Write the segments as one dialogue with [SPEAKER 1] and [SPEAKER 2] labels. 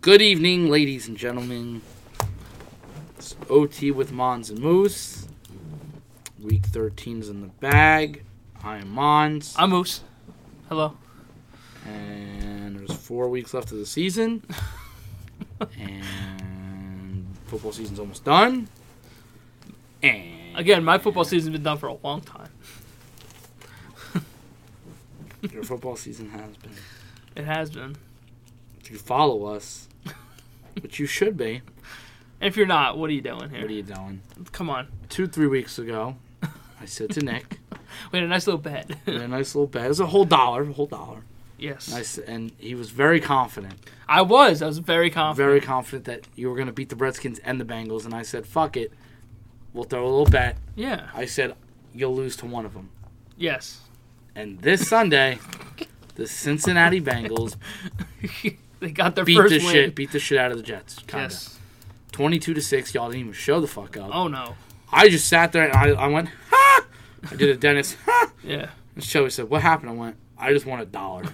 [SPEAKER 1] Good evening, ladies and gentlemen. It's OT with Mons and Moose. Week 13's in the bag. I am Mons.
[SPEAKER 2] I'm Moose. Hello.
[SPEAKER 1] And there's four weeks left of the season. and football season's almost done. And
[SPEAKER 2] Again, my football season's been done for a long time.
[SPEAKER 1] your football season has been.
[SPEAKER 2] It has been.
[SPEAKER 1] If you follow us, which you should be,
[SPEAKER 2] If you're not, what are you doing here?
[SPEAKER 1] what are you doing?
[SPEAKER 2] Come on.
[SPEAKER 1] Two, three weeks ago, I said to Nick,
[SPEAKER 2] We had a nice little bet.
[SPEAKER 1] we had a nice little bet. It was a whole dollar, a whole dollar.
[SPEAKER 2] yes.
[SPEAKER 1] And I s- and he was very confident,
[SPEAKER 2] I was. I was very confident.
[SPEAKER 1] very confident that you were going to beat the Redskins and the Bengals. And I said, "Fuck it, we'll throw a little bet."
[SPEAKER 2] Yeah.
[SPEAKER 1] I said, "You'll lose to one of them."
[SPEAKER 2] Yes.
[SPEAKER 1] And this Sunday, the Cincinnati Bengals
[SPEAKER 2] they got their
[SPEAKER 1] beat the
[SPEAKER 2] first win.
[SPEAKER 1] shit, beat the shit out of the Jets. Kinda.
[SPEAKER 2] Yes.
[SPEAKER 1] twenty-two to six. Y'all didn't even show the fuck up.
[SPEAKER 2] Oh no.
[SPEAKER 1] I just sat there and I, I went, "Ha!" I did a Dennis. Ha!
[SPEAKER 2] Yeah.
[SPEAKER 1] And Shelby said, "What happened?" I went, "I just won a dollar."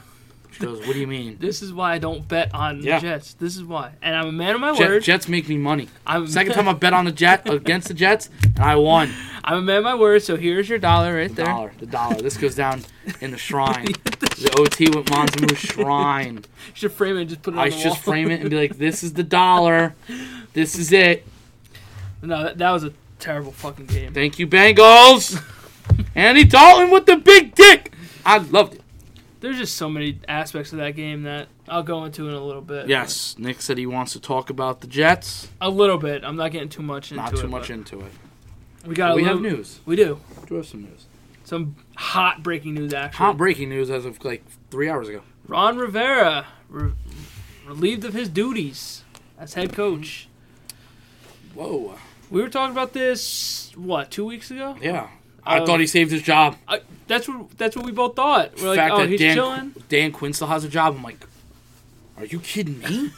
[SPEAKER 1] She goes, "What do you mean?"
[SPEAKER 2] This is why I don't bet on
[SPEAKER 1] Yeah.
[SPEAKER 2] the Jets. This is why. And I'm a man of my
[SPEAKER 1] Jet,
[SPEAKER 2] word.
[SPEAKER 1] Jets make me money.
[SPEAKER 2] I'm a
[SPEAKER 1] Second
[SPEAKER 2] man-
[SPEAKER 1] time I bet on the Jet against the Jets, and I won.
[SPEAKER 2] I'm a man of my word. So here's your dollar right
[SPEAKER 1] The
[SPEAKER 2] there.
[SPEAKER 1] dollar, the dollar. This goes down in the shrine, the OT with Montemu's shrine.
[SPEAKER 2] You should frame it and just put it on
[SPEAKER 1] I
[SPEAKER 2] the
[SPEAKER 1] should just
[SPEAKER 2] wall.
[SPEAKER 1] frame it and be like, "This is the dollar. This is it.
[SPEAKER 2] no, that, that was a terrible fucking game.
[SPEAKER 1] Thank you, Bengals." Andy Dalton with the big dick. I loved it.
[SPEAKER 2] There's just so many aspects of that game that I'll go into in a little bit.
[SPEAKER 1] Yes, Nick said he wants to talk about the Jets.
[SPEAKER 2] A little bit. I'm not getting too much into
[SPEAKER 1] Not
[SPEAKER 2] it.
[SPEAKER 1] too much
[SPEAKER 2] but
[SPEAKER 1] into it.
[SPEAKER 2] We got. A
[SPEAKER 1] we
[SPEAKER 2] little,
[SPEAKER 1] have news.
[SPEAKER 2] We do.
[SPEAKER 1] We do have some news.
[SPEAKER 2] Some hot breaking news. Actually,
[SPEAKER 1] Hot breaking news as of like three hours ago.
[SPEAKER 2] Ron Rivera re- relieved of his duties as head
[SPEAKER 1] Mm-hmm.
[SPEAKER 2] coach.
[SPEAKER 1] Whoa.
[SPEAKER 2] We were talking about this what two weeks ago.
[SPEAKER 1] Yeah. I
[SPEAKER 2] Um,
[SPEAKER 1] thought he saved his job.
[SPEAKER 2] I, that's what that's what we both thought. We're
[SPEAKER 1] The
[SPEAKER 2] like,
[SPEAKER 1] fact
[SPEAKER 2] oh,
[SPEAKER 1] that
[SPEAKER 2] he's
[SPEAKER 1] Dan,
[SPEAKER 2] chilling.
[SPEAKER 1] Dan Quinn still has a job. I'm like, are you kidding me?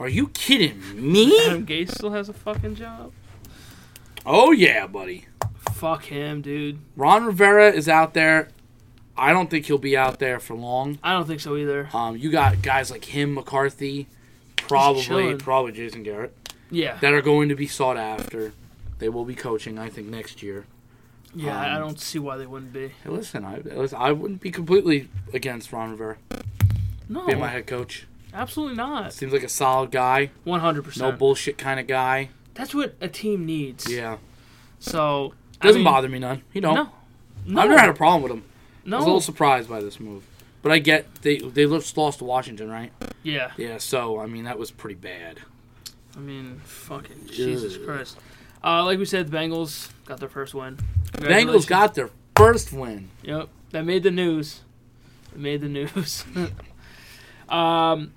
[SPEAKER 1] Are you kidding me?
[SPEAKER 2] Adam Gase still has a fucking job.
[SPEAKER 1] Oh yeah, buddy.
[SPEAKER 2] Fuck him, dude.
[SPEAKER 1] Ron Rivera is out there. I don't think he'll be out there for long.
[SPEAKER 2] I don't think so either.
[SPEAKER 1] Um, you got guys like him, McCarthy,
[SPEAKER 2] He's
[SPEAKER 1] probably
[SPEAKER 2] chilling.
[SPEAKER 1] probably Jason Garrett
[SPEAKER 2] Yeah,
[SPEAKER 1] that are going to be sought after. They will be coaching, I think, next year.
[SPEAKER 2] yeah. I- I
[SPEAKER 1] um,
[SPEAKER 2] don't see why they wouldn't be.
[SPEAKER 1] Hey, listen, I listen, I wouldn't be completely against Ron Rivera
[SPEAKER 2] No,
[SPEAKER 1] being my head coach.
[SPEAKER 2] absolutely not.
[SPEAKER 1] Seems like a solid guy,
[SPEAKER 2] One hundred
[SPEAKER 1] no
[SPEAKER 2] percent.
[SPEAKER 1] bullshit kind of guy.
[SPEAKER 2] That's what a team needs.
[SPEAKER 1] Yeah,
[SPEAKER 2] So I
[SPEAKER 1] doesn't
[SPEAKER 2] mean,
[SPEAKER 1] bother me none. You know,
[SPEAKER 2] No. No.
[SPEAKER 1] I've never had a problem with him. I was a
[SPEAKER 2] no.
[SPEAKER 1] little surprised by this move, but I get they they just lost to Washington, right?
[SPEAKER 2] Yeah.
[SPEAKER 1] Yeah, so I mean that was pretty bad.
[SPEAKER 2] I mean, fucking Jesus
[SPEAKER 1] Ugh.
[SPEAKER 2] Christ. Uh, like we said, the Bengals got their first win.
[SPEAKER 1] Bengals
[SPEAKER 2] Congratulations.
[SPEAKER 1] got their first win.
[SPEAKER 2] Yep. That made the news. It made the news. um,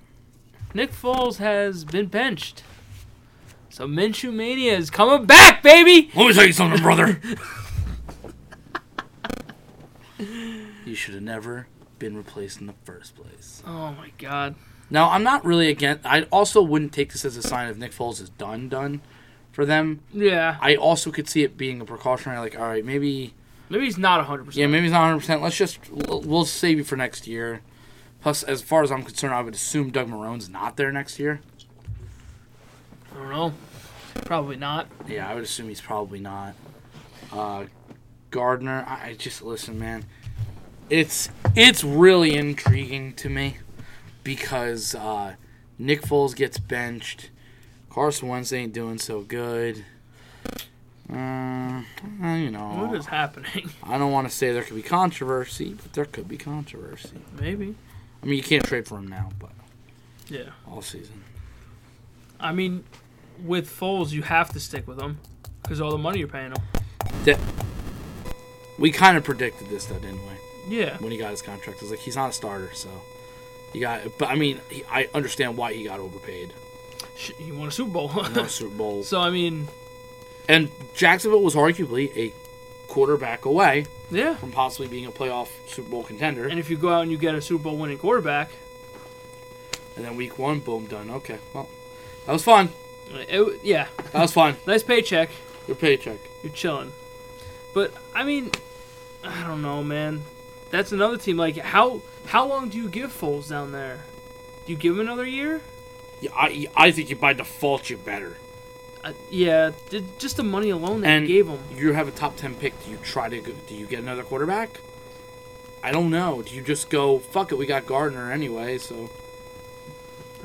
[SPEAKER 2] Nick Foles has been benched. So Minshew Mania is coming back, baby!
[SPEAKER 1] Let me tell you something, brother. you should have never been replaced in the first place.
[SPEAKER 2] Oh my god.
[SPEAKER 1] Now I'm not really against. I also wouldn't take this as a sign of Nick Foles is done done for them.
[SPEAKER 2] Yeah.
[SPEAKER 1] I also could see it being a precautionary, like all right, maybe
[SPEAKER 2] Maybe he's not 100%.
[SPEAKER 1] Yeah, maybe it's not 100. percent Let's just we'll we'll save you for next year. Plus, as far as I'm concerned, I would assume Doug Marone's not there next year.
[SPEAKER 2] I don't know. Probably not.
[SPEAKER 1] Yeah, I would assume he's probably not. Uh, Gardner, I, I just listen, man. It's it's really intriguing to me because uh, Nick Foles gets benched. Carson Wentz ain't doing so good. Uh, you
[SPEAKER 2] What
[SPEAKER 1] know,
[SPEAKER 2] is happening?
[SPEAKER 1] I don't want to say there could be controversy, but there could be controversy.
[SPEAKER 2] maybe.
[SPEAKER 1] I mean, you can't trade for him now, but
[SPEAKER 2] Yeah.
[SPEAKER 1] all season.
[SPEAKER 2] I mean, with Foles, you have to stick with him because all the money you're paying him.
[SPEAKER 1] We kind of predicted this, though, didn't we?
[SPEAKER 2] Yeah.
[SPEAKER 1] When he got his contract, it was like he's not a starter, so you got. But I mean, he, I understand why he got overpaid.
[SPEAKER 2] Sh- You won a Super Bowl.
[SPEAKER 1] No Super Bowl,
[SPEAKER 2] so, I mean,
[SPEAKER 1] and Jacksonville was arguably a quarterback away
[SPEAKER 2] yeah.
[SPEAKER 1] from possibly being a playoff Super Bowl contender.
[SPEAKER 2] And if you go out and you get a Super Bowl winning quarterback,
[SPEAKER 1] And then week one, boom, done. Okay, well, that was fun.
[SPEAKER 2] it, yeah,
[SPEAKER 1] That was fun.
[SPEAKER 2] nice paycheck.
[SPEAKER 1] Your paycheck.
[SPEAKER 2] You're chilling. But, I mean, I don't know, man. That's another team. Like, how how long do you give Foles down there? Do you give him another year?
[SPEAKER 1] Yeah, I, I think you by default you're better.
[SPEAKER 2] Uh, yeah, th- just the money alone that
[SPEAKER 1] And
[SPEAKER 2] you gave him.
[SPEAKER 1] you have a top ten pick. Do you try to? Go, do you get another quarterback? I don't know. Do you just go fuck it? We got Gardner anyway, so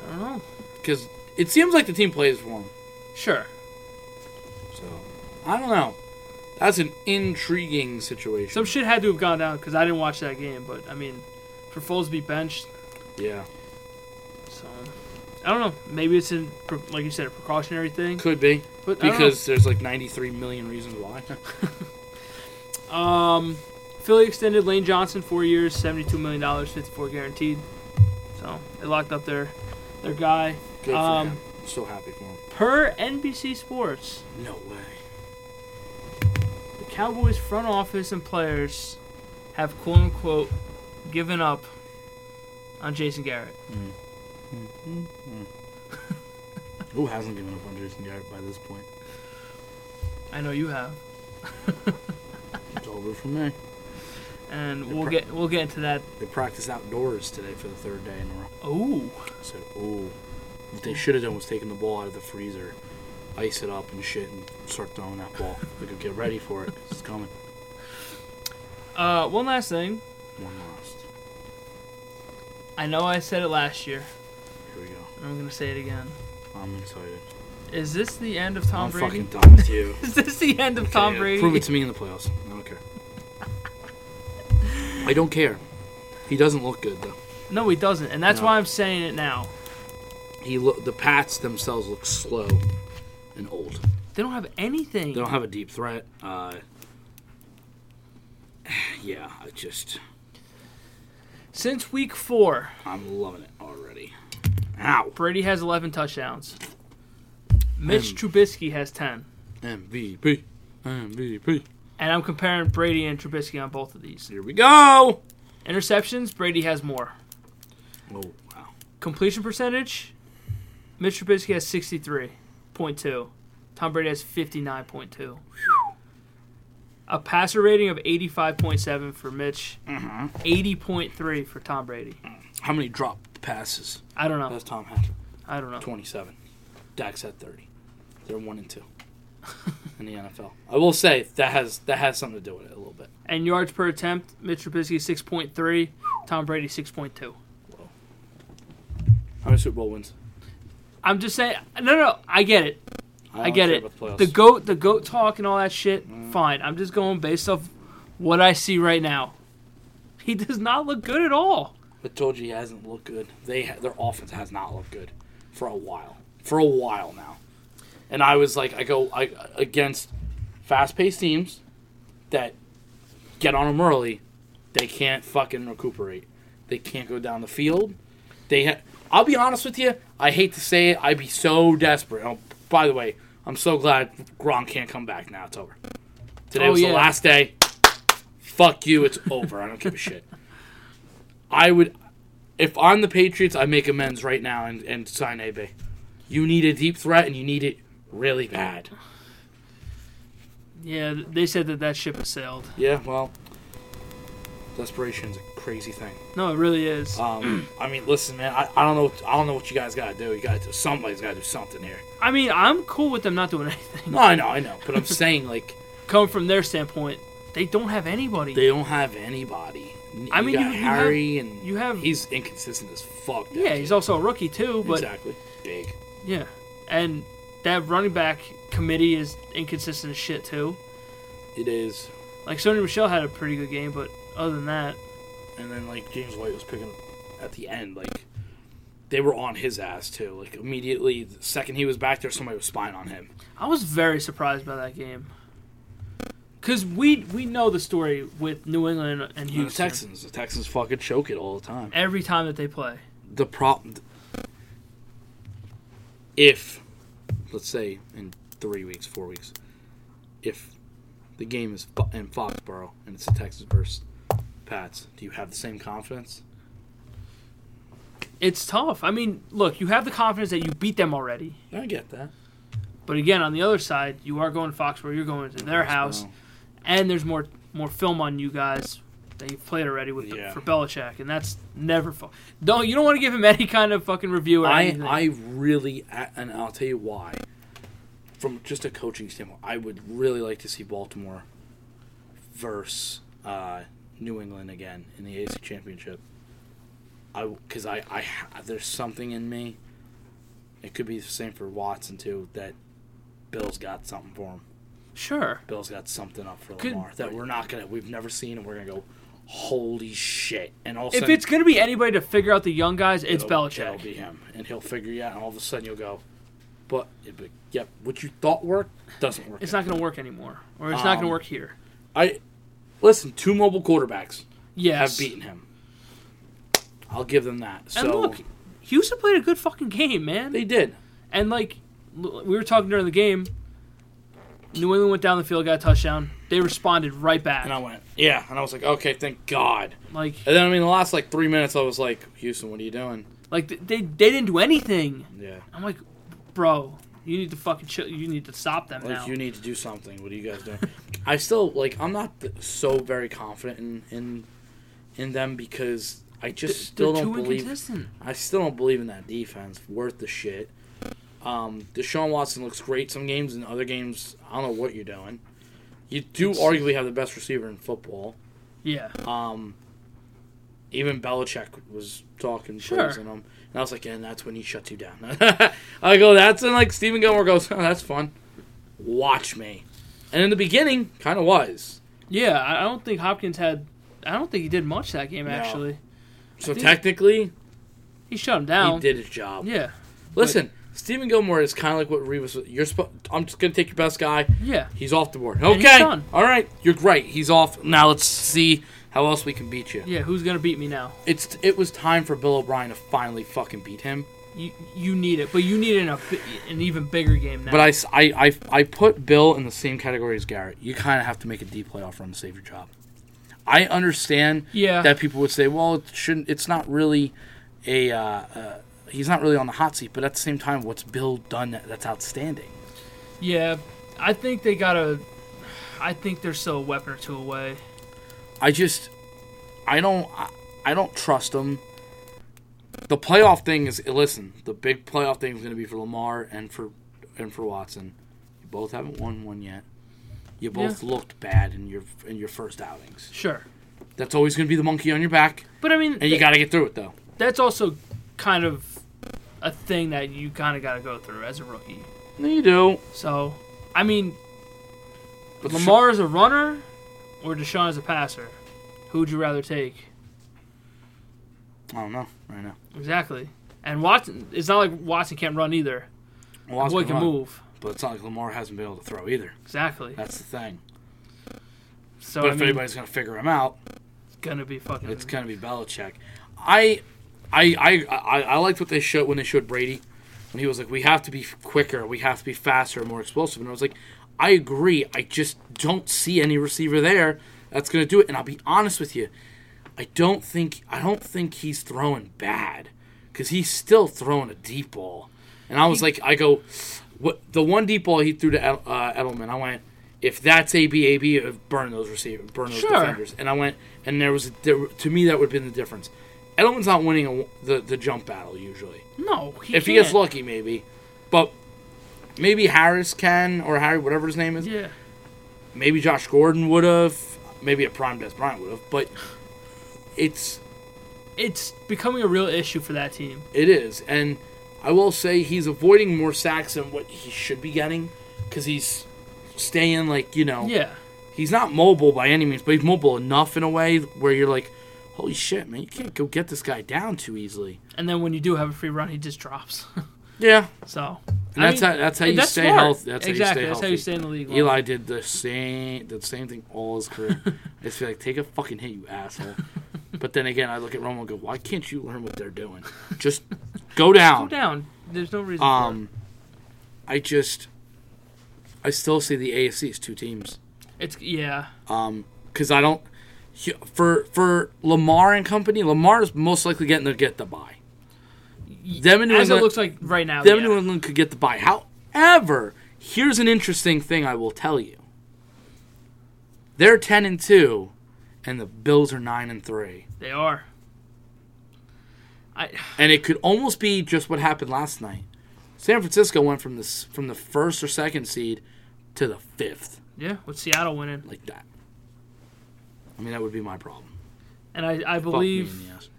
[SPEAKER 2] I don't know.
[SPEAKER 1] because it seems like the team plays for him.
[SPEAKER 2] Sure.
[SPEAKER 1] So I don't know. That's an intriguing situation.
[SPEAKER 2] Some shit had to have gone down because I didn't watch that game. But I mean, for Foles to be benched,
[SPEAKER 1] yeah,
[SPEAKER 2] so I don't know. Maybe it's in pre- like you said a precautionary thing.
[SPEAKER 1] could be
[SPEAKER 2] But I don't know.
[SPEAKER 1] because there's like 93 million reasons why.
[SPEAKER 2] Um, Philly extended Lane Johnson four years, seventy-two million dollars, fifty-four guaranteed. So they locked up their their guy.
[SPEAKER 1] Good for
[SPEAKER 2] Um,
[SPEAKER 1] him. So happy for him.
[SPEAKER 2] Per NBC Sports,
[SPEAKER 1] No way.
[SPEAKER 2] the Cowboys front office and players have quote unquote given up on Jason Garrett.
[SPEAKER 1] Mm-hmm. Who Mm-hmm. hasn't given up on Jason Garrett by this point?
[SPEAKER 2] I know you have,
[SPEAKER 1] It's over for me.
[SPEAKER 2] and
[SPEAKER 1] They're
[SPEAKER 2] we'll
[SPEAKER 1] pro-
[SPEAKER 2] get we'll get into that.
[SPEAKER 1] They practiced outdoors today for the third day in a row.
[SPEAKER 2] Oh,
[SPEAKER 1] So, ooh. What they should have done was taken the ball out of the freezer, ice it up and shit, and start throwing that ball. they could get ready for it. It's coming.
[SPEAKER 2] uh, one last thing.
[SPEAKER 1] One lost.
[SPEAKER 2] I know I said it last year,
[SPEAKER 1] Here we go.
[SPEAKER 2] and I'm gonna say it again.
[SPEAKER 1] I'm excited.
[SPEAKER 2] Is this the end of Tom
[SPEAKER 1] I'm
[SPEAKER 2] Brady?
[SPEAKER 1] fucking done with you.
[SPEAKER 2] Is this the end of
[SPEAKER 1] Okay,
[SPEAKER 2] Tom
[SPEAKER 1] yeah,
[SPEAKER 2] Brady?
[SPEAKER 1] Prove it to me in the playoffs. I don't care. I don't care. He doesn't look good though.
[SPEAKER 2] No, he doesn't, and that's
[SPEAKER 1] No.
[SPEAKER 2] why I'm saying it now.
[SPEAKER 1] He look the Pats themselves look slow and old.
[SPEAKER 2] They don't have anything.
[SPEAKER 1] They don't have a deep threat. Uh, yeah, I just
[SPEAKER 2] Since week four,
[SPEAKER 1] I'm loving it already. Ow.
[SPEAKER 2] Brady has 11 touchdowns. Mitch Trubisky has 10.
[SPEAKER 1] MVP. MVP.
[SPEAKER 2] And I'm comparing Brady and Trubisky on both of these.
[SPEAKER 1] Here we go.
[SPEAKER 2] Interceptions, Brady has more.
[SPEAKER 1] Oh wow.
[SPEAKER 2] Completion percentage, Mitch Trubisky has 63.2. Tom Brady has 59.2. A passer rating of 85.7 for Mitch, 80.3 for Tom Brady.
[SPEAKER 1] How many drop passes
[SPEAKER 2] I don't know.
[SPEAKER 1] does Tom have?
[SPEAKER 2] I don't know.
[SPEAKER 1] Twenty-seven. Dak's at thirty. They're one and two in the NFL. I will say that has that has something to do with it a little bit.
[SPEAKER 2] And yards per attempt, Mitch Trubisky 6.3, Tom Brady 6.2.
[SPEAKER 1] How many Super Bowl wins?
[SPEAKER 2] I'm just saying, no, no, I get it. I,
[SPEAKER 1] don't
[SPEAKER 2] get
[SPEAKER 1] care
[SPEAKER 2] it.
[SPEAKER 1] about playoffs.
[SPEAKER 2] The goat, the goat talk and all that shit. Fine. I'm just going based off what I see right now. He does not look good at all.
[SPEAKER 1] I told you he hasn't looked good. They ha- their offense has not looked good for a while, for a while now. And I was like, I go I, against fast-paced teams that get on them early. They can't fucking recuperate. They can't go down the field. They ha- I'll be honest with you. I hate to say it. I'd be so desperate. Oh, by the way, I'm so glad Gronk can't come back now. It's over. Today
[SPEAKER 2] Oh,
[SPEAKER 1] was
[SPEAKER 2] yeah.
[SPEAKER 1] the last day. Fuck you. It's over. I don't give a shit. I would, if I'm the Patriots, I make amends right now and, and sign AB. You need a deep threat, and you need it really bad.
[SPEAKER 2] Yeah, they said that that ship has sailed.
[SPEAKER 1] Yeah, well, desperation's a crazy thing.
[SPEAKER 2] No, it really is.
[SPEAKER 1] Um, I mean, listen, man, I, I don't know, what, I don't know what you guys gotta do. You gotta do somebody's gotta do something here.
[SPEAKER 2] I mean, I'm cool with them not doing anything.
[SPEAKER 1] No, I know, I know, but I'm saying like
[SPEAKER 2] Come from their standpoint, they don't have anybody.
[SPEAKER 1] they don't have anybody. N-
[SPEAKER 2] I
[SPEAKER 1] you
[SPEAKER 2] mean,
[SPEAKER 1] got
[SPEAKER 2] you- you have-
[SPEAKER 1] Harry and
[SPEAKER 2] you have-
[SPEAKER 1] he's inconsistent as fuck. that
[SPEAKER 2] yeah,
[SPEAKER 1] kid.
[SPEAKER 2] he's also a rookie too, but
[SPEAKER 1] exactly big.
[SPEAKER 2] yeah, and that running back committee is inconsistent as shit too.
[SPEAKER 1] It is,
[SPEAKER 2] Like Sony Michelle had a pretty good game, but other than that,
[SPEAKER 1] and then like James White was picking up at the end, like they were on his ass too. Like immediately, the second he was back there, somebody was spying on him.
[SPEAKER 2] I was very surprised by that game. Cause we we know the story with New England and
[SPEAKER 1] And the
[SPEAKER 2] Houston.
[SPEAKER 1] Texans, the Texans fucking choke it all the time.
[SPEAKER 2] Every time that they play,
[SPEAKER 1] the problem if let's say in three weeks four weeks if the game is fo- in foxborough and it's the texas versus pats do you have the same confidence
[SPEAKER 2] it's tough. I mean, look, you have the confidence that you beat them already,
[SPEAKER 1] yeah, i get that
[SPEAKER 2] but again, on the other side, you are going to Foxborough, you're going to their house,
[SPEAKER 1] Well,
[SPEAKER 2] and there's more more film on you guys that he played already with
[SPEAKER 1] Yeah.
[SPEAKER 2] for Belichick, and that's never fun. Don't you don't want to give him any kind of fucking review or
[SPEAKER 1] I
[SPEAKER 2] anything.
[SPEAKER 1] I really and I'll tell you why. From just a coaching standpoint, I would really like to see Baltimore versus uh, New England again in the AFC Championship. I because I, I ha- there's something in me. It could be the same for Watson too. That Bill's got something for him.
[SPEAKER 2] sure.
[SPEAKER 1] Bill's got something up for
[SPEAKER 2] Could-
[SPEAKER 1] Lamar that we're not gonna we've never seen and we're gonna go, holy shit! And all of a
[SPEAKER 2] If
[SPEAKER 1] sudden-
[SPEAKER 2] it's gonna be anybody to figure out the young guys, it's
[SPEAKER 1] it'll-
[SPEAKER 2] Belichick.
[SPEAKER 1] It'll be him, and he'll figure you out. And all of a sudden, you'll go, but, but yep, what you thought worked doesn't work.
[SPEAKER 2] It's not gonna work anymore, or it's not gonna
[SPEAKER 1] Um,
[SPEAKER 2] work here.
[SPEAKER 1] I listen. Two mobile quarterbacks
[SPEAKER 2] Yes.
[SPEAKER 1] have beaten him. I'll give them that. So
[SPEAKER 2] and look, Houston played a good fucking game, man.
[SPEAKER 1] they did.
[SPEAKER 2] And like l- we were talking during the game, New England went down the field, got a touchdown. They responded right back.
[SPEAKER 1] And I went, yeah, and I was like, okay, thank God.
[SPEAKER 2] Like
[SPEAKER 1] And then I mean, the last like three minutes, I was like, Houston, what are you doing?
[SPEAKER 2] like th- they they didn't do anything.
[SPEAKER 1] Yeah,
[SPEAKER 2] I'm like, bro, you need to fucking chill. You need to stop them
[SPEAKER 1] like
[SPEAKER 2] now.
[SPEAKER 1] you need to do something. What are you guys doing? I still like. I'm not th- so very confident in in in them because I just still
[SPEAKER 2] They're
[SPEAKER 1] don't
[SPEAKER 2] too
[SPEAKER 1] believe.
[SPEAKER 2] inconsistent.
[SPEAKER 1] I still don't believe in that defense worth the shit. Um, Deshaun Watson looks great some games, and other games, I don't know what you're doing. You do arguably have the best receiver in football.
[SPEAKER 2] Yeah,
[SPEAKER 1] Um, even Belichick was talking
[SPEAKER 2] Sure.
[SPEAKER 1] praise on him, and I was like, and that's when he shuts you down. I go, that's and like Stephen Gilmore goes, oh, that's fun. Watch me, and in the beginning, kind of was.
[SPEAKER 2] yeah. I I don't think Hopkins had. I don't think he did much that game.
[SPEAKER 1] No.
[SPEAKER 2] Actually,
[SPEAKER 1] So
[SPEAKER 2] think-
[SPEAKER 1] technically,
[SPEAKER 2] he shut him
[SPEAKER 1] he
[SPEAKER 2] down.
[SPEAKER 1] did his job.
[SPEAKER 2] Yeah,
[SPEAKER 1] Listen, Stephen Gilmore is kind of like what Reeves. You're supposed. I'm just gonna take your best guy.
[SPEAKER 2] yeah.
[SPEAKER 1] He's off the board.
[SPEAKER 2] he's
[SPEAKER 1] Okay.
[SPEAKER 2] done.
[SPEAKER 1] All right. You're right. He's off. Now let's see how else we can beat you.
[SPEAKER 2] Yeah, who's gonna beat me now?
[SPEAKER 1] It's it was time for Bill O'Brien to finally fucking beat him.
[SPEAKER 2] You you need it, but you need it in a, bi- an even bigger game now.
[SPEAKER 1] But I, s- I- I- I put Bill in the same category as Garrett. You kind of have to make a deep playoff run to save your job. I understand
[SPEAKER 2] Yeah.
[SPEAKER 1] that people would say, well, it shouldn't. It's not really a. Uh, uh, he's not really on the hot seat. But at the same time, what's Bill done that, that's outstanding?
[SPEAKER 2] yeah, I think they gotta. I think they're still a weapon or two away.
[SPEAKER 1] I just I don't I, I don't trust him. The playoff thing is listen, the big playoff thing is going to be for Lamar and for and for Watson. You both haven't won one yet. You both looked bad in your in your first outings.
[SPEAKER 2] Sure,
[SPEAKER 1] That's always going to be the monkey on your back,
[SPEAKER 2] but I mean,
[SPEAKER 1] and you got to get through it though.
[SPEAKER 2] that's also kind of a thing that you kind of gotta go through as a rookie.
[SPEAKER 1] No, you do.
[SPEAKER 2] So, I mean,
[SPEAKER 1] But
[SPEAKER 2] Lamar is a runner or Deshaun is a passer? Who would you rather take?
[SPEAKER 1] I don't know right now.
[SPEAKER 2] Exactly. And Watson, it's not like Watson can't run either.
[SPEAKER 1] Well,
[SPEAKER 2] Boy can move.
[SPEAKER 1] but it's not like Lamar hasn't been able to throw either.
[SPEAKER 2] Exactly.
[SPEAKER 1] That's the thing.
[SPEAKER 2] So
[SPEAKER 1] But
[SPEAKER 2] I
[SPEAKER 1] if
[SPEAKER 2] mean,
[SPEAKER 1] anybody's going to figure him out,
[SPEAKER 2] it's gonna be fucking.
[SPEAKER 1] It's gonna be Belichick. I, I, I, I, I liked what they showed when they showed Brady, when he was like, "We have to be quicker, we have to be faster, more explosive." And I was like, "I agree. I just don't see any receiver there that's gonna do it." And I'll be honest with you, I don't think I don't think he's throwing bad, because he's still throwing a deep ball. And I was like, I go, what the one deep ball he threw to Ed- uh, Edelman? I went. If that's AB, AB, uh, burn those receivers, burn those
[SPEAKER 2] Sure.
[SPEAKER 1] defenders and I went, and there was a, there, to me that would have been the difference. Edelman's not winning a, the the jump battle usually.
[SPEAKER 2] no, he
[SPEAKER 1] if
[SPEAKER 2] can't.
[SPEAKER 1] he gets lucky, maybe, but maybe Harris can or Harry, whatever his name is.
[SPEAKER 2] yeah,
[SPEAKER 1] Maybe Josh Gordon would have. Maybe a prime Des Bryant would have. But it's
[SPEAKER 2] it's becoming a real issue for that team.
[SPEAKER 1] it is, and I will say he's avoiding more sacks than what he should be getting because he's staying like you know
[SPEAKER 2] Yeah,
[SPEAKER 1] he's not mobile by any means, but he's mobile enough in a way where you're like, holy shit, man, you can't go get this guy down too easily.
[SPEAKER 2] and then when you do have a free run, he just drops.
[SPEAKER 1] Yeah,
[SPEAKER 2] so
[SPEAKER 1] and
[SPEAKER 2] I
[SPEAKER 1] that's
[SPEAKER 2] mean,
[SPEAKER 1] how that's how
[SPEAKER 2] and
[SPEAKER 1] you
[SPEAKER 2] that's
[SPEAKER 1] stay
[SPEAKER 2] smart.
[SPEAKER 1] healthy. That's
[SPEAKER 2] exactly.
[SPEAKER 1] how you
[SPEAKER 2] that's
[SPEAKER 1] stay
[SPEAKER 2] how you
[SPEAKER 1] healthy.
[SPEAKER 2] stay in the league. long.
[SPEAKER 1] Eli did the same the same thing all his career. I just feel like take a fucking hit, you asshole. But then again, I look at Romo and go, why can't you learn what they're doing? Just go
[SPEAKER 2] Go
[SPEAKER 1] down.
[SPEAKER 2] down. There's no reason.
[SPEAKER 1] Um, I just, I still see the AFC as two teams.
[SPEAKER 2] for it. It's yeah.
[SPEAKER 1] Um 'cause because I don't he- for for Lamar and company. Lamar is most likely getting to get the buy. Them and New
[SPEAKER 2] As it
[SPEAKER 1] England,
[SPEAKER 2] looks like right now.
[SPEAKER 1] them
[SPEAKER 2] yeah.
[SPEAKER 1] and New England could get the buy. However, here's an interesting thing I will tell you. They're ten and two, and the Bills are nine and three.
[SPEAKER 2] They are. I
[SPEAKER 1] And it could almost be just what happened last night. San Francisco went from this from the first or second seed to the fifth,
[SPEAKER 2] yeah, with Seattle winning,
[SPEAKER 1] like that. I mean, that would be my problem.
[SPEAKER 2] and I I
[SPEAKER 1] Fuck me in
[SPEAKER 2] believe
[SPEAKER 1] the ass.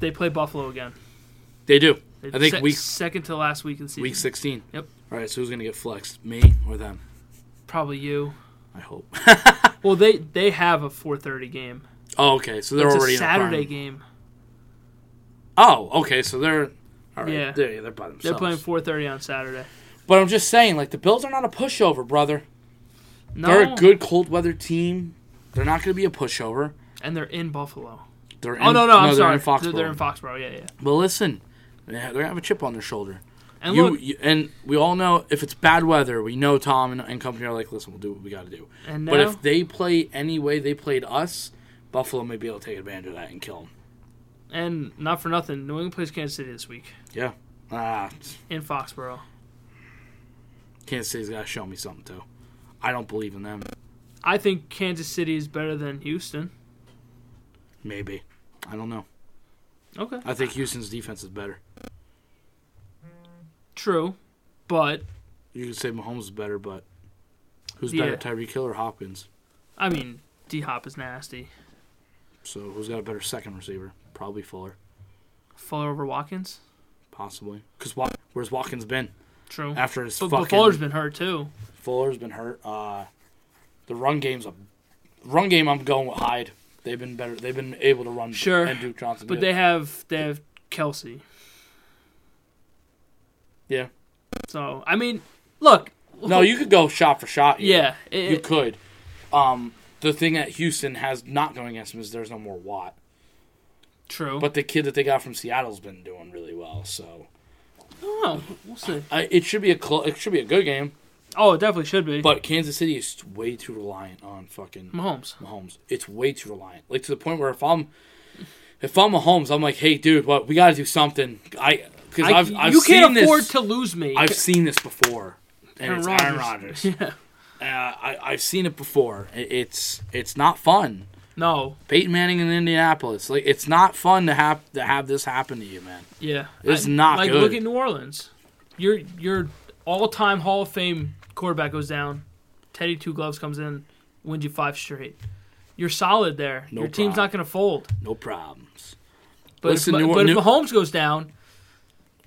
[SPEAKER 2] they play Buffalo again.
[SPEAKER 1] they do.
[SPEAKER 2] They-
[SPEAKER 1] I think
[SPEAKER 2] se-
[SPEAKER 1] week
[SPEAKER 2] second to last week in season.
[SPEAKER 1] week sixteen.
[SPEAKER 2] Yep.
[SPEAKER 1] All right, so who's gonna get flexed? Me or them?
[SPEAKER 2] Probably you.
[SPEAKER 1] I hope.
[SPEAKER 2] Well, they they have a 4:30 game.
[SPEAKER 1] oh, okay. So they're
[SPEAKER 2] it's
[SPEAKER 1] already
[SPEAKER 2] a
[SPEAKER 1] in the
[SPEAKER 2] Saturday
[SPEAKER 1] prime.
[SPEAKER 2] game.
[SPEAKER 1] Oh, okay. So they're all right.
[SPEAKER 2] Yeah.
[SPEAKER 1] They're, they're by themselves.
[SPEAKER 2] They're playing 4:30 on Saturday.
[SPEAKER 1] But I'm just saying, like the Bills are not a pushover, brother.
[SPEAKER 2] No,
[SPEAKER 1] They're a good cold weather team. They're not going to be a pushover.
[SPEAKER 2] and they're in Buffalo.
[SPEAKER 1] They're in,
[SPEAKER 2] oh no, no, I'm
[SPEAKER 1] they're
[SPEAKER 2] sorry.
[SPEAKER 1] In Foxborough.
[SPEAKER 2] They're, they're in Foxborough. Yeah, yeah.
[SPEAKER 1] but listen, they ha- they're gonna have a chip on their shoulder.
[SPEAKER 2] And
[SPEAKER 1] you,
[SPEAKER 2] look,
[SPEAKER 1] you and we all know if it's bad weather, we know Tom and, and company are like, listen, we'll do what we got to do.
[SPEAKER 2] and now
[SPEAKER 1] But if they play any way they played us, Buffalo may be able to take advantage of that and kill them.
[SPEAKER 2] and not for nothing, New England plays Kansas City this week
[SPEAKER 1] Ah,
[SPEAKER 2] in Foxborough.
[SPEAKER 1] Kansas City's got to show me something too. I don't believe in them.
[SPEAKER 2] I think Kansas City is better than Houston.
[SPEAKER 1] Maybe. I don't know.
[SPEAKER 2] Okay,
[SPEAKER 1] I think Houston's defense is better.
[SPEAKER 2] true, but
[SPEAKER 1] You could say Mahomes is better, but who's
[SPEAKER 2] Yeah.
[SPEAKER 1] better, Tyreek Hill or Hopkins?
[SPEAKER 2] I mean, D Hop is nasty.
[SPEAKER 1] So who's got a better second receiver? Probably Fuller,
[SPEAKER 2] Fuller over Watkins.
[SPEAKER 1] possibly. Because Wa- where's Watkins been
[SPEAKER 2] True,
[SPEAKER 1] after his
[SPEAKER 2] but, but
[SPEAKER 1] fucking
[SPEAKER 2] Fuller's been hurt too.
[SPEAKER 1] Fuller's been hurt. Uh, the run game's a run game. I'm going with Hyde. They've been better. They've been able to run.
[SPEAKER 2] Sure,
[SPEAKER 1] and Duke Johnson.
[SPEAKER 2] But
[SPEAKER 1] did.
[SPEAKER 2] they have they have Kelsey.
[SPEAKER 1] Yeah.
[SPEAKER 2] So I mean, look.
[SPEAKER 1] no, you could go shot for shot. here.
[SPEAKER 2] Yeah, it,
[SPEAKER 1] you could. Um, the thing that Houston has not going against them is there's no more Watt.
[SPEAKER 2] true.
[SPEAKER 1] But the kid that they got from Seattle's been doing really well. So
[SPEAKER 2] oh, we'll see.
[SPEAKER 1] I, it should be a clo- it should be a good game.
[SPEAKER 2] Oh, it definitely should be.
[SPEAKER 1] But Kansas City is way too reliant on fucking
[SPEAKER 2] Mahomes.
[SPEAKER 1] Mahomes. It's way too reliant. Like to the point where if I'm if I'm Mahomes, I'm like, hey, dude, what we got to do something. I because
[SPEAKER 2] I,
[SPEAKER 1] I've, I've
[SPEAKER 2] you
[SPEAKER 1] seen
[SPEAKER 2] can't afford
[SPEAKER 1] this.
[SPEAKER 2] to lose me.
[SPEAKER 1] I've seen this before, and
[SPEAKER 2] Aaron
[SPEAKER 1] it's
[SPEAKER 2] Rodgers.
[SPEAKER 1] Aaron Rodgers.
[SPEAKER 2] Yeah.
[SPEAKER 1] Uh, I, I've seen it before. It- it's it's not fun.
[SPEAKER 2] No.
[SPEAKER 1] Peyton Manning in Indianapolis. Like it's not fun to have to have this happen to you, man.
[SPEAKER 2] Yeah.
[SPEAKER 1] It's
[SPEAKER 2] I-
[SPEAKER 1] not
[SPEAKER 2] like
[SPEAKER 1] good.
[SPEAKER 2] look at New Orleans. Your your all time Hall of Fame quarterback goes down. Teddy Two Gloves comes in, wins you five straight. You're solid there.
[SPEAKER 1] No
[SPEAKER 2] your team's
[SPEAKER 1] problem.
[SPEAKER 2] not going to fold.
[SPEAKER 1] No problems.
[SPEAKER 2] But,
[SPEAKER 1] Listen,
[SPEAKER 2] if, Ma-
[SPEAKER 1] New Or-
[SPEAKER 2] but if
[SPEAKER 1] New-
[SPEAKER 2] Mahomes goes down,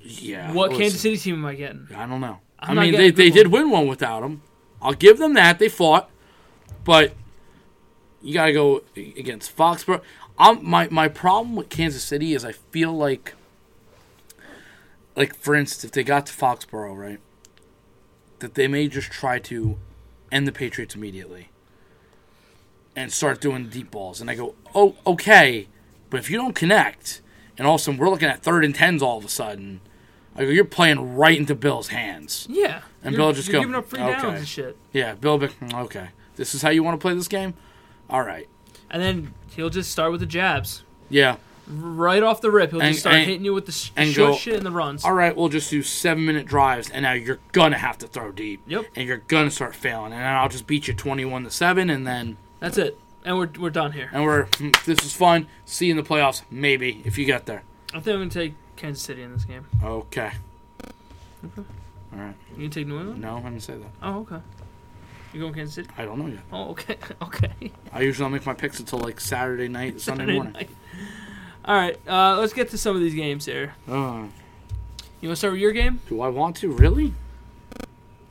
[SPEAKER 1] Yeah.
[SPEAKER 2] what
[SPEAKER 1] listen.
[SPEAKER 2] Kansas City team am I getting?
[SPEAKER 1] I don't know. i
[SPEAKER 2] I'm not
[SPEAKER 1] mean,
[SPEAKER 2] getting
[SPEAKER 1] they,
[SPEAKER 2] a good
[SPEAKER 1] they
[SPEAKER 2] one.
[SPEAKER 1] did win one without him. I'll give them that. They fought, but you got to go against Foxborough. I'm, my my problem with Kansas City is I feel like, like for instance, if they got to Foxborough, right, that they may just try to end the Patriots immediately and start doing deep balls. And I go, oh, okay, but if you don't connect, and all of a sudden we're looking at third and tens all of a sudden. I go, you're playing right into Bill's hands.
[SPEAKER 2] Yeah.
[SPEAKER 1] And
[SPEAKER 2] You're-
[SPEAKER 1] Bill just
[SPEAKER 2] you're
[SPEAKER 1] go,
[SPEAKER 2] giving up free
[SPEAKER 1] okay.
[SPEAKER 2] downs and shit.
[SPEAKER 1] Yeah, Bill. Be- okay, this is how you want to play this game. All right.
[SPEAKER 2] And then he'll just start with the jabs.
[SPEAKER 1] Yeah.
[SPEAKER 2] Right off the rip, he'll
[SPEAKER 1] And-
[SPEAKER 2] just start
[SPEAKER 1] and-
[SPEAKER 2] hitting you with the sh-
[SPEAKER 1] and
[SPEAKER 2] short
[SPEAKER 1] go-
[SPEAKER 2] shit and the runs.
[SPEAKER 1] All right, we'll just do seven minute drives, and now you're gonna have to throw deep.
[SPEAKER 2] Yep.
[SPEAKER 1] And you're gonna start failing, and then I'll just beat you twenty-one to seven, and then
[SPEAKER 2] That's it. And we're, we're done here.
[SPEAKER 1] and we're "Hmm, this is fun. See you in the playoffs, maybe if you get there.
[SPEAKER 2] I think I'm going to take Kansas City in this game.
[SPEAKER 1] Okay.
[SPEAKER 2] You going to take New England?
[SPEAKER 1] No, I didn't say that.
[SPEAKER 2] Oh, okay. You going Kansas City?
[SPEAKER 1] I don't know yet.
[SPEAKER 2] Oh, okay. okay.
[SPEAKER 1] I usually don't make my picks until like Saturday night, Sunday morning.
[SPEAKER 2] All right. Uh, let's get to some of these games here.
[SPEAKER 1] Uh,
[SPEAKER 2] You want to start with your game?
[SPEAKER 1] do I want to really?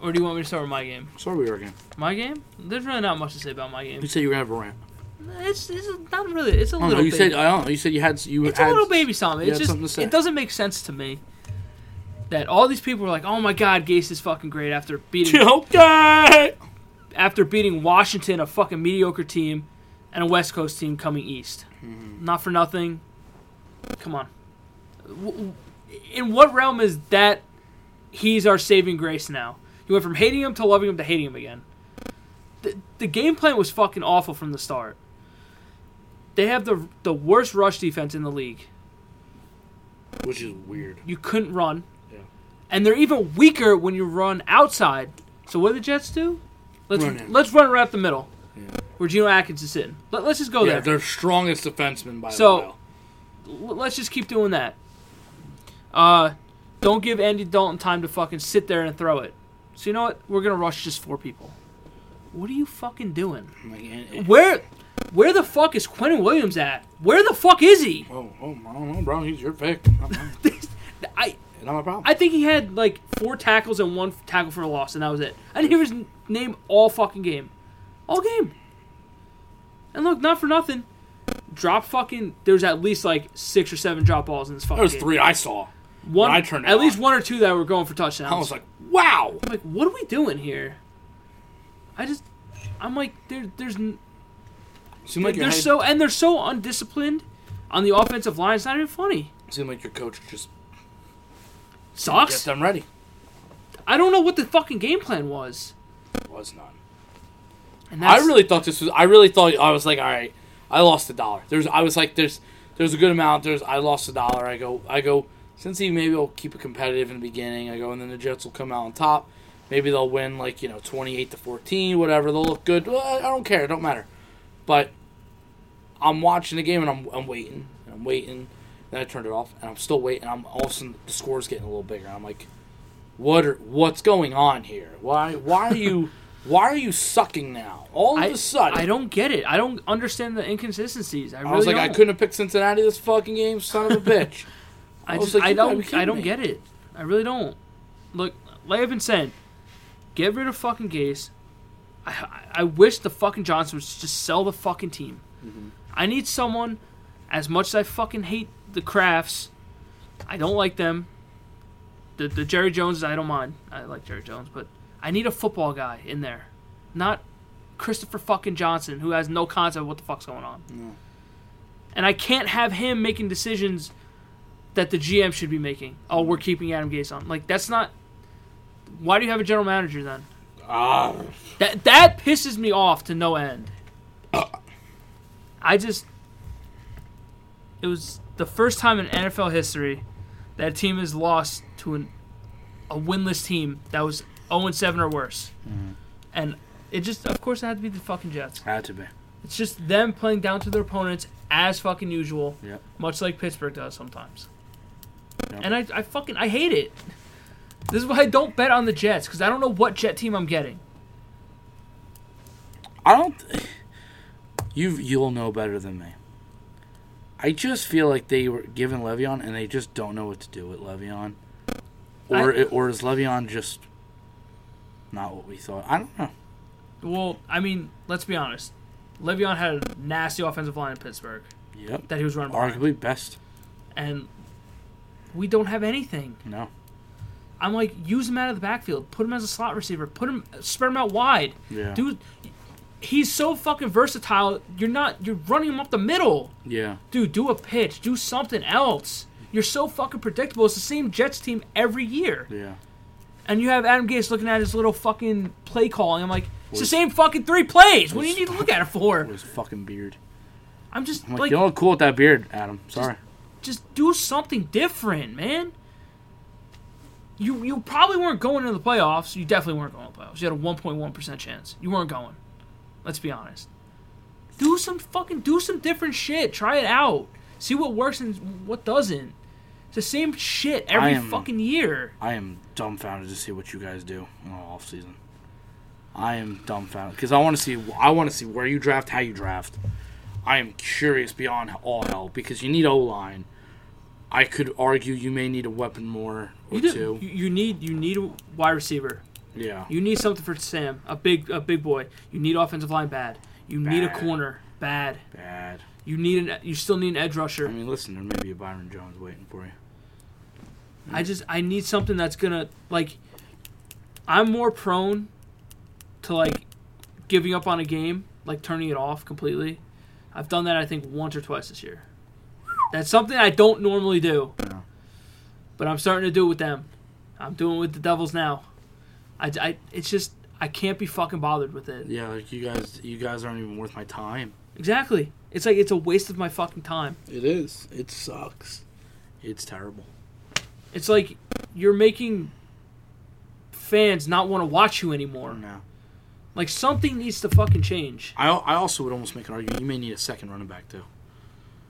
[SPEAKER 2] Or do you want me to start with my game?
[SPEAKER 1] Sorry, we were again.
[SPEAKER 2] My game? There's really not much to say about my
[SPEAKER 1] You
[SPEAKER 2] game.
[SPEAKER 1] said you were gonna have a rant.
[SPEAKER 2] It's, it's not really. It's a
[SPEAKER 1] I don't
[SPEAKER 2] little
[SPEAKER 1] know. Oh, You
[SPEAKER 2] baby.
[SPEAKER 1] said I don't know. You said you had you
[SPEAKER 2] it's
[SPEAKER 1] had
[SPEAKER 2] a little baby something.
[SPEAKER 1] you
[SPEAKER 2] It's
[SPEAKER 1] had something to
[SPEAKER 2] just
[SPEAKER 1] say.
[SPEAKER 2] it doesn't make sense to me that all these people are like, "Oh my God, Gase is fucking great after beating
[SPEAKER 1] Okay.
[SPEAKER 2] after beating Washington, a fucking mediocre team, and a West Coast team coming east. Not for nothing. Come on. W- w- In what realm is that he's our saving grace now? You went from hating him to loving him to hating him again. The, the game plan was fucking awful from the start. They have the the worst rush defense in the league.
[SPEAKER 1] Which is weird.
[SPEAKER 2] You couldn't run.
[SPEAKER 1] Yeah.
[SPEAKER 2] And they're even weaker when you run outside. So what do the Jets do? Let's
[SPEAKER 1] Run in.
[SPEAKER 2] let's run right up the middle.
[SPEAKER 1] Yeah.
[SPEAKER 2] where Geno Atkins is sitting. Let, us just go
[SPEAKER 1] yeah,
[SPEAKER 2] there.
[SPEAKER 1] their strongest defenseman by
[SPEAKER 2] So-
[SPEAKER 1] a while.
[SPEAKER 2] L- let's just keep doing that. Uh, don't give Andy Dalton time to fucking sit there and throw it. So you know what? We're gonna rush just four people. What are you fucking doing?
[SPEAKER 1] Like, eh, and- and-
[SPEAKER 2] Where, where the fuck is Quentin Williams at? Where the fuck is he?
[SPEAKER 1] Oh, oh, I don't know, bro. He's your pick. Not mine.
[SPEAKER 2] I,
[SPEAKER 1] Not my problem.
[SPEAKER 2] I think he had like four tackles and one tackle for a loss, and that was it. I didn't hear his n- name all fucking game, all game. And look, not for nothing, drop fucking. There's at least like six or seven drop balls in this fucking.
[SPEAKER 1] There was
[SPEAKER 2] game.
[SPEAKER 1] three I saw.
[SPEAKER 2] One,
[SPEAKER 1] I turned it
[SPEAKER 2] at least
[SPEAKER 1] off.
[SPEAKER 2] one or two that were going for touchdowns.
[SPEAKER 1] I was like, wow.
[SPEAKER 2] I'm like, what are we doing here? I just, I'm like, there, there's, n-
[SPEAKER 1] Seemed like,
[SPEAKER 2] they're
[SPEAKER 1] your head,
[SPEAKER 2] so, and they're so undisciplined on the offensive line. It's not even funny.
[SPEAKER 1] seemed like your coach just get
[SPEAKER 2] Sucks.
[SPEAKER 1] them ready.
[SPEAKER 2] I don't know what the fucking game plan was.
[SPEAKER 1] Was none.
[SPEAKER 2] And
[SPEAKER 1] I
[SPEAKER 2] that's,
[SPEAKER 1] really thought this was. I really thought I was like, all right, I lost a dollar. There's, I was like, there's, there's a good amount. There's, I lost a dollar. I go, I go. Since he maybe will keep it competitive in the beginning. I go, and then the Jets will come out on top. Maybe they'll win like you know, twenty eight to fourteen, whatever. They'll look good. Well, I I don't care. It don't matter. But I'm watching the game and I'm, I'm waiting and I'm waiting. Then I turned it off and I'm still waiting. I'm all of a sudden the score's getting a little bigger. I'm like, what are what's going on here? Why why are you why are you sucking now? All of
[SPEAKER 2] I,
[SPEAKER 1] a sudden,
[SPEAKER 2] I don't get it. I don't understand the inconsistencies. I, really
[SPEAKER 1] I was like, I
[SPEAKER 2] don't.
[SPEAKER 1] couldn't have picked Cincinnati this fucking game, son of a bitch.
[SPEAKER 2] I
[SPEAKER 1] was
[SPEAKER 2] just,
[SPEAKER 1] like,
[SPEAKER 2] I
[SPEAKER 1] you gotta be
[SPEAKER 2] don't, I
[SPEAKER 1] kidding
[SPEAKER 2] don't
[SPEAKER 1] me.
[SPEAKER 2] get it. I really don't. Look, like I've been saying, get rid of fucking Gase. I, I- I wish the fucking Johnson would just sell the fucking team.
[SPEAKER 1] Mm-hmm.
[SPEAKER 2] I need someone. As much as I fucking hate the crafts, I don't like them. The the Jerry Joneses, I don't mind. I like Jerry Jones, but I need a football guy in there, not Christopher fucking Johnson, who has no concept of what the fuck's going on. And I can't have him making decisions that the GM should be making. Oh, we're keeping Adam Gase on. Like that's not. Why do you have a general manager then?
[SPEAKER 1] Ah,
[SPEAKER 2] That that pisses me off to no end. I just it was the first time in NFL history that a team has lost to an a winless team that was 0 7 or worse. And it just of course it had to be the fucking Jets.
[SPEAKER 1] had to be.
[SPEAKER 2] It's just them playing down to their opponents as fucking usual,
[SPEAKER 1] Yep.
[SPEAKER 2] much like Pittsburgh does sometimes.
[SPEAKER 1] Yep.
[SPEAKER 2] And I, I fucking I hate it. This is why I don't bet on the Jets because I don't know what Jet team I'm getting.
[SPEAKER 1] I don't. You you'll know better than me. I just feel like they were given Le'Veon, and they just don't know what to do with Le'Veon, or
[SPEAKER 2] I-
[SPEAKER 1] or is Le'Veon just not what we thought? I don't know.
[SPEAKER 2] Well, I mean, let's be honest. Le'Veon had a nasty offensive line in Pittsburgh
[SPEAKER 1] Yep.
[SPEAKER 2] that he was running behind,
[SPEAKER 1] Arguably best.
[SPEAKER 2] and we don't have anything.
[SPEAKER 1] No.
[SPEAKER 2] I'm like, use him out of the backfield, put him as a slot receiver, put him, spread him out wide,
[SPEAKER 1] Yeah.
[SPEAKER 2] dude. He's so fucking versatile. You're not, you're running him up the middle,
[SPEAKER 1] Yeah.
[SPEAKER 2] dude. Do a pitch, do something else. You're so fucking predictable. It's the same Jets team every year,
[SPEAKER 1] Yeah.
[SPEAKER 2] and you have Adam Gase looking at his little fucking play calling. I'm like, it's the same fucking three plays. What do you need to look at it for?
[SPEAKER 1] With his fucking beard.
[SPEAKER 2] I'm just
[SPEAKER 1] I'm like,
[SPEAKER 2] like,
[SPEAKER 1] you don't look cool with that beard, Adam. Sorry.
[SPEAKER 2] just do something different, man. You you probably weren't going to the playoffs. You definitely weren't going to the playoffs. You had a 1.1% chance. You weren't going. Let's be honest. Do some fucking do some different shit. Try it out. See what works and what doesn't. It's the same shit every
[SPEAKER 1] am-
[SPEAKER 2] fucking year.
[SPEAKER 1] I am dumbfounded to see what you guys do in the off season. I am dumbfounded because I want to see I want to see where you draft, how you draft. I am curious beyond all hell because you need O line. I could argue you may need a weapon more or
[SPEAKER 2] You, do-
[SPEAKER 1] two.
[SPEAKER 2] you you need you need a wide receiver.
[SPEAKER 1] yeah,
[SPEAKER 2] You need something for Sam, a big a big boy. You need offensive line bad. You need a
[SPEAKER 1] Bad.
[SPEAKER 2] corner bad.
[SPEAKER 1] bad.
[SPEAKER 2] You need an you still need an edge rusher.
[SPEAKER 1] I mean, listen, there may be a Byron Jones waiting for you.
[SPEAKER 2] I just I need something that's gonna like. I'm more prone to like giving up on a game, like turning it off completely. I've done that I think once or twice this year. That's something I don't normally do,
[SPEAKER 1] Yeah.
[SPEAKER 2] but I'm starting to do it with them. I'm doing it with the Devils now. I, I it's just I can't be fucking bothered with it.
[SPEAKER 1] Yeah, like you guys, you guys aren't even worth my time.
[SPEAKER 2] Exactly. It's like it's a waste of my fucking time.
[SPEAKER 1] It is. It sucks. It's terrible.
[SPEAKER 2] It's like
[SPEAKER 1] Mm.
[SPEAKER 2] you're making fans not want to watch you anymore.
[SPEAKER 1] No.
[SPEAKER 2] Like something needs to fucking change.
[SPEAKER 1] I, I also would almost make an argument. You may need a second running back too.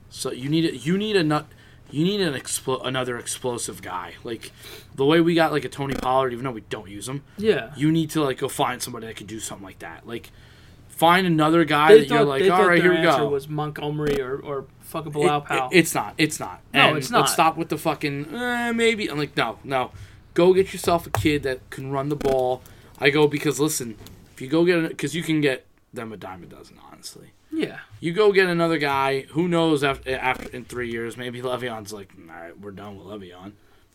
[SPEAKER 1] So you need a, you need a nut. You need an expl- another explosive guy. Like the way we got like a Tony Pollard, even though we don't use him,
[SPEAKER 2] Yeah.
[SPEAKER 1] you need to like go find somebody that could do something like that. Like find another guy
[SPEAKER 2] They
[SPEAKER 1] that
[SPEAKER 2] thought,
[SPEAKER 1] you're like,
[SPEAKER 2] they
[SPEAKER 1] all
[SPEAKER 2] thought
[SPEAKER 1] right,
[SPEAKER 2] their
[SPEAKER 1] here we
[SPEAKER 2] answer
[SPEAKER 1] go.
[SPEAKER 2] was Montgomery or, or
[SPEAKER 1] It-
[SPEAKER 2] fucking Bilal Powell.
[SPEAKER 1] it- it's not. It's not.
[SPEAKER 2] No,
[SPEAKER 1] And
[SPEAKER 2] it's not.
[SPEAKER 1] Let's stop with the fucking eh, maybe. I'm like, no, no. Go get yourself a kid that can run the ball. I go because listen, if you go get because you can get them a dime a dozen, honestly.
[SPEAKER 2] yeah.
[SPEAKER 1] You go get another guy. Who knows? After, after in three years, maybe Le'Veon's like, all right, we're done with Le'Veon.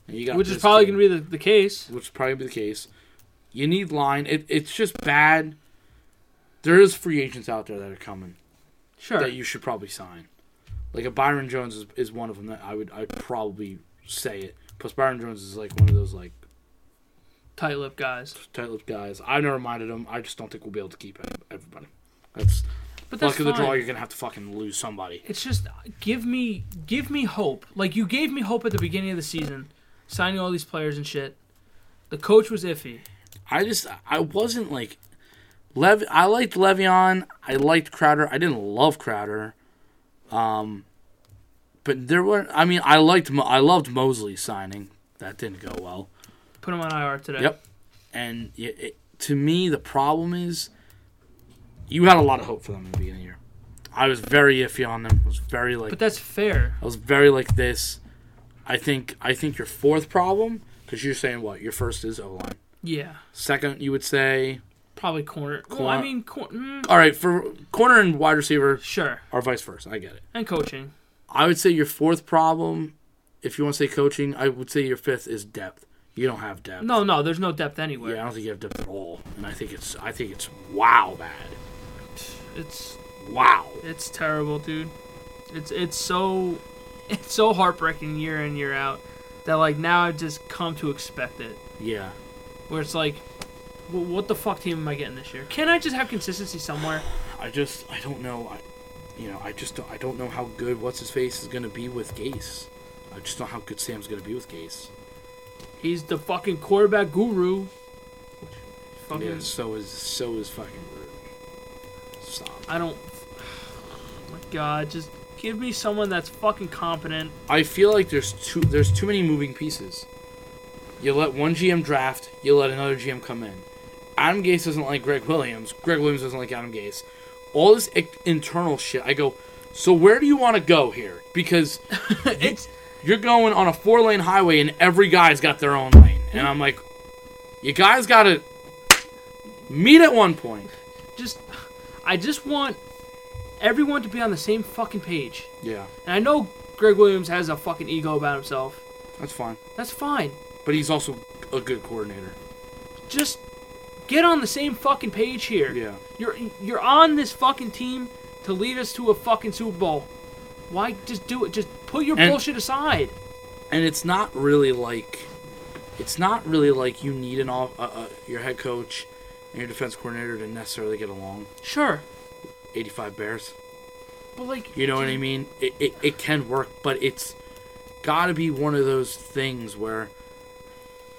[SPEAKER 1] And you got
[SPEAKER 2] Which is probably going to be the, the case.
[SPEAKER 1] which would probably be the case. You need line. It, it's just bad. There is free agents out there that are coming
[SPEAKER 2] Sure.
[SPEAKER 1] that you should probably sign. Like a Byron Jones is, is one of them that I would I would probably say it. Plus Byron Jones is like one of those like
[SPEAKER 2] Tight lip guys.
[SPEAKER 1] tight lipped guys. I never minded him. I just don't think we'll be able to keep any- everybody. That's,
[SPEAKER 2] But that's
[SPEAKER 1] luck of the draw.
[SPEAKER 2] fine.
[SPEAKER 1] You're gonna have to fucking lose somebody.
[SPEAKER 2] it's just give me give me hope. Like you gave me hope at the beginning of the season, signing all these players and shit. The coach was iffy.
[SPEAKER 1] I just I wasn't like Lev. I liked Le'Veon. I liked Crowder. I didn't love Crowder. Um, but there were. I mean, I liked. Mo- I loved Mosley signing. That didn't go well.
[SPEAKER 2] Put him on IR today.
[SPEAKER 1] Yep. And y it, to me, the problem is you had a lot of hope for them in the beginning of the year. I was very iffy on them. I was very like
[SPEAKER 2] But that's fair.
[SPEAKER 1] I was very like this. I think I think your fourth problem because you're saying what your first is O line.
[SPEAKER 2] Yeah.
[SPEAKER 1] Second, you would say
[SPEAKER 2] Probably corner. Well,
[SPEAKER 1] Corner.
[SPEAKER 2] I mean, cor- mm,
[SPEAKER 1] all right for corner and wide receiver
[SPEAKER 2] sure.
[SPEAKER 1] or vice versa. I get it.
[SPEAKER 2] And coaching.
[SPEAKER 1] I would say your fourth problem, if you want to say coaching, I would say your fifth is depth. You don't have depth.
[SPEAKER 2] No, no, there's no depth anywhere.
[SPEAKER 1] Yeah, I don't think you have depth at all, and I think it's I think it's wow bad.
[SPEAKER 2] It's
[SPEAKER 1] Wow.
[SPEAKER 2] it's terrible, dude. It's it's so it's so heartbreaking year in year out that like now I've just come to expect it.
[SPEAKER 1] Yeah.
[SPEAKER 2] Where it's like, well, what the fuck team am I getting this year? Can I just have consistency somewhere?
[SPEAKER 1] I just I don't know. I you know I just don't, I don't know how good what's his face is gonna be with Gase. I just don't know how good Sam's gonna be with Gase.
[SPEAKER 2] He's the fucking quarterback guru. Fucking,
[SPEAKER 1] Yeah. So is so is fucking. Gruden. Stop.
[SPEAKER 2] I don't. oh my God, just give me someone that's fucking competent.
[SPEAKER 1] I feel like there's too there's too many moving pieces. You let one GM draft, you let another GM come in. Adam Gase doesn't like Greg Williams. Greg Williams doesn't like Adam Gase. All this i- internal shit. I go. So where do you want to go here? Because
[SPEAKER 2] it's
[SPEAKER 1] you're going on a four lane highway and every guy's got their own lane. And I'm like, you guys gotta meet at one point.
[SPEAKER 2] just. I just want everyone to be on the same fucking page.
[SPEAKER 1] Yeah,
[SPEAKER 2] And I know Greg Williams has a fucking ego about himself.
[SPEAKER 1] that's fine.
[SPEAKER 2] That's fine.
[SPEAKER 1] But he's also a good coordinator.
[SPEAKER 2] Just get on the same fucking page here.
[SPEAKER 1] Yeah.
[SPEAKER 2] You're you're on this fucking team to lead us to a fucking Super Bowl. Why just do it? Just put your
[SPEAKER 1] And-
[SPEAKER 2] bullshit aside.
[SPEAKER 1] And it's not really like, it's not really like you need an off uh, uh, your head coach and your defense coordinator to necessarily get along.
[SPEAKER 2] Sure.
[SPEAKER 1] 85 Bears.
[SPEAKER 2] But like
[SPEAKER 1] You know what I mean? It, it, it can work, but it's got to be one of those things where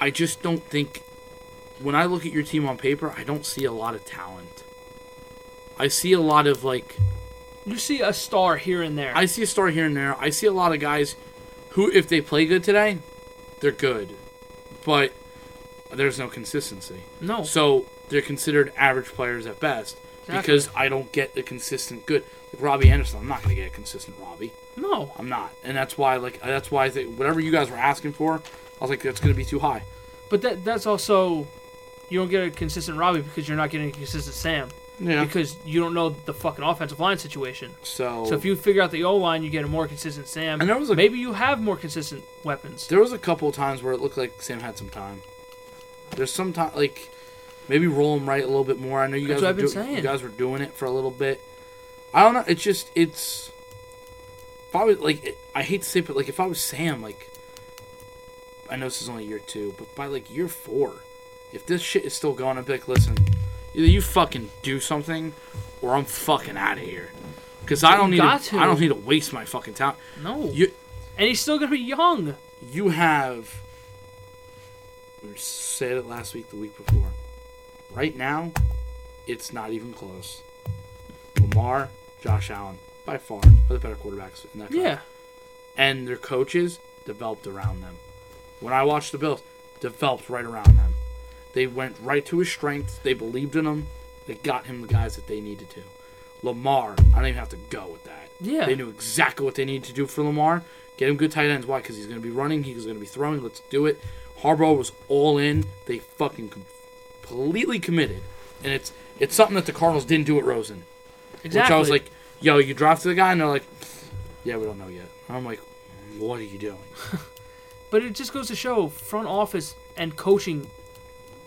[SPEAKER 1] I just don't think. When I look at your team on paper, I don't see a lot of talent. I see a lot of, like,
[SPEAKER 2] You see a star here and there.
[SPEAKER 1] I see a star here and there. I see a lot of guys who, if they play good today, they're good. But there's no consistency.
[SPEAKER 2] no.
[SPEAKER 1] So they're considered average players at best
[SPEAKER 2] Exactly.
[SPEAKER 1] because I don't get the consistent good. Like Robbie Anderson, I'm not going to get a consistent Robbie.
[SPEAKER 2] no.
[SPEAKER 1] I'm not, and that's why like that's why I think whatever you guys were asking for, I was like that's gonna be too high.
[SPEAKER 2] But that that's also you don't get a consistent Robbie because you're not getting a consistent Sam
[SPEAKER 1] Yeah.
[SPEAKER 2] because you don't know the fucking offensive line situation.
[SPEAKER 1] So,
[SPEAKER 2] So if you figure out the O line, you get a more consistent Sam.
[SPEAKER 1] Oh. And there was a-
[SPEAKER 2] maybe you have more consistent weapons.
[SPEAKER 1] there was a couple of times where it looked like Sam had some time. There's some time like maybe roll him right a little bit more. I know you
[SPEAKER 2] That's
[SPEAKER 1] guys
[SPEAKER 2] what
[SPEAKER 1] were
[SPEAKER 2] I've been
[SPEAKER 1] do- you
[SPEAKER 2] saying.
[SPEAKER 1] guys were doing it for a little bit. I don't know. It's just it's. If I was like, it- I hate to say, it, but like if I was Sam, like, I know this is only year two, but by like year four, if this shit is still going, I'd be like, listen, either you fucking do something, or I'm fucking out of here, because I don't need
[SPEAKER 2] got
[SPEAKER 1] to,
[SPEAKER 2] to.
[SPEAKER 1] I don't need to waste my fucking time.
[SPEAKER 2] No.
[SPEAKER 1] You
[SPEAKER 2] and he's still gonna be young.
[SPEAKER 1] you have we said it last week the week before right now It's not even close. Lamar, Josh Allen, by far, are the better quarterbacks in that conference
[SPEAKER 2] Yeah.
[SPEAKER 1] and their coaches developed around them. When I watched the Bills, developed right around them. They went right to his strengths. They believed in him. They got him the guys that they needed to. Lamar, I don't even have to go with that.
[SPEAKER 2] Yeah.
[SPEAKER 1] They knew exactly what they needed to do for Lamar. Get him good tight ends. Why? Because he's going to be running. He's going to be throwing. Let's do it. Harbaugh was all in. They fucking completely committed, and it's it's something that the Cardinals didn't do at Rosen.
[SPEAKER 2] Exactly.
[SPEAKER 1] Which I was like, yo, you drafted the guy? And they're like, yeah, we don't know yet. I'm like, what are you doing?
[SPEAKER 2] But it just goes to show front office and coaching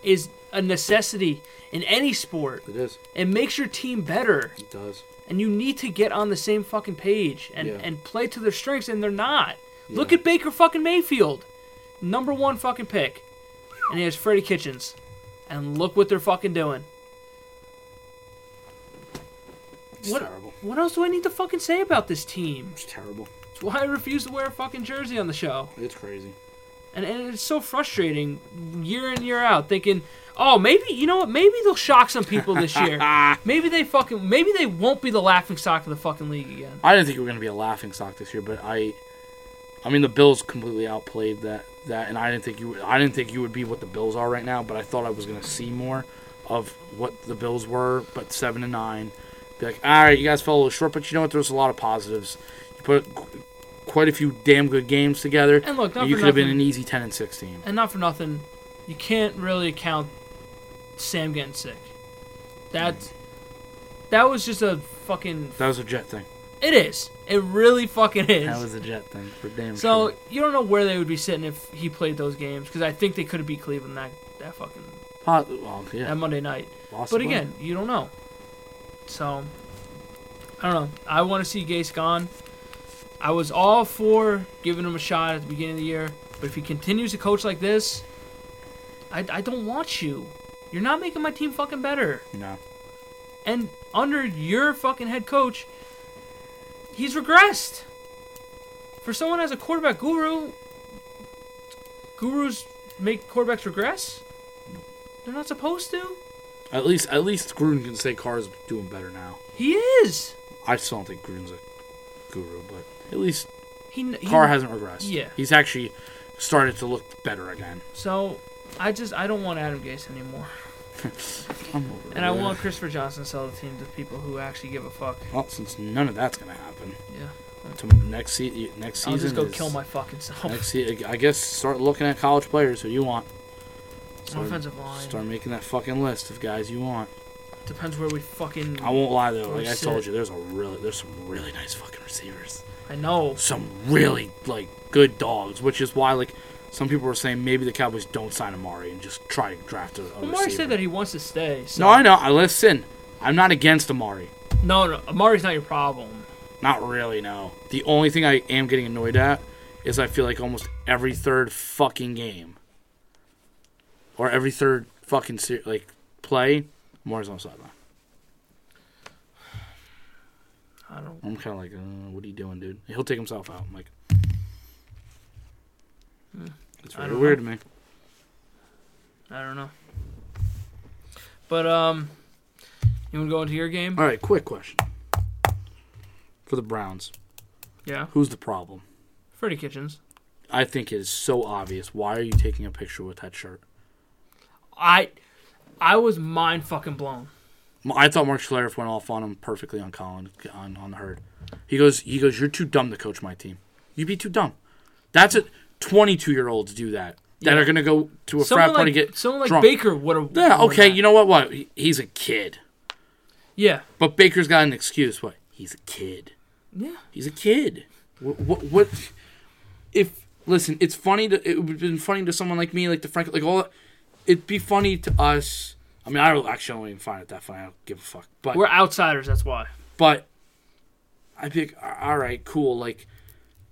[SPEAKER 2] is a necessity in any sport.
[SPEAKER 1] It is.
[SPEAKER 2] It makes your team better.
[SPEAKER 1] It does.
[SPEAKER 2] And you need to get on the same fucking page and,
[SPEAKER 1] Yeah.
[SPEAKER 2] and play to their strengths, and they're not. Look
[SPEAKER 1] Yeah.
[SPEAKER 2] at Baker fucking Mayfield. Number one fucking pick. And he has Freddie Kitchens. And look what they're fucking doing.
[SPEAKER 1] It's
[SPEAKER 2] what,
[SPEAKER 1] terrible.
[SPEAKER 2] What else do I need to fucking say about this team?
[SPEAKER 1] It's terrible.
[SPEAKER 2] It's why I refuse to wear a fucking jersey on the show.
[SPEAKER 1] It's crazy.
[SPEAKER 2] And, and it's so frustrating year in, year out, thinking, oh, maybe, you know what, maybe they'll shock some people this
[SPEAKER 1] Ah,
[SPEAKER 2] year. maybe they fucking, maybe they won't be the laughing stock of the fucking league again.
[SPEAKER 1] I didn't think we were going to be a laughing stock this year, but I, I mean, the Bills completely outplayed that that, and I didn't think you would, I didn't think you would be what the Bills are right now, but I thought I was going to see more of what the Bills were, but seven and nine. Be like, all right, you guys fell a little short, but you know what? There's a lot of positives. You put qu- quite a few damn good games together,
[SPEAKER 2] And look, not
[SPEAKER 1] you
[SPEAKER 2] for
[SPEAKER 1] could have been
[SPEAKER 2] nothing.
[SPEAKER 1] an easy ten and sixteen.
[SPEAKER 2] And not for nothing, you can't really account Sam getting sick. That's, that was just a fucking,
[SPEAKER 1] That was a jet thing.
[SPEAKER 2] it is. It really fucking is.
[SPEAKER 1] That was a jet thing for damn
[SPEAKER 2] So
[SPEAKER 1] sure.
[SPEAKER 2] you don't know where they would be sitting if he played those games because I think they could have beat Cleveland that that fucking
[SPEAKER 1] Pot- well, yeah,
[SPEAKER 2] that Monday night.
[SPEAKER 1] possibly.
[SPEAKER 2] But again, you don't know. So I don't know. I want to see Gase gone. I was all for giving him a shot at the beginning of the year, but if he continues to coach like this, I, I don't want you. You're not making my team fucking better.
[SPEAKER 1] no,
[SPEAKER 2] And under your fucking head coach, he's regressed. For someone as a quarterback guru, gurus make quarterbacks regress? They're not supposed to.
[SPEAKER 1] at least at least Gruden can say Carr's doing better now.
[SPEAKER 2] He is.
[SPEAKER 1] I still don't think Gruden's a guru, but at least
[SPEAKER 2] He, kn- he
[SPEAKER 1] Carr hasn't regressed.
[SPEAKER 2] yeah.
[SPEAKER 1] he's actually started to look better again.
[SPEAKER 2] So I just I don't want Adam Gase anymore.
[SPEAKER 1] I'm over
[SPEAKER 2] And I
[SPEAKER 1] it.
[SPEAKER 2] want Christopher Johnson to sell the team to people who actually give a fuck.
[SPEAKER 1] Well, since none of that's gonna happen,
[SPEAKER 2] Yeah.
[SPEAKER 1] to next se- next season.
[SPEAKER 2] I'll just go
[SPEAKER 1] is-
[SPEAKER 2] kill my fucking self.
[SPEAKER 1] Next se- I guess start looking at college players who you want. Start,
[SPEAKER 2] Offensive line.
[SPEAKER 1] start making that fucking list of guys you want.
[SPEAKER 2] Depends where we fucking
[SPEAKER 1] I won't lie though,
[SPEAKER 2] Oh,
[SPEAKER 1] like I
[SPEAKER 2] shit.
[SPEAKER 1] told you, there's a really there's some really nice fucking receivers.
[SPEAKER 2] I know.
[SPEAKER 1] some really like good dogs, which is why like some people were saying maybe the Cowboys don't sign Amari and just try to draft a, a
[SPEAKER 2] Amari
[SPEAKER 1] receiver.
[SPEAKER 2] said that he wants to stay. So.
[SPEAKER 1] No, I know. I listen. I'm not against Amari.
[SPEAKER 2] No, no, Amari's not your problem.
[SPEAKER 1] Not really. No. The only thing I am getting annoyed at is I feel like almost every third fucking game or every third fucking ser- like play, Amari's on the sideline.
[SPEAKER 2] I don't.
[SPEAKER 1] I'm kind of like, uh, what are you doing, dude? He'll take himself out. I'm like, it's
[SPEAKER 2] Hmm. I
[SPEAKER 1] really
[SPEAKER 2] don't
[SPEAKER 1] weird to me.
[SPEAKER 2] I don't know. But um, you want to go into your game?
[SPEAKER 1] All right, quick question for the Browns:
[SPEAKER 2] Yeah,
[SPEAKER 1] Who's the problem?
[SPEAKER 2] Freddie Kitchens.
[SPEAKER 1] I think it is so obvious. Why are you taking a picture with that shirt?
[SPEAKER 2] I, I was mind fucking blown.
[SPEAKER 1] M- I thought Mark Schlereth went off on him perfectly on Colin on on the herd. He goes, he goes, you're too dumb to coach my team. You'd be too dumb. That's it. Twenty-two year olds do that. That
[SPEAKER 2] Yeah.
[SPEAKER 1] are gonna go to a
[SPEAKER 2] Someone
[SPEAKER 1] frat party
[SPEAKER 2] like
[SPEAKER 1] get
[SPEAKER 2] someone like
[SPEAKER 1] drunk.
[SPEAKER 2] Baker would have.
[SPEAKER 1] Yeah, okay. You know what? What? He- He's a kid.
[SPEAKER 2] Yeah,
[SPEAKER 1] But Baker's got an excuse. What? He's a kid.
[SPEAKER 2] yeah.
[SPEAKER 1] He's a kid. What? What? what if listen, it's funny to it would have been funny to someone like me, like the Frank, like all. that- It'd be funny to us. I mean, I don't actually I don't even find it that funny. I don't give a fuck. But
[SPEAKER 2] We're outsiders. That's why.
[SPEAKER 1] but I'd be like, "A- all right, cool. Like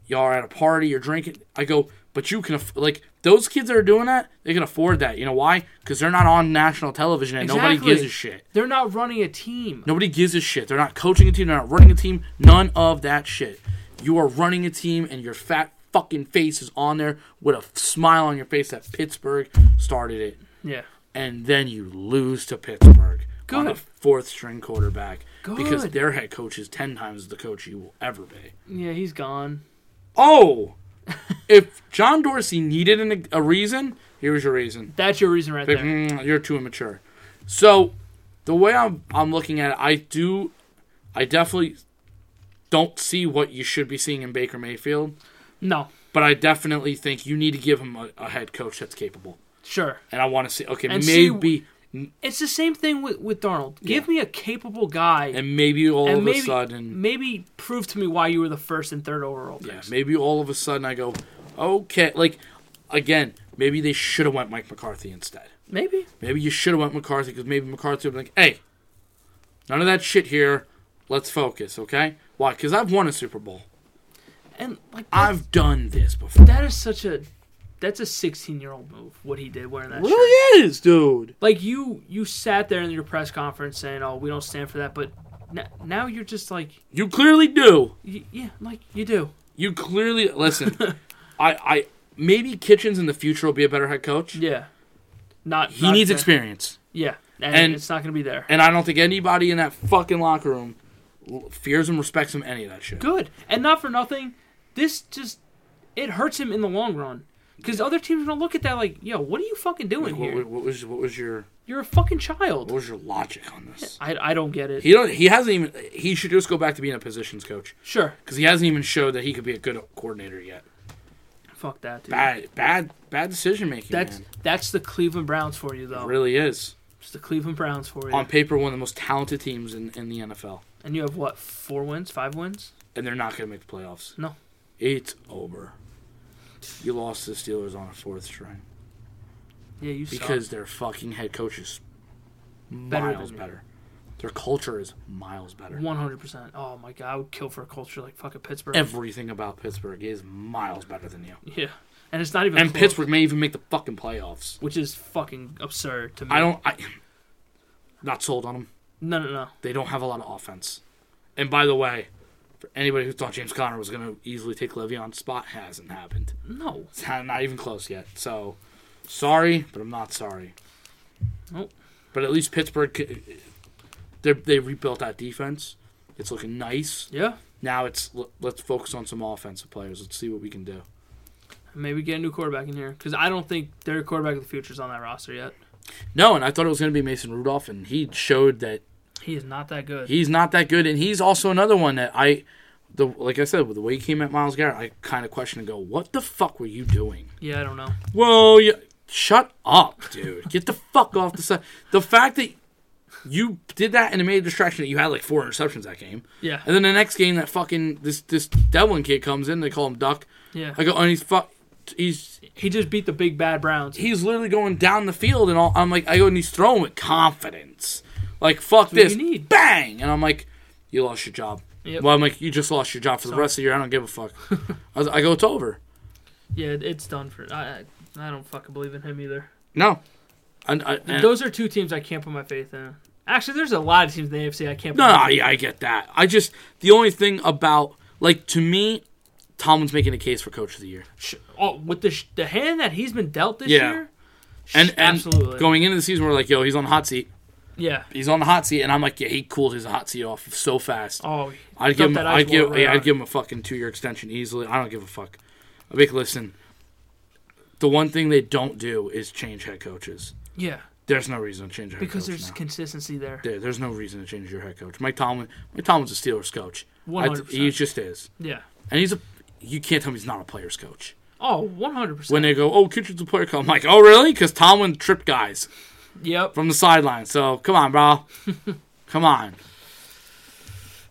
[SPEAKER 1] y'all are at a party, you're drinking. I go, but you can aff- like those kids that are doing that, they can afford that. You know why? Because they're not on national television and nobody
[SPEAKER 2] Exactly.
[SPEAKER 1] gives a shit.
[SPEAKER 2] They're not running a team.
[SPEAKER 1] Nobody gives a shit. They're not coaching a team. They're not running a team. None of that shit. You are running a team, and your fat fucking face is on there with a f- smile on your face that Pittsburgh started it,
[SPEAKER 2] Yeah,
[SPEAKER 1] and then you lose to Pittsburgh. on a
[SPEAKER 2] Good.
[SPEAKER 1] fourth string quarterback because
[SPEAKER 2] Good.
[SPEAKER 1] their head coach is 10 times the coach he will ever be.
[SPEAKER 2] Yeah, he's gone.
[SPEAKER 1] Oh, if John Dorsey needed an, a reason, here's your reason.
[SPEAKER 2] That's your reason right
[SPEAKER 1] Like,
[SPEAKER 2] there.
[SPEAKER 1] "Mm, you're too immature. So the way I'm I'm looking at it, I do, I definitely don't see what you should be seeing in Baker Mayfield,
[SPEAKER 2] No,
[SPEAKER 1] but I definitely think you need to give him a, a head coach that's capable.
[SPEAKER 2] sure.
[SPEAKER 1] And I want to see okay,
[SPEAKER 2] And see-
[SPEAKER 1] maybe
[SPEAKER 2] It's the same thing with with Darnold. Give me a capable guy, and,
[SPEAKER 1] and maybe all of
[SPEAKER 2] maybe
[SPEAKER 1] a sudden,
[SPEAKER 2] maybe prove to me why you were the first and third overall.
[SPEAKER 1] yeah,
[SPEAKER 2] picks.
[SPEAKER 1] maybe all of a sudden I go, okay, like again, maybe they should have went Mike McCarthy instead.
[SPEAKER 2] maybe.
[SPEAKER 1] Maybe you should have went McCarthy because maybe McCarthy would be like, hey, none of that shit here. Let's focus, okay? Why? Because I've won a Super Bowl.
[SPEAKER 2] And like that,
[SPEAKER 1] I've done this before.
[SPEAKER 2] that is such a that's a 16 year old move. What he did wearing that shirt.
[SPEAKER 1] is, dude.
[SPEAKER 2] Like you you sat there in your press conference saying, "Oh, we don't stand for that," but n- now you're just like,
[SPEAKER 1] You clearly do.
[SPEAKER 2] y- yeah, like you do.
[SPEAKER 1] You clearly listen. I, I maybe Kitchens in the future will be a better head coach.
[SPEAKER 2] Yeah. Not
[SPEAKER 1] He
[SPEAKER 2] not
[SPEAKER 1] needs
[SPEAKER 2] there.
[SPEAKER 1] experience,
[SPEAKER 2] Yeah, and,
[SPEAKER 1] And-
[SPEAKER 2] it's not gonna be there.
[SPEAKER 1] and I don't think anybody in that fucking locker room l- fears him, respects him, any of that shit.
[SPEAKER 2] Good, and not for nothing. This just it hurts him in the long run because other teams are gonna look at that like, yo, what are you fucking doing
[SPEAKER 1] What,
[SPEAKER 2] here?
[SPEAKER 1] what- what was what was your
[SPEAKER 2] You're a fucking
[SPEAKER 1] what
[SPEAKER 2] child.
[SPEAKER 1] was your logic on this?
[SPEAKER 2] I, I don't get it.
[SPEAKER 1] He don't. He hasn't even. He should just go back to being a positions coach.
[SPEAKER 2] Sure,
[SPEAKER 1] because he hasn't even showed that he could be a good coordinator yet.
[SPEAKER 2] fuck that, dude.
[SPEAKER 1] Bad, bad, bad decision making.
[SPEAKER 2] that's
[SPEAKER 1] man.
[SPEAKER 2] that's the Cleveland Browns for you though.
[SPEAKER 1] It really is.
[SPEAKER 2] It's the Cleveland Browns for you.
[SPEAKER 1] On paper, one of the most talented teams in, in the NFL,
[SPEAKER 2] and you have what four wins, five wins?
[SPEAKER 1] and they're not going to make the playoffs.
[SPEAKER 2] No.
[SPEAKER 1] it's over. You lost to the Steelers on a fourth string
[SPEAKER 2] Yeah, you suck.
[SPEAKER 1] because their fucking head coach is
[SPEAKER 2] Better
[SPEAKER 1] miles
[SPEAKER 2] than you.
[SPEAKER 1] better. Their culture is miles better.
[SPEAKER 2] One hundred percent. Oh my god, I would kill for a culture like fucking Pittsburgh.
[SPEAKER 1] Everything about Pittsburgh is miles better than you.
[SPEAKER 2] yeah, and it's not even.
[SPEAKER 1] And
[SPEAKER 2] close,
[SPEAKER 1] Pittsburgh may even make the fucking playoffs.
[SPEAKER 2] which is fucking absurd to me.
[SPEAKER 1] I don't. I not sold on them.
[SPEAKER 2] No, no, no.
[SPEAKER 1] They don't have a lot of offense. And by the way, for anybody who thought James Conner was going to easily take Le'Veon's spot, hasn't happened.
[SPEAKER 2] No.
[SPEAKER 1] It's not not even close yet. So, sorry, but I'm not sorry.
[SPEAKER 2] Nope.
[SPEAKER 1] But at least Pittsburgh, c- they they rebuilt that defense. It's looking nice.
[SPEAKER 2] Yeah.
[SPEAKER 1] Now it's l- let's focus on some offensive players. Let's see what we can do.
[SPEAKER 2] Maybe get a new quarterback in here because I don't think their quarterback of the future is on that roster yet.
[SPEAKER 1] No, and I thought it was going to be Mason Rudolph, and he showed that
[SPEAKER 2] He is not that good.
[SPEAKER 1] he's not that good, and he's also another one that I, the like I said, with the way he came at Miles Garrett, I kind of question and go, what the fuck were you doing?
[SPEAKER 2] yeah, I don't know.
[SPEAKER 1] Well, yeah, shut up, dude. Get the fuck off the side. The fact that you did that and it made a distraction that you had like four interceptions that game,
[SPEAKER 2] Yeah.
[SPEAKER 1] and then the next game that fucking this this Devlin kid comes in, they call him Duck.
[SPEAKER 2] Yeah.
[SPEAKER 1] I go, and he's fuck, he's
[SPEAKER 2] He just beat the big bad Browns.
[SPEAKER 1] he's literally going down the field and all. I'm like, I go, and he's throwing with confidence. Like, fuck
[SPEAKER 2] what
[SPEAKER 1] this.
[SPEAKER 2] you need.
[SPEAKER 1] Bang! And I'm like, you lost your job.
[SPEAKER 2] Yep.
[SPEAKER 1] Well, I'm like, you just lost your job for the rest of the year. I don't give a fuck. I, was- I go, it's over.
[SPEAKER 2] Yeah, it- it's done for. I I I don't fucking believe in him either.
[SPEAKER 1] No. And, I, and,
[SPEAKER 2] Those are two teams I can't put my faith in. Actually, there's a lot of teams in the AFC I can't. Put
[SPEAKER 1] no,
[SPEAKER 2] my
[SPEAKER 1] no,
[SPEAKER 2] faith
[SPEAKER 1] yeah, I get that. I just, the only thing about, like, to me, Tomlin's making a case for coach of the year.
[SPEAKER 2] sh- oh, with the sh- the hand that he's been dealt this
[SPEAKER 1] Yeah.
[SPEAKER 2] year. sh-
[SPEAKER 1] And, and
[SPEAKER 2] absolutely.
[SPEAKER 1] going into the season, we're like, yo, he's on the hot seat.
[SPEAKER 2] yeah.
[SPEAKER 1] He's on the hot seat. And I'm like, yeah, he cooled his hot seat off so fast.
[SPEAKER 2] Oh,
[SPEAKER 1] I'd give him.
[SPEAKER 2] that
[SPEAKER 1] I'd
[SPEAKER 2] ice
[SPEAKER 1] give.
[SPEAKER 2] water
[SPEAKER 1] yeah,
[SPEAKER 2] right
[SPEAKER 1] I'd
[SPEAKER 2] on
[SPEAKER 1] give him a fucking two-year extension easily. I don't give a fuck. I mean, listen. The one thing they don't do is change head coaches.
[SPEAKER 2] yeah,
[SPEAKER 1] There's no reason to change a head
[SPEAKER 2] because
[SPEAKER 1] coach
[SPEAKER 2] there's
[SPEAKER 1] now.
[SPEAKER 2] consistency there.
[SPEAKER 1] There- there's no reason to change your head coach. Mike Tomlin. Mike Tomlin's a Steelers coach. I-
[SPEAKER 2] 100%.
[SPEAKER 1] He just is,
[SPEAKER 2] Yeah.
[SPEAKER 1] and he's a. You can't tell me he's not a players coach.
[SPEAKER 2] Oh, 100. percent
[SPEAKER 1] When they go, oh, Kitchen's a player coach, I'm like, oh, really? Because Tomlin tripped guys
[SPEAKER 2] Yep.
[SPEAKER 1] from the sideline. So come on, bro. come on.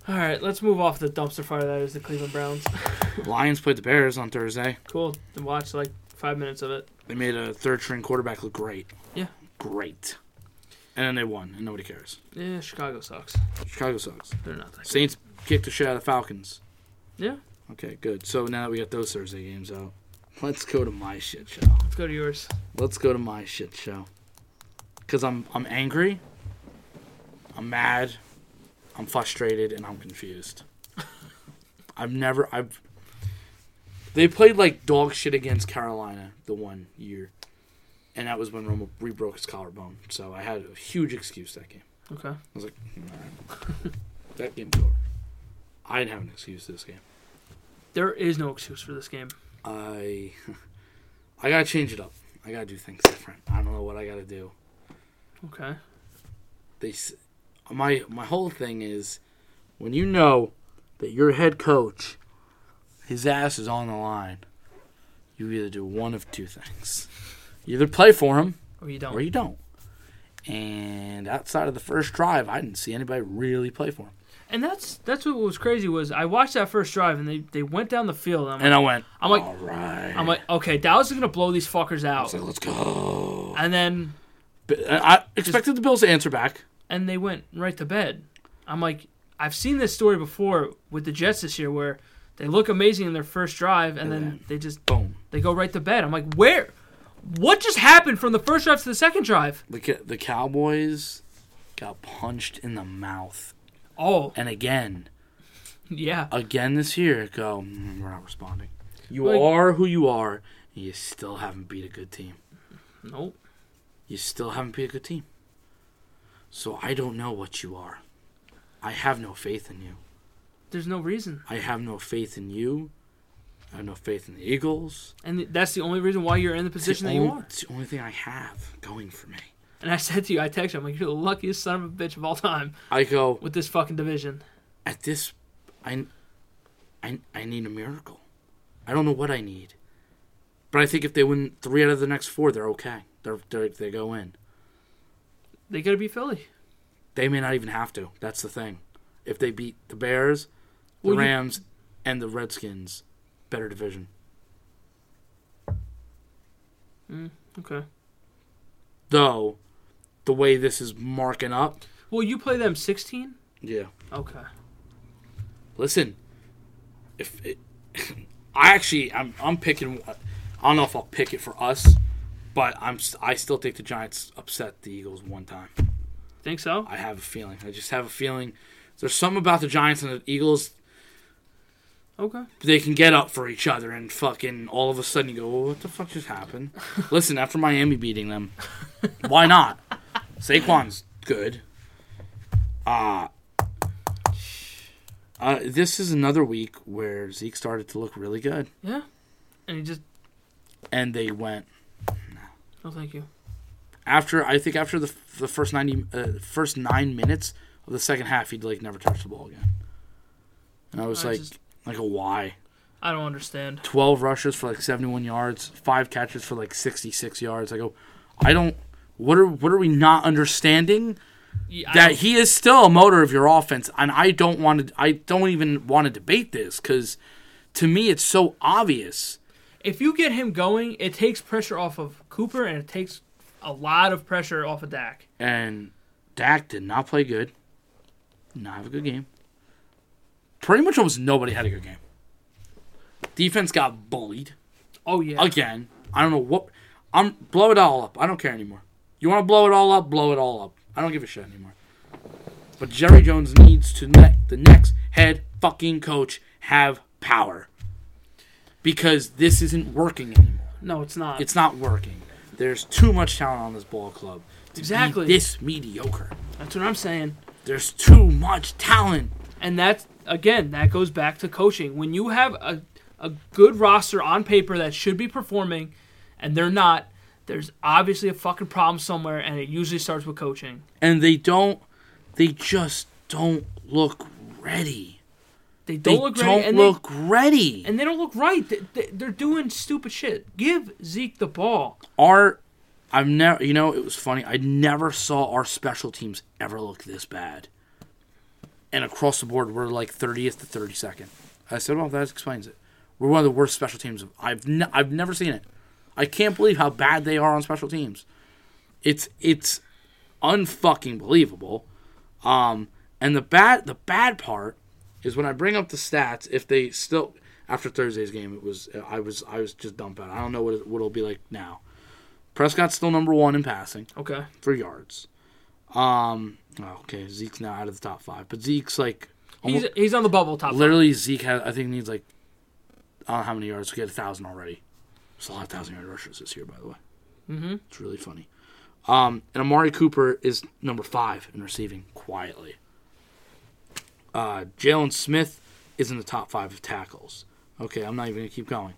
[SPEAKER 2] All right, let's move off the dumpster fire that is the Cleveland Browns.
[SPEAKER 1] Lions played the Bears on Thursday.
[SPEAKER 2] cool. And watch like five minutes of it.
[SPEAKER 1] They made a third string quarterback look great.
[SPEAKER 2] Yeah.
[SPEAKER 1] Great. And then they won, and nobody cares.
[SPEAKER 2] Yeah, Eh, Chicago sucks.
[SPEAKER 1] Chicago sucks.
[SPEAKER 2] They're not that.
[SPEAKER 1] Saints kicked the shit out of the Falcons.
[SPEAKER 2] Good. Yeah.
[SPEAKER 1] Okay, good. So now that we got those Thursday games out, let's go to my shit show.
[SPEAKER 2] Let's go to yours.
[SPEAKER 1] Let's go to my shit show. Cause I'm I'm angry. I'm mad. I'm frustrated and I'm confused. I've never I've they played like dog shit against Carolina the one year. And that was when Romo re broke his collarbone. So I had a huge excuse that game.
[SPEAKER 2] Okay.
[SPEAKER 1] That game's over. I didn't have an excuse this game.
[SPEAKER 2] There is no excuse for this game.
[SPEAKER 1] I I gotta change it up. I gotta do things different. I don't know what I gotta do.
[SPEAKER 2] Okay.
[SPEAKER 1] They s- my my whole thing is when you know that your head coach his ass is on the line. You either do one of two things. You either play for him
[SPEAKER 2] Or you
[SPEAKER 1] or
[SPEAKER 2] don't.
[SPEAKER 1] you don't. And outside of the first drive, I didn't see anybody really play for him.
[SPEAKER 2] And that's that's what was crazy was I watched that first drive and they, they went down the field. And I'm, like,
[SPEAKER 1] And I went,
[SPEAKER 2] I'm like-
[SPEAKER 1] all right.
[SPEAKER 2] I'm like, okay, Dallas is gonna blow these fuckers
[SPEAKER 1] I was
[SPEAKER 2] out.
[SPEAKER 1] like, let's go.
[SPEAKER 2] And then
[SPEAKER 1] But I I expected the Bills to answer back.
[SPEAKER 2] and they went right to bed. I'm like, I've seen this story before with the Jets this year where they look amazing in their first drive and then they just
[SPEAKER 1] Boom.
[SPEAKER 2] they go right to bed. I'm like, where? What just happened from the first drive to the second drive?
[SPEAKER 1] The Ca- the Cowboys got punched in the mouth,
[SPEAKER 2] Oh,
[SPEAKER 1] and again,
[SPEAKER 2] yeah.
[SPEAKER 1] again this year, go. "Mm, We're not responding. You
[SPEAKER 2] Like-
[SPEAKER 1] are who you are, and you still haven't beat a good team.
[SPEAKER 2] Nope.
[SPEAKER 1] You still haven't beat a good team. So I don't know what you are. I have no faith in you.
[SPEAKER 2] There's no reason.
[SPEAKER 1] I have no faith in you. I have no faith in the Eagles.
[SPEAKER 2] And that's the only reason why you're in the
[SPEAKER 1] It's
[SPEAKER 2] position
[SPEAKER 1] the,
[SPEAKER 2] that you
[SPEAKER 1] only,
[SPEAKER 2] are.
[SPEAKER 1] it's the only thing I have going for me.
[SPEAKER 2] And I said to you, I texted you, I'm like, you're the luckiest son of a bitch of all time
[SPEAKER 1] I go
[SPEAKER 2] with this fucking division.
[SPEAKER 1] at this. I, I, I need a miracle. I don't know what I need, but I think if they win three out of the next four, they're okay. They're, they're they go in.
[SPEAKER 2] They gotta be Philly.
[SPEAKER 1] They may not even have to. That's the thing. If they beat the Bears, the
[SPEAKER 2] Well, you-
[SPEAKER 1] Rams, and the Redskins, better division.
[SPEAKER 2] Okay.
[SPEAKER 1] Though, the way this is marking up,
[SPEAKER 2] Well, you play them 16?
[SPEAKER 1] yeah.
[SPEAKER 2] Okay.
[SPEAKER 1] Listen, if it, I actually, I'm, I'm picking. I don't know if I'll pick it for us, but I'm. s- I still think the Giants upset the Eagles one time.
[SPEAKER 2] Think so?
[SPEAKER 1] I have a feeling. I just have a feeling. There's something about the Giants and the Eagles.
[SPEAKER 2] Okay.
[SPEAKER 1] They can get up for each other and fucking all of a sudden you go, well, what the fuck just happened? Listen, after Miami beating them, why not? Saquon's good. Uh, uh, this is another week where Zeke started to look really good.
[SPEAKER 2] Yeah. And he just,
[SPEAKER 1] and they went
[SPEAKER 2] no, thank you.
[SPEAKER 1] after I think after the the first ninety uh, first nine minutes of the second half he'd like never touch the ball again, and I was
[SPEAKER 2] I
[SPEAKER 1] like
[SPEAKER 2] just-
[SPEAKER 1] like a why
[SPEAKER 2] I don't understand.
[SPEAKER 1] twelve rushes for like seventy one yards five catches for like sixty six yards I go I don't what are what are we not understanding
[SPEAKER 2] Yeah, I
[SPEAKER 1] that
[SPEAKER 2] don't-
[SPEAKER 1] he is still a motor of your offense and I don't want to I don't even want to debate this because to me it's so obvious
[SPEAKER 2] if you get him going, it takes pressure off of Cooper and it takes a lot of pressure off of Dak.
[SPEAKER 1] and Dak did not play good. Did not have a good game. Pretty much almost nobody had a good game. Defense got bullied
[SPEAKER 2] Oh, yeah.
[SPEAKER 1] again. I don't know what. I'm blow it all up. I don't care anymore. You want to blow it all up? Blow it all up. I don't give a shit anymore. But Jerry Jones needs to ne- the next head fucking coach have power because this isn't working anymore
[SPEAKER 2] no, it's not.
[SPEAKER 1] it's not working. There's too much talent on this ball club. To
[SPEAKER 2] Exactly.
[SPEAKER 1] Be this mediocre.
[SPEAKER 2] That's what I'm saying.
[SPEAKER 1] There's too much talent.
[SPEAKER 2] And that's again, that goes back to coaching. When you have a a good roster on paper that should be performing and they're not, there's obviously a fucking problem somewhere and it usually starts with coaching.
[SPEAKER 1] And they don't they just don't look ready.
[SPEAKER 2] They
[SPEAKER 1] They
[SPEAKER 2] don't
[SPEAKER 1] don't
[SPEAKER 2] look ready and
[SPEAKER 1] look ready.
[SPEAKER 2] they, and they don't look right. They, they, they're doing stupid shit. Give Zeke the ball.
[SPEAKER 1] our I've never you know, it was funny. I never saw our special teams ever look this bad. And across the board we're like 30th to 32nd. I said, "Well, that explains it. We're one of the worst special teams I've ne- I've never seen it. I can't believe how bad they are on special teams. It's it's unfucking believable. Um, and the bad the bad part is when I bring up the stats. If they still after Thursday's game, it was I was I was just dumbfounded. I don't know what it, what it'll be like now. Prescott's still number one in passing
[SPEAKER 2] Okay.
[SPEAKER 1] for yards. Um, oh, okay, Zeke's now out of the top five, but Zeke's like
[SPEAKER 2] He's
[SPEAKER 1] almo-
[SPEAKER 2] he's on the bubble top. five.
[SPEAKER 1] literally Zeke has I think needs like I don't know how many yards. We get a thousand already. It's a lot of thousand yard rushers this year, by the way. Mm-hmm. It's really funny. Um, and Amari Cooper is number five in receiving quietly. Uh, Jalen Smith is in the top five of tackles. Okay, I'm not even gonna keep going.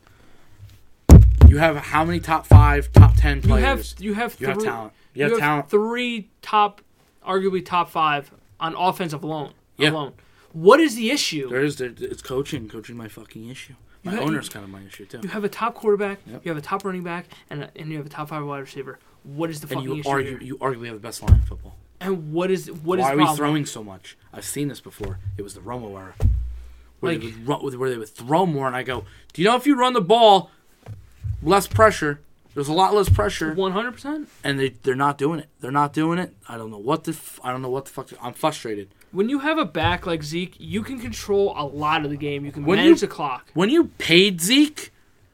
[SPEAKER 1] You have how many top five, top ten
[SPEAKER 2] You
[SPEAKER 1] players?
[SPEAKER 2] have you have
[SPEAKER 1] You have
[SPEAKER 2] three-
[SPEAKER 1] talent. You have talent.
[SPEAKER 2] Three top, arguably top five on offensive alone.
[SPEAKER 1] Yeah.
[SPEAKER 2] Alone. What is the issue?
[SPEAKER 1] There is there, it's coaching. Coaching my fucking issue. My
[SPEAKER 2] You ha-
[SPEAKER 1] owner's kind of my issue too.
[SPEAKER 2] You have a top quarterback.
[SPEAKER 1] Yep.
[SPEAKER 2] You have a top running back, and a, and you have a top five wide receiver. What is the
[SPEAKER 1] and
[SPEAKER 2] fucking
[SPEAKER 1] you
[SPEAKER 2] issue?
[SPEAKER 1] argue
[SPEAKER 2] here?
[SPEAKER 1] you arguably have the best line in football.
[SPEAKER 2] And what is what is
[SPEAKER 1] Why
[SPEAKER 2] the
[SPEAKER 1] are we
[SPEAKER 2] problem?
[SPEAKER 1] throwing so much? I've seen this before. It was the Romo era, where, they
[SPEAKER 2] Like-
[SPEAKER 1] would ru- where they would throw more, and I go, "Do you know if you run the ball, less pressure? There's a lot less pressure,
[SPEAKER 2] One hundred percent.
[SPEAKER 1] and they they're not doing it. They're not doing it. I don't know what the f- I don't know what the fuck. I'm frustrated.
[SPEAKER 2] When you have a back like Zeke, you can control a lot of the game. You can
[SPEAKER 1] When
[SPEAKER 2] manage
[SPEAKER 1] you-
[SPEAKER 2] the clock.
[SPEAKER 1] When you paid Zeke,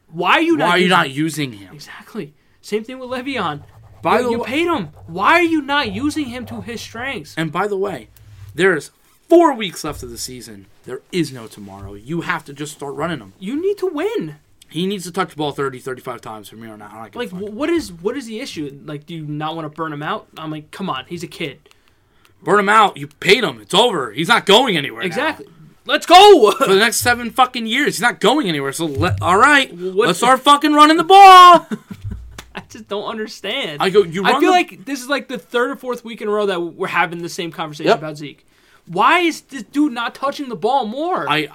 [SPEAKER 2] Why are you not?
[SPEAKER 1] why are you
[SPEAKER 2] using-
[SPEAKER 1] not using him?
[SPEAKER 2] Exactly. Same thing with Le'Veon.
[SPEAKER 1] By
[SPEAKER 2] you,
[SPEAKER 1] the
[SPEAKER 2] you
[SPEAKER 1] wa-
[SPEAKER 2] paid him. Why are you not using him to his strengths?
[SPEAKER 1] And by the way, there's four weeks left of the season. There is no tomorrow. You have to just start running him.
[SPEAKER 2] You need to win.
[SPEAKER 1] He needs to touch the ball 30, 35 times from here on out. I don't give a
[SPEAKER 2] Like,
[SPEAKER 1] fuck.
[SPEAKER 2] wh- what is what is the issue? Like, do you not want to burn him out? I'm like, come on, he's a kid.
[SPEAKER 1] Burn him out. You paid him. It's over. He's not going anywhere. now.
[SPEAKER 2] Exactly. Let's go.
[SPEAKER 1] For the next seven fucking years, he's not going anywhere. So let, all right,
[SPEAKER 2] What-
[SPEAKER 1] let's start fucking running the ball.
[SPEAKER 2] I just don't understand.
[SPEAKER 1] I go. You. Run
[SPEAKER 2] I feel
[SPEAKER 1] the-
[SPEAKER 2] like this is like the third or fourth week in a row that we're having the same conversation
[SPEAKER 1] Yep.
[SPEAKER 2] about Zeke. Why is this dude not touching the ball more?
[SPEAKER 1] I.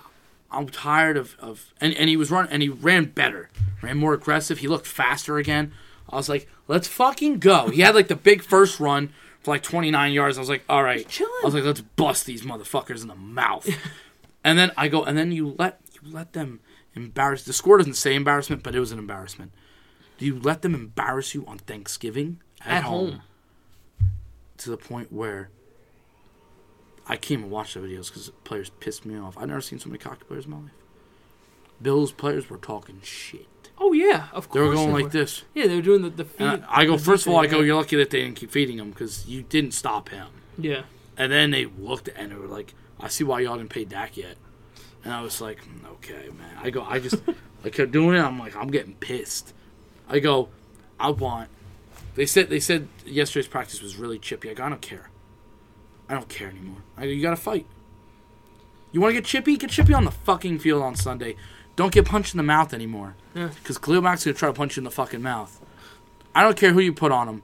[SPEAKER 1] I'm tired of, of and, and he was run and he ran better, ran more aggressive. He looked faster again. I was like, let's fucking go. He had like the big first run for like 29 yards. I was like, all right,
[SPEAKER 2] chilling.
[SPEAKER 1] I was like, let's bust these motherfuckers in the mouth. and then I go, and then you let you let them embarrass. The score doesn't say embarrassment, but it was an embarrassment. Do you let them embarrass you on Thanksgiving at,
[SPEAKER 2] At home.
[SPEAKER 1] To the point where I can't even watch the videos because players pissed me off. I've never seen so many cocky players in my life. Bills players were talking shit.
[SPEAKER 2] oh yeah, of course.
[SPEAKER 1] They were going
[SPEAKER 2] they
[SPEAKER 1] like this.
[SPEAKER 2] Yeah, they were doing the the feed.
[SPEAKER 1] And I, I go, first of all, I go,
[SPEAKER 2] yeah.
[SPEAKER 1] you're lucky that they didn't keep feeding him because you didn't stop him.
[SPEAKER 2] yeah.
[SPEAKER 1] And then they looked and they were like, I see why y'all didn't pay Dak yet. And I was like, "Mm, okay, man. I go, I just, I kept doing it. I'm like, I'm getting pissed. I go, I want. They said, they said yesterday's practice was really chippy. I go, I don't care. I don't care anymore. I go, you got to fight. You want to get chippy? Get chippy on the fucking field on Sunday. Don't get punched in the mouth anymore.
[SPEAKER 2] Yeah.
[SPEAKER 1] Because Khalil Mack's going to try to punch you in the fucking mouth. I don't care who you put on him.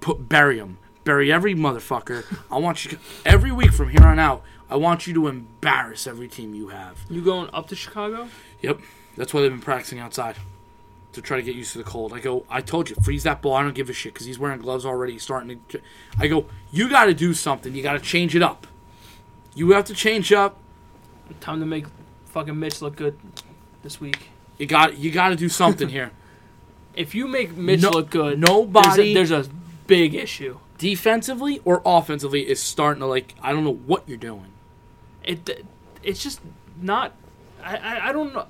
[SPEAKER 1] Put, bury him. Bury every motherfucker. I want you, every week from here on out, I want you to embarrass every team you have.
[SPEAKER 2] You going up to Chicago?
[SPEAKER 1] Yep. That's why they've been practicing outside to try to get used to the cold. I go, I told you, freeze that ball. I don't give a shit because he's wearing gloves already. He's starting to. I go, you got to do something. You got to change it up. You have to change up.
[SPEAKER 2] Time to make fucking Mitch look good this week.
[SPEAKER 1] You got you got to do something here.
[SPEAKER 2] If you make Mitch
[SPEAKER 1] No-
[SPEAKER 2] look good,
[SPEAKER 1] nobody-
[SPEAKER 2] there's a, there's a big issue.
[SPEAKER 1] Defensively or offensively is starting to like I don't know what you're doing.
[SPEAKER 2] It it's just not. I, I I don't know.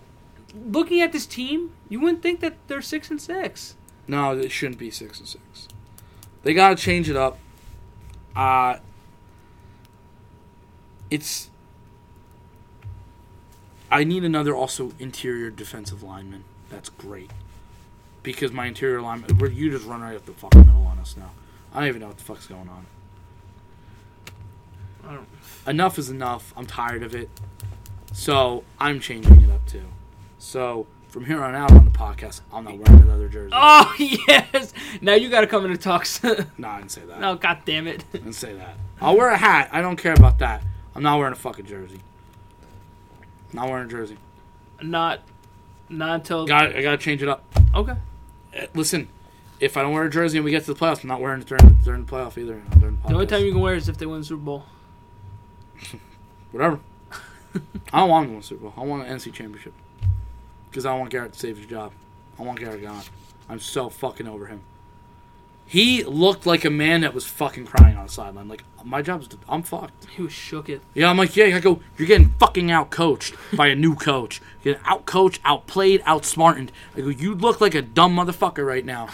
[SPEAKER 2] Looking at this team, you wouldn't think that they're six and six.
[SPEAKER 1] No, it shouldn't be six and six. They got to change it up. Uh it's. I need another also interior defensive lineman. That's great because my interior lineman. we're- You just run right up the fucking middle on us now. I don't even know what the fuck's going on.
[SPEAKER 2] I don't.
[SPEAKER 1] enough is enough. I'm tired of it. So I'm changing it up too. So from here on out on the podcast, I'm not wearing another jersey.
[SPEAKER 2] Oh yes! Now you gotta come in and talk. s-
[SPEAKER 1] No, I didn't say that.
[SPEAKER 2] no, god damn it!
[SPEAKER 1] I didn't say that. I'll wear a hat. I don't care about that. I'm not wearing a fucking jersey. Not wearing a jersey.
[SPEAKER 2] Not, not until
[SPEAKER 1] Got. I gotta change it up.
[SPEAKER 2] okay.
[SPEAKER 1] Eh, Listen, if I don't wear a jersey and we get to the playoffs, I'm not wearing it during during the playoff either. During the,
[SPEAKER 2] The only
[SPEAKER 1] podcast.
[SPEAKER 2] time you can wear it is if they win the Super Bowl.
[SPEAKER 1] whatever. I don't want to win the Super Bowl. I want an NC championship because I want Garrett to save his job. I want Garrett gone. I'm so fucking over him. He looked like a man that was fucking crying on the sideline. Like my job's, I'm fucked.
[SPEAKER 2] He was shook it.
[SPEAKER 1] Yeah, I'm like, yeah. I go, you're getting fucking out coached by a new coach. You're getting out coached, outplayed, outsmartened. I go, you look like a dumb motherfucker right now.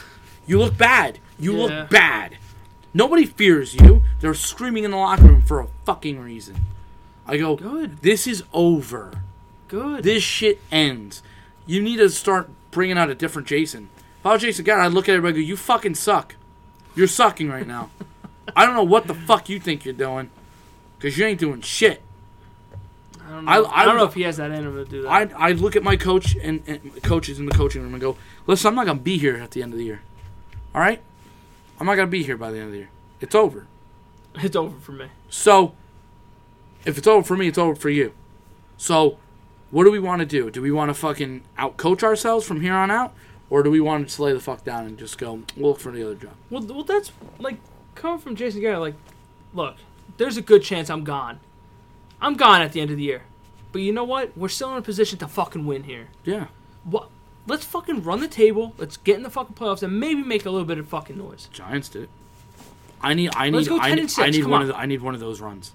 [SPEAKER 1] You look bad. You
[SPEAKER 2] Yeah.
[SPEAKER 1] look bad. Nobody fears you. They're screaming in the locker room for a fucking reason. I go,
[SPEAKER 2] Good.
[SPEAKER 1] this is over.
[SPEAKER 2] Good.
[SPEAKER 1] This shit ends. You need to start bringing out a different Jason. If I was Jason Garrett, I'd look at everybody and go, you fucking suck. You're sucking right now. I don't know what the fuck you think you're doing, because you ain't doing shit.
[SPEAKER 2] I don't know.
[SPEAKER 1] I-
[SPEAKER 2] I,
[SPEAKER 1] I
[SPEAKER 2] don't know
[SPEAKER 1] would-
[SPEAKER 2] if he has that in him to do that.
[SPEAKER 1] I I look at my coach and, and coaches in the coaching room and go, listen, I'm not gonna be here at the end of the year. All right, I'm not gonna be here by the end of the year. It's over.
[SPEAKER 2] it's over for me.
[SPEAKER 1] So, if it's over for me, it's over for you. So, what do we want to do? Do we want to fucking outcoach ourselves from here on out, or do we want to just lay the fuck down and just go look for the other job?
[SPEAKER 2] Well, th- well, that's like coming from Jason Garrett. Like, look, there's a good chance I'm gone. I'm gone at the end of the year. But you know what? We're still in a position to fucking win here.
[SPEAKER 1] Yeah,
[SPEAKER 2] What? Let's fucking run the table. Let's get in the fucking playoffs and maybe make a little bit of fucking noise.
[SPEAKER 1] Giants did. it. I need. I
[SPEAKER 2] Let's
[SPEAKER 1] need.
[SPEAKER 2] go
[SPEAKER 1] I
[SPEAKER 2] 10
[SPEAKER 1] need,
[SPEAKER 2] and
[SPEAKER 1] I
[SPEAKER 2] six,
[SPEAKER 1] need
[SPEAKER 2] come
[SPEAKER 1] one
[SPEAKER 2] on.
[SPEAKER 1] of. The, I need one of those runs.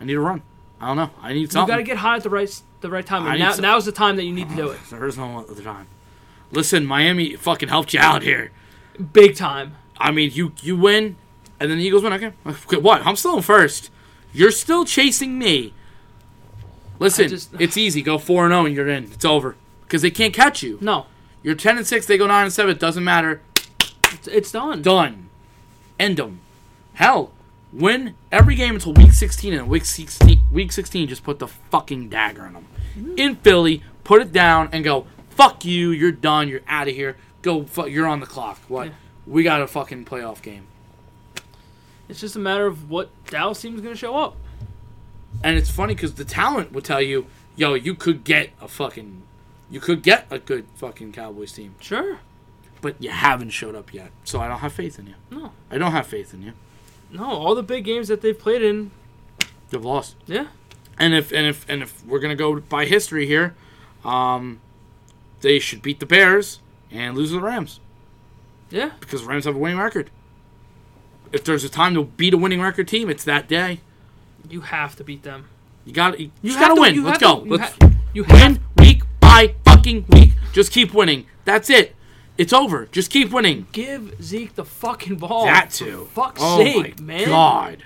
[SPEAKER 1] I need a run. I don't know. I need
[SPEAKER 2] You
[SPEAKER 1] something.
[SPEAKER 2] gotta get hot at the right s- the right time.
[SPEAKER 1] I
[SPEAKER 2] And
[SPEAKER 1] need
[SPEAKER 2] now
[SPEAKER 1] some-
[SPEAKER 2] now's the time that you need to do it,
[SPEAKER 1] There is no other time. Listen, Miami fucking helped you out here.
[SPEAKER 2] big time.
[SPEAKER 1] I mean, you you win, and then the Eagles win. Okay, okay what? I'm still in first. You're still chasing me. Listen,
[SPEAKER 2] I just-
[SPEAKER 1] it's easy. Go four and zero, and you're in. It's over because they can't catch you.
[SPEAKER 2] No,
[SPEAKER 1] You're ten and six. They go nine and seven. It doesn't matter.
[SPEAKER 2] it's, it's done.
[SPEAKER 1] Done. End them. Hell, win every game until week 16, and week 16, week 16 just put the fucking dagger in them. In Philly, put it down and go. Fuck you. You're done. You're out of here. Go. Fu- you're on the clock. What?
[SPEAKER 2] Yeah.
[SPEAKER 1] We got a fucking playoff game.
[SPEAKER 2] It's just a matter of what Dallas team's gonna show up.
[SPEAKER 1] And it's funny because the talent will tell you, yo, you could get a fucking, you could get a good fucking Cowboys team,
[SPEAKER 2] Sure.
[SPEAKER 1] but you haven't showed up yet. So I don't have faith in you.
[SPEAKER 2] No.
[SPEAKER 1] I don't have faith in you.
[SPEAKER 2] No. All the big games that they've played in.
[SPEAKER 1] You've lost.
[SPEAKER 2] Yeah.
[SPEAKER 1] And if and if and if we're gonna go by history here, um, they should beat the Bears and lose to the Rams
[SPEAKER 2] Yeah.
[SPEAKER 1] because the Rams have a winning record. If there's a time to beat a winning record team, it's that day.
[SPEAKER 2] You have to beat them.
[SPEAKER 1] You got to you,
[SPEAKER 2] You
[SPEAKER 1] just gotta
[SPEAKER 2] have to-
[SPEAKER 1] win.
[SPEAKER 2] you
[SPEAKER 1] Let's
[SPEAKER 2] have
[SPEAKER 1] go.
[SPEAKER 2] to- you
[SPEAKER 1] Let's
[SPEAKER 2] ha- you have
[SPEAKER 1] win week by fucking week. Just keep winning. That's it. It's over. Just keep winning.
[SPEAKER 2] give Zeke the fucking ball.
[SPEAKER 1] that
[SPEAKER 2] Oh, for
[SPEAKER 1] too.
[SPEAKER 2] Fuck's
[SPEAKER 1] oh
[SPEAKER 2] sake,
[SPEAKER 1] my
[SPEAKER 2] man.
[SPEAKER 1] God.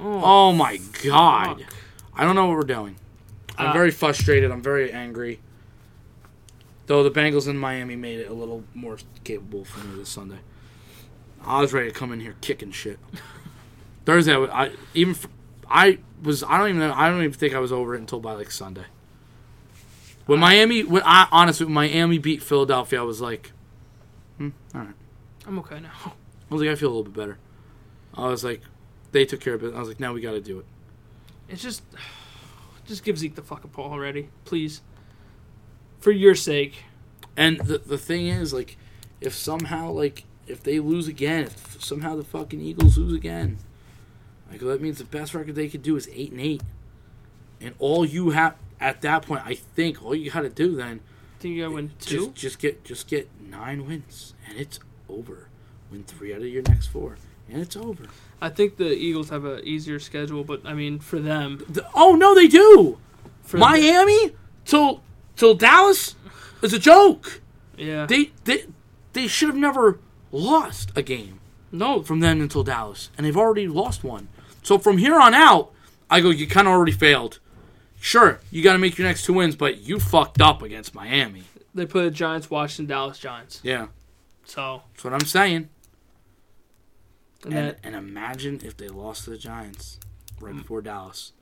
[SPEAKER 2] Oh,
[SPEAKER 1] Oh my God.
[SPEAKER 2] fuck.
[SPEAKER 1] I don't know what we're doing. I'm
[SPEAKER 2] Uh,
[SPEAKER 1] very frustrated. I'm very angry. Though the Bengals in Miami made it a little more capable for me this Sunday. I was ready to come in here kicking shit. Thursday, I, w- I even f- I was I don't even know, I don't even think I was over it until by like Sunday.
[SPEAKER 2] Uh,
[SPEAKER 1] When Miami, when I honestly when Miami beat Philadelphia, I was like,
[SPEAKER 2] I'm okay now.
[SPEAKER 1] I was like I feel a little bit better. I was like, they took care of it. I was like, now we got to do it.
[SPEAKER 2] It's just, just give Zeke the fucking ball already, please. For your sake.
[SPEAKER 1] And the the thing is, like, if somehow, like, if they lose again, if somehow the fucking Eagles lose again, like, that means the best record they could do is eight and eight. And all you have at that point, I think, all you got to do then,
[SPEAKER 2] Think you gotta win two?
[SPEAKER 1] just just get just get nine wins, and it's over. Win three out of your next four, and it's over.
[SPEAKER 2] I think the Eagles have a easier schedule, but I mean, for them,
[SPEAKER 1] The- oh no, they do.
[SPEAKER 2] for
[SPEAKER 1] Miami till till Dallas is a joke.
[SPEAKER 2] them, yeah,
[SPEAKER 1] They they they should have never lost a game.
[SPEAKER 2] no,
[SPEAKER 1] from then until Dallas, and they've already lost one. So from here on out, I go, you kind of already failed. Sure, you got to make your next two wins, but you fucked up against Miami.
[SPEAKER 2] they play the Giants, Washington, Dallas Giants.
[SPEAKER 1] Yeah,
[SPEAKER 2] So
[SPEAKER 1] that's what I'm saying. And,
[SPEAKER 2] and that, Mm.
[SPEAKER 1] and imagine if they lost to the Giants right before Dallas,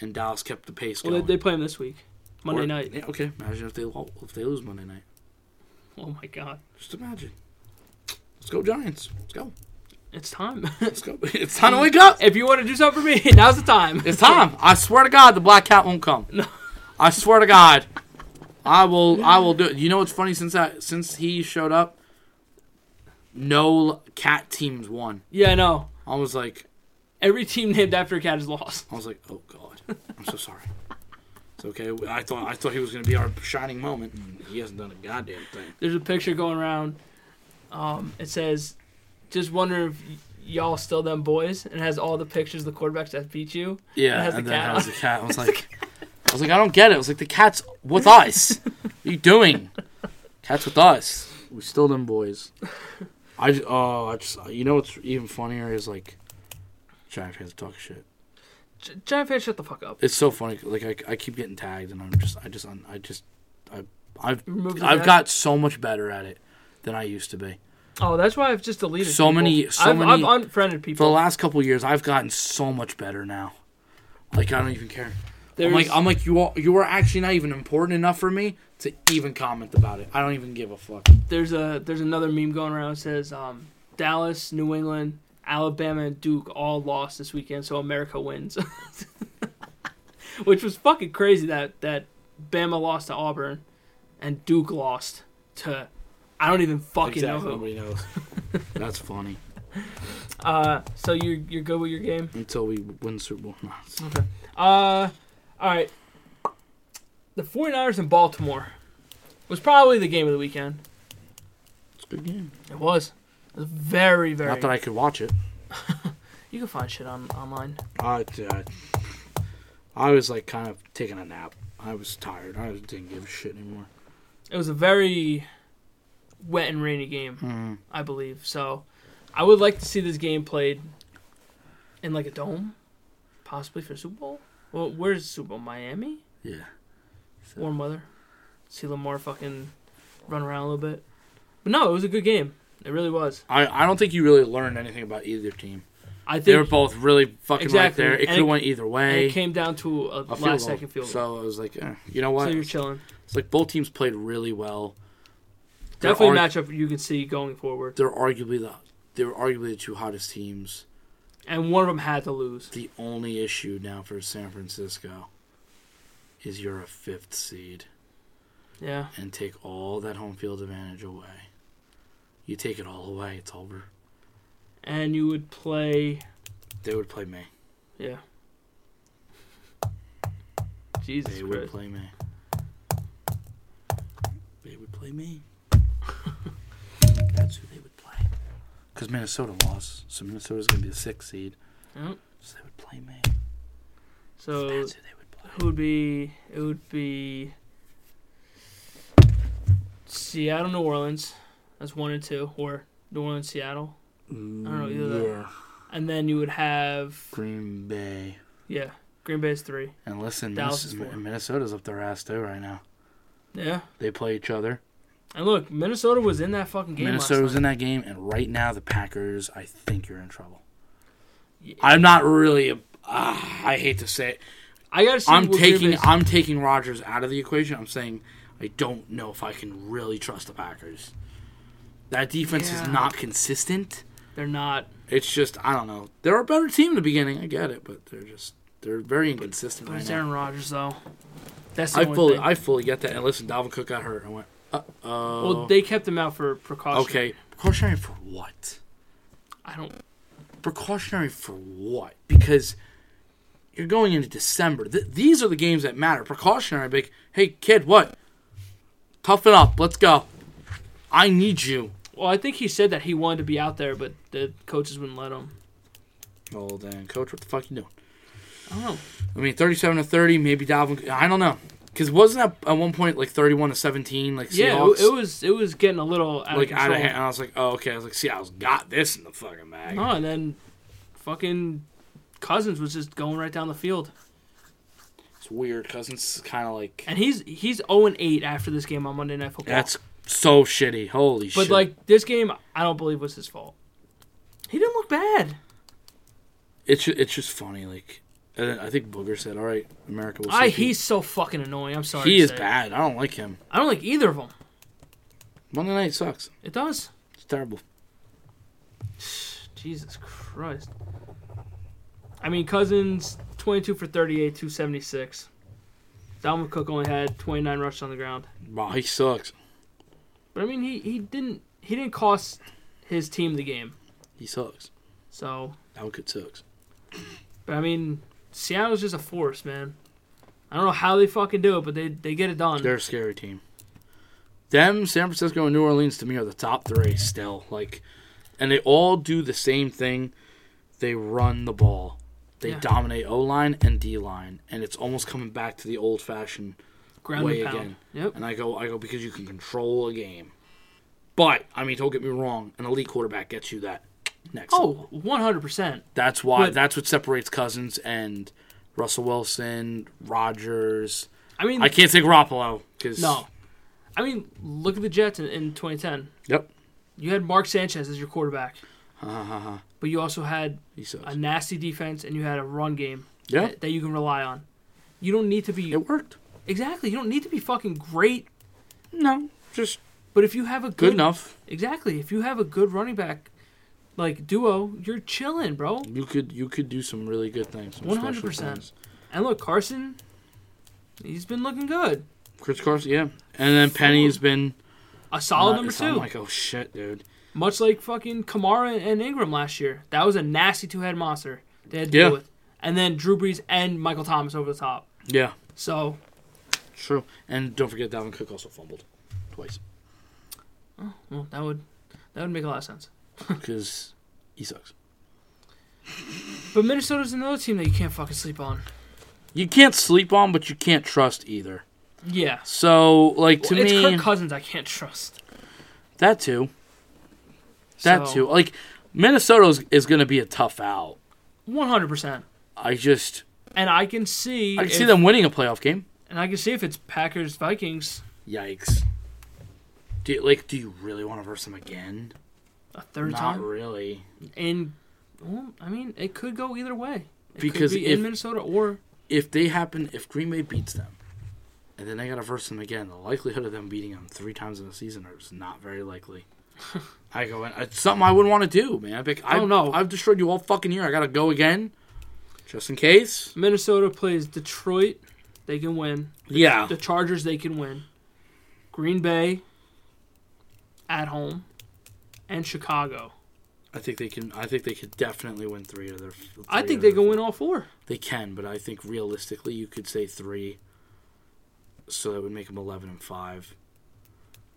[SPEAKER 1] and Dallas kept the pace
[SPEAKER 2] well,
[SPEAKER 1] going.
[SPEAKER 2] they, they play them this week, Monday
[SPEAKER 1] Or-
[SPEAKER 2] night.
[SPEAKER 1] Yeah, okay, imagine if they lo- if they lose Monday night.
[SPEAKER 2] Oh my God,
[SPEAKER 1] Just imagine. Let's go Giants. Let's go.
[SPEAKER 2] it's time.
[SPEAKER 1] Let's go. It's time to wake up.
[SPEAKER 2] if you want to do something for me, now's the time.
[SPEAKER 1] It's time. I swear to God, the black cat won't come.
[SPEAKER 2] No.
[SPEAKER 1] I swear to God, I will. I will do it. You know what's funny? Since I since he showed up, no cat teams won.
[SPEAKER 2] Yeah, I know.
[SPEAKER 1] I was like,
[SPEAKER 2] Every team named after a cat is lost.
[SPEAKER 1] I was like, oh God, I'm so sorry. It's okay. I thought I thought he was gonna be our shining moment. and He hasn't done a goddamn thing.
[SPEAKER 2] There's a picture going around. Um, it says, "Just wonder if y- y'all still them boys," and it has all the pictures of the quarterbacks that beat you.
[SPEAKER 1] Yeah,
[SPEAKER 2] It has
[SPEAKER 1] and
[SPEAKER 2] the
[SPEAKER 1] then
[SPEAKER 2] cat
[SPEAKER 1] it has
[SPEAKER 2] on
[SPEAKER 1] the cat. I was like, I was like, I don't get it. I was like, the cat's with us. What are you doing? Cat's with us. We still them boys. I just, oh, I just, you know what's even funnier is like, Jack has to talk shit.
[SPEAKER 2] Gi- Giant fan, shut the fuck up.
[SPEAKER 1] It's so funny. Like I, I keep getting tagged, and I'm just, I just, un- I just, I, I've,
[SPEAKER 2] Remove the
[SPEAKER 1] I've
[SPEAKER 2] tag?
[SPEAKER 1] got so much better at it than I used to be.
[SPEAKER 2] Oh, that's why I've just deleted
[SPEAKER 1] So
[SPEAKER 2] people.
[SPEAKER 1] many- so
[SPEAKER 2] I've,
[SPEAKER 1] many-
[SPEAKER 2] I've unfriended
[SPEAKER 1] For the
[SPEAKER 2] people.
[SPEAKER 1] last couple years, I've gotten so much better now. Like I don't even care.
[SPEAKER 2] There's-
[SPEAKER 1] I'm like I'm like you all, you are actually not even important enough for me to even comment about it. I don't even give a fuck.
[SPEAKER 2] there's a there's another meme going around that says um, Dallas, New England, Alabama, and Duke all lost this weekend, so America wins. Which was fucking crazy that that Bama lost to Auburn and Duke lost to I don't even fucking know who.
[SPEAKER 1] Nobody knows. That's funny.
[SPEAKER 2] Uh, so you you're good with your game.
[SPEAKER 1] Until we win the Super Bowl. No, it's-
[SPEAKER 2] Uh, all right. The 49ers in Baltimore was probably the game of the weekend.
[SPEAKER 1] it's a good game.
[SPEAKER 2] It was. It was very very.
[SPEAKER 1] Not that I could watch it.
[SPEAKER 2] you can find shit on online.
[SPEAKER 1] I, I, uh, I was like kind of taking a nap. I was tired. I didn't give a shit anymore.
[SPEAKER 2] It was a very wet and rainy game, I believe. So I would like to see this game played in like a dome, possibly for Super Bowl. Well, where's the Super Bowl? Miami?
[SPEAKER 1] Yeah.
[SPEAKER 2] Warm weather. See Lamar fucking run around a little bit. But no, it was a good game. It really was.
[SPEAKER 1] I, I don't think you really learned anything about either team.
[SPEAKER 2] I think
[SPEAKER 1] They were both really fucking
[SPEAKER 2] Exactly.
[SPEAKER 1] right there. It
[SPEAKER 2] And
[SPEAKER 1] could have
[SPEAKER 2] it-
[SPEAKER 1] went either
[SPEAKER 2] and
[SPEAKER 1] way.
[SPEAKER 2] it came down to
[SPEAKER 1] A
[SPEAKER 2] a, last
[SPEAKER 1] field goal.
[SPEAKER 2] second field goal.
[SPEAKER 1] So I was like, eh, you know
[SPEAKER 2] So,
[SPEAKER 1] what?
[SPEAKER 2] you're chilling.
[SPEAKER 1] it's like both teams played really well. They're
[SPEAKER 2] Definitely a
[SPEAKER 1] arg-
[SPEAKER 2] matchup you can see going forward.
[SPEAKER 1] They're arguably the they were arguably the two hottest teams.
[SPEAKER 2] And one of them had to lose.
[SPEAKER 1] The only issue now for San Francisco is you're a fifth seed.
[SPEAKER 2] Yeah.
[SPEAKER 1] and take all that home field advantage away. You take it all away, it's over.
[SPEAKER 2] And you would play.
[SPEAKER 1] They would play me.
[SPEAKER 2] Yeah. Jesus
[SPEAKER 1] They would
[SPEAKER 2] Christ.
[SPEAKER 1] play me. They would play me. That's who they would play. Because Minnesota lost, so Minnesota's going to be the sixth seed.
[SPEAKER 2] Yep.
[SPEAKER 1] So they would play me.
[SPEAKER 2] So
[SPEAKER 1] That's
[SPEAKER 2] it
[SPEAKER 1] who they would play.
[SPEAKER 2] would be. It would be. Seattle, New Orleans. That's one and two. Or New Orleans, Seattle. I don't know either.
[SPEAKER 1] Mm, Yeah.
[SPEAKER 2] And then you would have.
[SPEAKER 1] Green Bay.
[SPEAKER 2] Yeah. Green Bay's three.
[SPEAKER 1] And listen,
[SPEAKER 2] Dallas
[SPEAKER 1] Minnes-
[SPEAKER 2] is four.
[SPEAKER 1] Minnesota's up their ass too right now.
[SPEAKER 2] Yeah.
[SPEAKER 1] They play each other.
[SPEAKER 2] And look, Minnesota was in that fucking game.
[SPEAKER 1] Minnesota
[SPEAKER 2] last
[SPEAKER 1] was
[SPEAKER 2] night.
[SPEAKER 1] in that game, and right now the Packers, I think you're in trouble.
[SPEAKER 2] Yeah.
[SPEAKER 1] I'm not really. Uh, I hate to say it.
[SPEAKER 2] I gotta see.
[SPEAKER 1] I'm
[SPEAKER 2] what Green
[SPEAKER 1] taking
[SPEAKER 2] Bay's-
[SPEAKER 1] I'm taking Rodgers out of the equation. I'm saying I don't know if I can really trust the Packers. That defense
[SPEAKER 2] Yeah.
[SPEAKER 1] is not consistent.
[SPEAKER 2] They're not.
[SPEAKER 1] It's just I don't know. They're a better team in the beginning. I get it, but they're just they're very inconsistent
[SPEAKER 2] But
[SPEAKER 1] right
[SPEAKER 2] it's
[SPEAKER 1] now.
[SPEAKER 2] Aaron Rodgers though. That's the
[SPEAKER 1] I
[SPEAKER 2] only
[SPEAKER 1] fully
[SPEAKER 2] thing.
[SPEAKER 1] I fully get that. And listen, Dalvin Cook got hurt. I went uh oh.
[SPEAKER 2] well, they kept him out for precaution.
[SPEAKER 1] okay, precautionary for what?
[SPEAKER 2] I don't.
[SPEAKER 1] precautionary for what? Because you're going into December. Th- these are the games that matter. Precautionary, like, hey kid, what? Toughen up. Let's go. I need you.
[SPEAKER 2] Well, I think he said that he wanted to be out there, but the coaches wouldn't let him.
[SPEAKER 1] Well then, Oh, coach, what the fuck you doing?
[SPEAKER 2] I don't know.
[SPEAKER 1] I mean, 37 to 30, maybe Dalvin. I don't know, because wasn't that at one point like 31 to 17, like
[SPEAKER 2] Yeah,
[SPEAKER 1] Seahawks,
[SPEAKER 2] it, it was it was getting a little out
[SPEAKER 1] like
[SPEAKER 2] of
[SPEAKER 1] out
[SPEAKER 2] control.
[SPEAKER 1] of hand. And I was like, oh okay. I was like, Seattle's got this in the fucking bag.
[SPEAKER 2] No, and then fucking Cousins was just going right down the field,
[SPEAKER 1] It's weird. Cousins kind of like
[SPEAKER 2] and he's he's zero and eight after this game on Monday Night Football.
[SPEAKER 1] that's so shitty. Holy
[SPEAKER 2] but
[SPEAKER 1] shit.
[SPEAKER 2] like this game, I don't believe was his fault. He didn't look bad.
[SPEAKER 1] It's ju- it's just funny. Like uh, I think Booger said, "All right, America will."
[SPEAKER 2] I
[SPEAKER 1] see
[SPEAKER 2] he's so fucking annoying. I'm
[SPEAKER 1] people."
[SPEAKER 2] sorry.
[SPEAKER 1] he
[SPEAKER 2] to
[SPEAKER 1] is
[SPEAKER 2] say.
[SPEAKER 1] bad. I don't like him.
[SPEAKER 2] I don't like either of them.
[SPEAKER 1] Monday night sucks.
[SPEAKER 2] It does.
[SPEAKER 1] It's terrible.
[SPEAKER 2] Jesus Christ. I mean, Cousins, 22 for 38, 276. Dalvin Cook only had 29 rushes on the ground.
[SPEAKER 1] Wow, he sucks.
[SPEAKER 2] But I mean, he, he didn't he didn't cost his team the game.
[SPEAKER 1] He sucks.
[SPEAKER 2] So,
[SPEAKER 1] Alcott sucks.
[SPEAKER 2] but I mean, Seattle's just a force, man. I don't know how they fucking do it, but they, they get it done.
[SPEAKER 1] They're a scary team. Them, San Francisco, and New Orleans to me are the top three still. Like, and they all do the same thing. They run the ball. They
[SPEAKER 2] Yeah.
[SPEAKER 1] dominate O line and D line, and it's almost coming back to the old fashioned
[SPEAKER 2] Ground
[SPEAKER 1] way
[SPEAKER 2] and pound.
[SPEAKER 1] again.
[SPEAKER 2] Yep.
[SPEAKER 1] And I go, I go because you can control a game. But I mean, don't get me wrong, an elite quarterback gets you that next. level.
[SPEAKER 2] Oh, 100%.
[SPEAKER 1] that's why
[SPEAKER 2] but-
[SPEAKER 1] that's what separates Cousins and Russell Wilson, Rodgers.
[SPEAKER 2] I mean,
[SPEAKER 1] I can't say Garoppolo because
[SPEAKER 2] no. I mean, look at the Jets in, in 2010.
[SPEAKER 1] Yep,
[SPEAKER 2] You had Mark Sanchez as your quarterback,
[SPEAKER 1] Ha, ha, ha.
[SPEAKER 2] but you also had
[SPEAKER 1] He sucks.
[SPEAKER 2] a nasty defense and you had a run game
[SPEAKER 1] Yeah,
[SPEAKER 2] that, that you can rely on. You don't need to be
[SPEAKER 1] it worked.
[SPEAKER 2] exactly. You don't need to be fucking great,
[SPEAKER 1] No, just
[SPEAKER 2] but if you have a
[SPEAKER 1] good
[SPEAKER 2] good,
[SPEAKER 1] enough.
[SPEAKER 2] exactly, if you have a good running back like duo, you're chilling, bro.
[SPEAKER 1] You could you could do some really good things. some special
[SPEAKER 2] 100%.
[SPEAKER 1] things.
[SPEAKER 2] And look, Carson, he's been looking good.
[SPEAKER 1] Chris Carson, yeah. And then Penny's been
[SPEAKER 2] A solid
[SPEAKER 1] not-
[SPEAKER 2] number
[SPEAKER 1] so I'm
[SPEAKER 2] two,
[SPEAKER 1] like, oh shit, dude.
[SPEAKER 2] much like fucking Kamara and Ingram last year. That was a nasty two head monster they had to
[SPEAKER 1] Yeah.
[SPEAKER 2] deal with. And then Drew Brees and Michael Thomas over the top.
[SPEAKER 1] Yeah,
[SPEAKER 2] So
[SPEAKER 1] true. And don't forget Dalvin Cook also fumbled twice
[SPEAKER 2] well, that would that would make a lot of sense.
[SPEAKER 1] because he sucks.
[SPEAKER 2] But Minnesota's another team that you can't fucking sleep on.
[SPEAKER 1] You can't sleep on, but you can't trust either.
[SPEAKER 2] Yeah.
[SPEAKER 1] So, like to
[SPEAKER 2] Well, it's
[SPEAKER 1] me,
[SPEAKER 2] Kirk Cousins I can't trust.
[SPEAKER 1] that too, that
[SPEAKER 2] So,
[SPEAKER 1] too. Like Minnesota is, is going to be a tough out.
[SPEAKER 2] 100%.
[SPEAKER 1] I just
[SPEAKER 2] And I can see
[SPEAKER 1] I can
[SPEAKER 2] if-
[SPEAKER 1] see them winning a playoff game.
[SPEAKER 2] and I can see if it's Packers Vikings
[SPEAKER 1] Yikes. Do you, like, do you really want to verse them again?
[SPEAKER 2] a third
[SPEAKER 1] Not
[SPEAKER 2] time
[SPEAKER 1] really.
[SPEAKER 2] and well, I mean, it could go either way. It
[SPEAKER 1] Because
[SPEAKER 2] could be
[SPEAKER 1] if-
[SPEAKER 2] in Minnesota or
[SPEAKER 1] If they happen, if Green Bay beats them, and then they got to verse them again, the likelihood of them beating them three times in a season is not very likely. I go in. It's something I wouldn't want to do, man. I'd be like, I
[SPEAKER 2] Oh, no.
[SPEAKER 1] I've destroyed you all fucking year. I got to go again, just in case.
[SPEAKER 2] Minnesota plays Detroit, they can win.
[SPEAKER 1] Yeah.
[SPEAKER 2] The Chargers they can win. Green Bay at home and Chicago.
[SPEAKER 1] I think they can. I think they could definitely win three of their. Three
[SPEAKER 2] I think
[SPEAKER 1] of
[SPEAKER 2] they
[SPEAKER 1] their
[SPEAKER 2] can win all four.
[SPEAKER 1] They can, but I think realistically, you could say three. So that would make them eleven and five.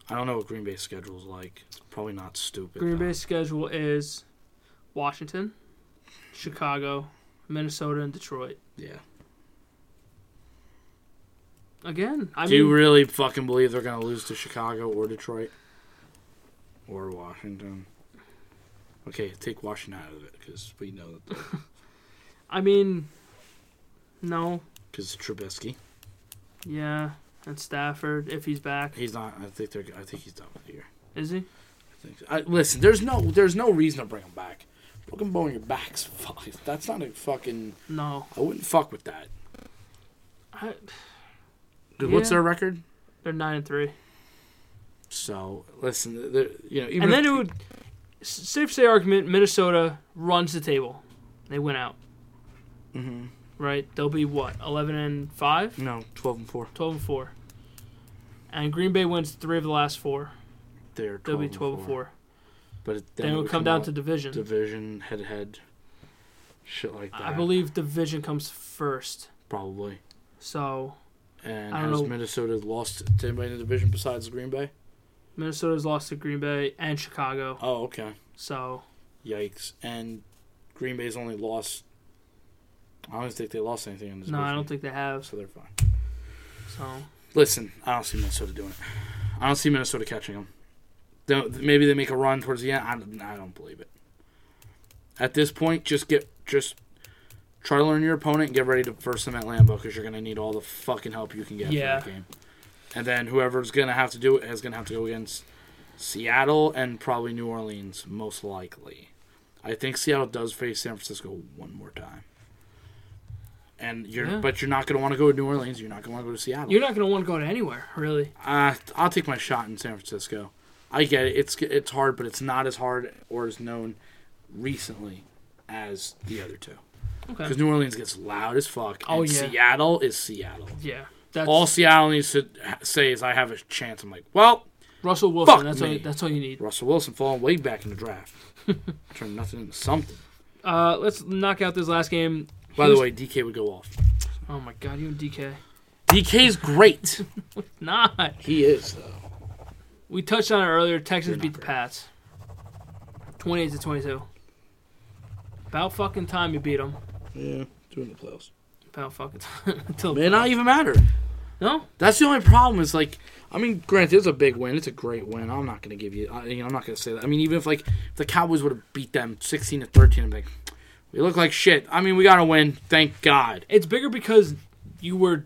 [SPEAKER 1] I don't know what Green Bay's schedule is like. It's probably not stupid.
[SPEAKER 2] Green
[SPEAKER 1] though.
[SPEAKER 2] Bay's schedule is Washington, Chicago, Minnesota, and Detroit.
[SPEAKER 1] Yeah.
[SPEAKER 2] Again, I
[SPEAKER 1] Do you
[SPEAKER 2] mean,
[SPEAKER 1] really fucking believe they're gonna lose to Chicago or Detroit or Washington? Okay, take Washington out of it because we know that
[SPEAKER 2] I mean, no,
[SPEAKER 1] because Trubisky.
[SPEAKER 2] yeah, and Stafford if he's back,
[SPEAKER 1] He's not. I think they're. I think he's done with the year.
[SPEAKER 2] is he?
[SPEAKER 1] I think. I, listen, there's no. There's no reason to bring him back. Fucking bowing your backs. Fuck. That's not a fucking.
[SPEAKER 2] No,
[SPEAKER 1] I wouldn't fuck with that.
[SPEAKER 2] I,
[SPEAKER 1] Dude, What's
[SPEAKER 2] Yeah.
[SPEAKER 1] their record?
[SPEAKER 2] they're nine and three,
[SPEAKER 1] So listen, they're- you know, even
[SPEAKER 2] and
[SPEAKER 1] if-
[SPEAKER 2] then it would s- safe to say argument Minnesota runs the table, they win out,
[SPEAKER 1] Mhm.
[SPEAKER 2] right? They'll be what eleven and five,
[SPEAKER 1] no twelve and four.
[SPEAKER 2] 12 and four, and Green Bay wins three of the last four.
[SPEAKER 1] They're 12
[SPEAKER 2] They'll be
[SPEAKER 1] and
[SPEAKER 2] twelve and four.
[SPEAKER 1] But it,
[SPEAKER 2] Then, it'll
[SPEAKER 1] would
[SPEAKER 2] come down
[SPEAKER 1] out
[SPEAKER 2] to division.
[SPEAKER 1] division head to head, shit like that.
[SPEAKER 2] I believe division comes first.
[SPEAKER 1] probably.
[SPEAKER 2] So
[SPEAKER 1] And
[SPEAKER 2] I don't
[SPEAKER 1] has
[SPEAKER 2] know.
[SPEAKER 1] Minnesota lost to anybody in the division besides Green Bay?
[SPEAKER 2] Minnesota's lost to Green Bay and Chicago.
[SPEAKER 1] Oh, okay.
[SPEAKER 2] So
[SPEAKER 1] Yikes! And Green Bay's only lost. I don't think they lost anything in this.
[SPEAKER 2] no, I don't think they have.
[SPEAKER 1] so. They're fine.
[SPEAKER 2] So
[SPEAKER 1] Listen, I don't see Minnesota doing it. I don't see Minnesota catching them. Don't, maybe they make a run towards the end. I don't, I don't believe it. At this point, just get just try to learn your opponent and get ready to first them at Lambeau because you're gonna need all the fucking help you can get
[SPEAKER 2] Yeah.
[SPEAKER 1] for that game. And then whoever's gonna have to do it is gonna have to go against Seattle and probably New Orleans most likely. I think Seattle does face San Francisco one more time. And you're,
[SPEAKER 2] Yeah.
[SPEAKER 1] but you're not gonna want to go to New Orleans. You're not gonna want to go to Seattle.
[SPEAKER 2] you're not gonna want to go to anywhere really.
[SPEAKER 1] Uh, I'll take my shot in San Francisco. I get it. It's it's hard, but it's not as hard or as known recently as the other two.
[SPEAKER 2] Okay.
[SPEAKER 1] Because New Orleans gets loud as fuck.
[SPEAKER 2] Oh,
[SPEAKER 1] and
[SPEAKER 2] yeah.
[SPEAKER 1] Seattle is Seattle.
[SPEAKER 2] Yeah. That's
[SPEAKER 1] All Seattle needs to say is I have a chance. I'm like, well,
[SPEAKER 2] Russell Wilson.
[SPEAKER 1] Fuck
[SPEAKER 2] that's
[SPEAKER 1] me.
[SPEAKER 2] all. That's all you need.
[SPEAKER 1] Russell Wilson falling way back in the draft, turned nothing into something.
[SPEAKER 2] Uh, let's knock out this last game.
[SPEAKER 1] By the way, DK would go off.
[SPEAKER 2] Oh my God, you and DK.
[SPEAKER 1] DK's great.
[SPEAKER 2] Not.
[SPEAKER 1] he is though.
[SPEAKER 2] We touched on it earlier. Texans
[SPEAKER 1] You're not
[SPEAKER 2] beat the
[SPEAKER 1] great.
[SPEAKER 2] Pats. Twenty-eight to twenty-two. About fucking time you beat them.
[SPEAKER 1] Yeah, doing the playoffs.
[SPEAKER 2] About fucking time. Until
[SPEAKER 1] May not even matter.
[SPEAKER 2] no.
[SPEAKER 1] That's the only problem. Is like, I mean, granted, it's a big win. It's a great win. I'm not gonna give you. I, you know, I'm not gonna say that. I mean, even if like if the Cowboys would have beat them 16 to 13, I'm like, we look like shit. I mean, we got to win. Thank God.
[SPEAKER 2] It's bigger because you were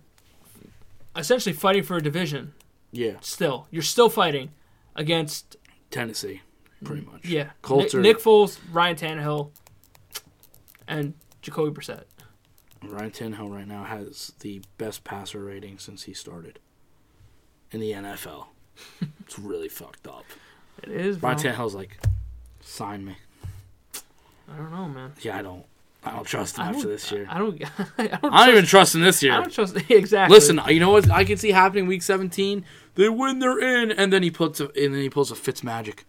[SPEAKER 2] essentially fighting for a division.
[SPEAKER 1] Yeah,
[SPEAKER 2] Still, you're still fighting against
[SPEAKER 1] Tennessee. pretty much.
[SPEAKER 2] Yeah.
[SPEAKER 1] Colts
[SPEAKER 2] Ni-
[SPEAKER 1] are-
[SPEAKER 2] Nick Foles, Ryan Tannehill, and Jacoby Brissett.
[SPEAKER 1] Ryan Tannehill right now has the best passer rating since he started in the NFL. it's really fucked up.
[SPEAKER 2] It is.
[SPEAKER 1] Ryan
[SPEAKER 2] bro.
[SPEAKER 1] Tannehill's like, sign me.
[SPEAKER 2] I don't know, man.
[SPEAKER 1] Yeah, I don't. I don't trust him
[SPEAKER 2] I
[SPEAKER 1] after
[SPEAKER 2] don't-
[SPEAKER 1] this year. I,
[SPEAKER 2] I don't. I don't.
[SPEAKER 1] don't even trust him this
[SPEAKER 2] I
[SPEAKER 1] year.
[SPEAKER 2] don't trust exactly.
[SPEAKER 1] Listen, you know what? I can see happening week 17. They win, they're in, and then he puts a, and then he pulls a Fitz magic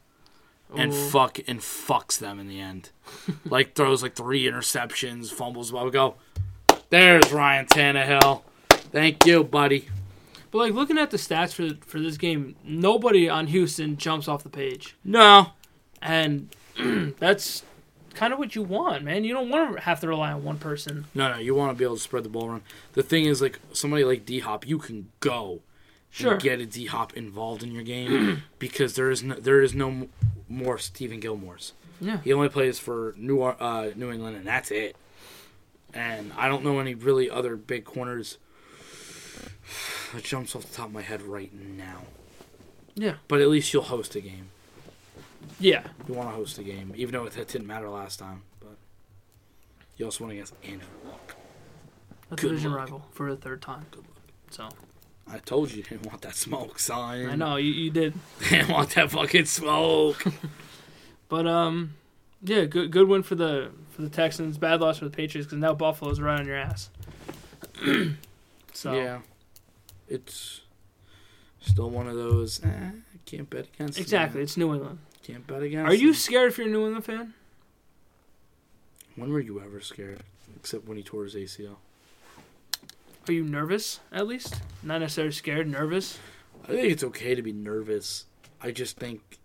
[SPEAKER 1] and
[SPEAKER 2] Ooh.
[SPEAKER 1] fuck and fucks them in the end. like throws like three interceptions, fumbles. But we go, there's Ryan Tannehill. Thank you, buddy.
[SPEAKER 2] but like looking at the stats for for this game, nobody on Houston jumps off the page,
[SPEAKER 1] No,
[SPEAKER 2] and that's kind of what you want, man. You don't want to have to rely on one person.
[SPEAKER 1] No, no, you want to be able to spread the ball around. The thing is, like somebody like D Hop, you can go
[SPEAKER 2] Sure.
[SPEAKER 1] and get a D Hop involved in your game because there is no, there is no m- more Stephen Gilmore's.
[SPEAKER 2] Yeah.
[SPEAKER 1] He only plays for New Or- uh, New England, and that's it. And I don't know any really other big corners. It jumps off the top of my head right now.
[SPEAKER 2] Yeah.
[SPEAKER 1] But at least you'll host a game.
[SPEAKER 2] Yeah.
[SPEAKER 1] You want to host a game, even though it didn't matter last time. But you also won against Andrew Luck.
[SPEAKER 2] A
[SPEAKER 1] Good
[SPEAKER 2] division
[SPEAKER 1] luck.
[SPEAKER 2] rival for the third time. So
[SPEAKER 1] I told you you didn't want that smoke, son.
[SPEAKER 2] I know you, you did,
[SPEAKER 1] Didn't want that fucking smoke.
[SPEAKER 2] but um, yeah, good good win for the for the Texans. Bad loss for the Patriots because now Buffalo's right on your ass. so
[SPEAKER 1] Yeah, it's still one of those. Eh, I can't bet against. them.
[SPEAKER 2] exactly, it's New England.
[SPEAKER 1] Can't bet against.
[SPEAKER 2] Are you
[SPEAKER 1] them.
[SPEAKER 2] scared if you're a New England fan?
[SPEAKER 1] When were you ever scared? Except when he tore his ACL.
[SPEAKER 2] Are you nervous at least? Not necessarily scared, nervous.
[SPEAKER 1] I think it's okay to be nervous. I just think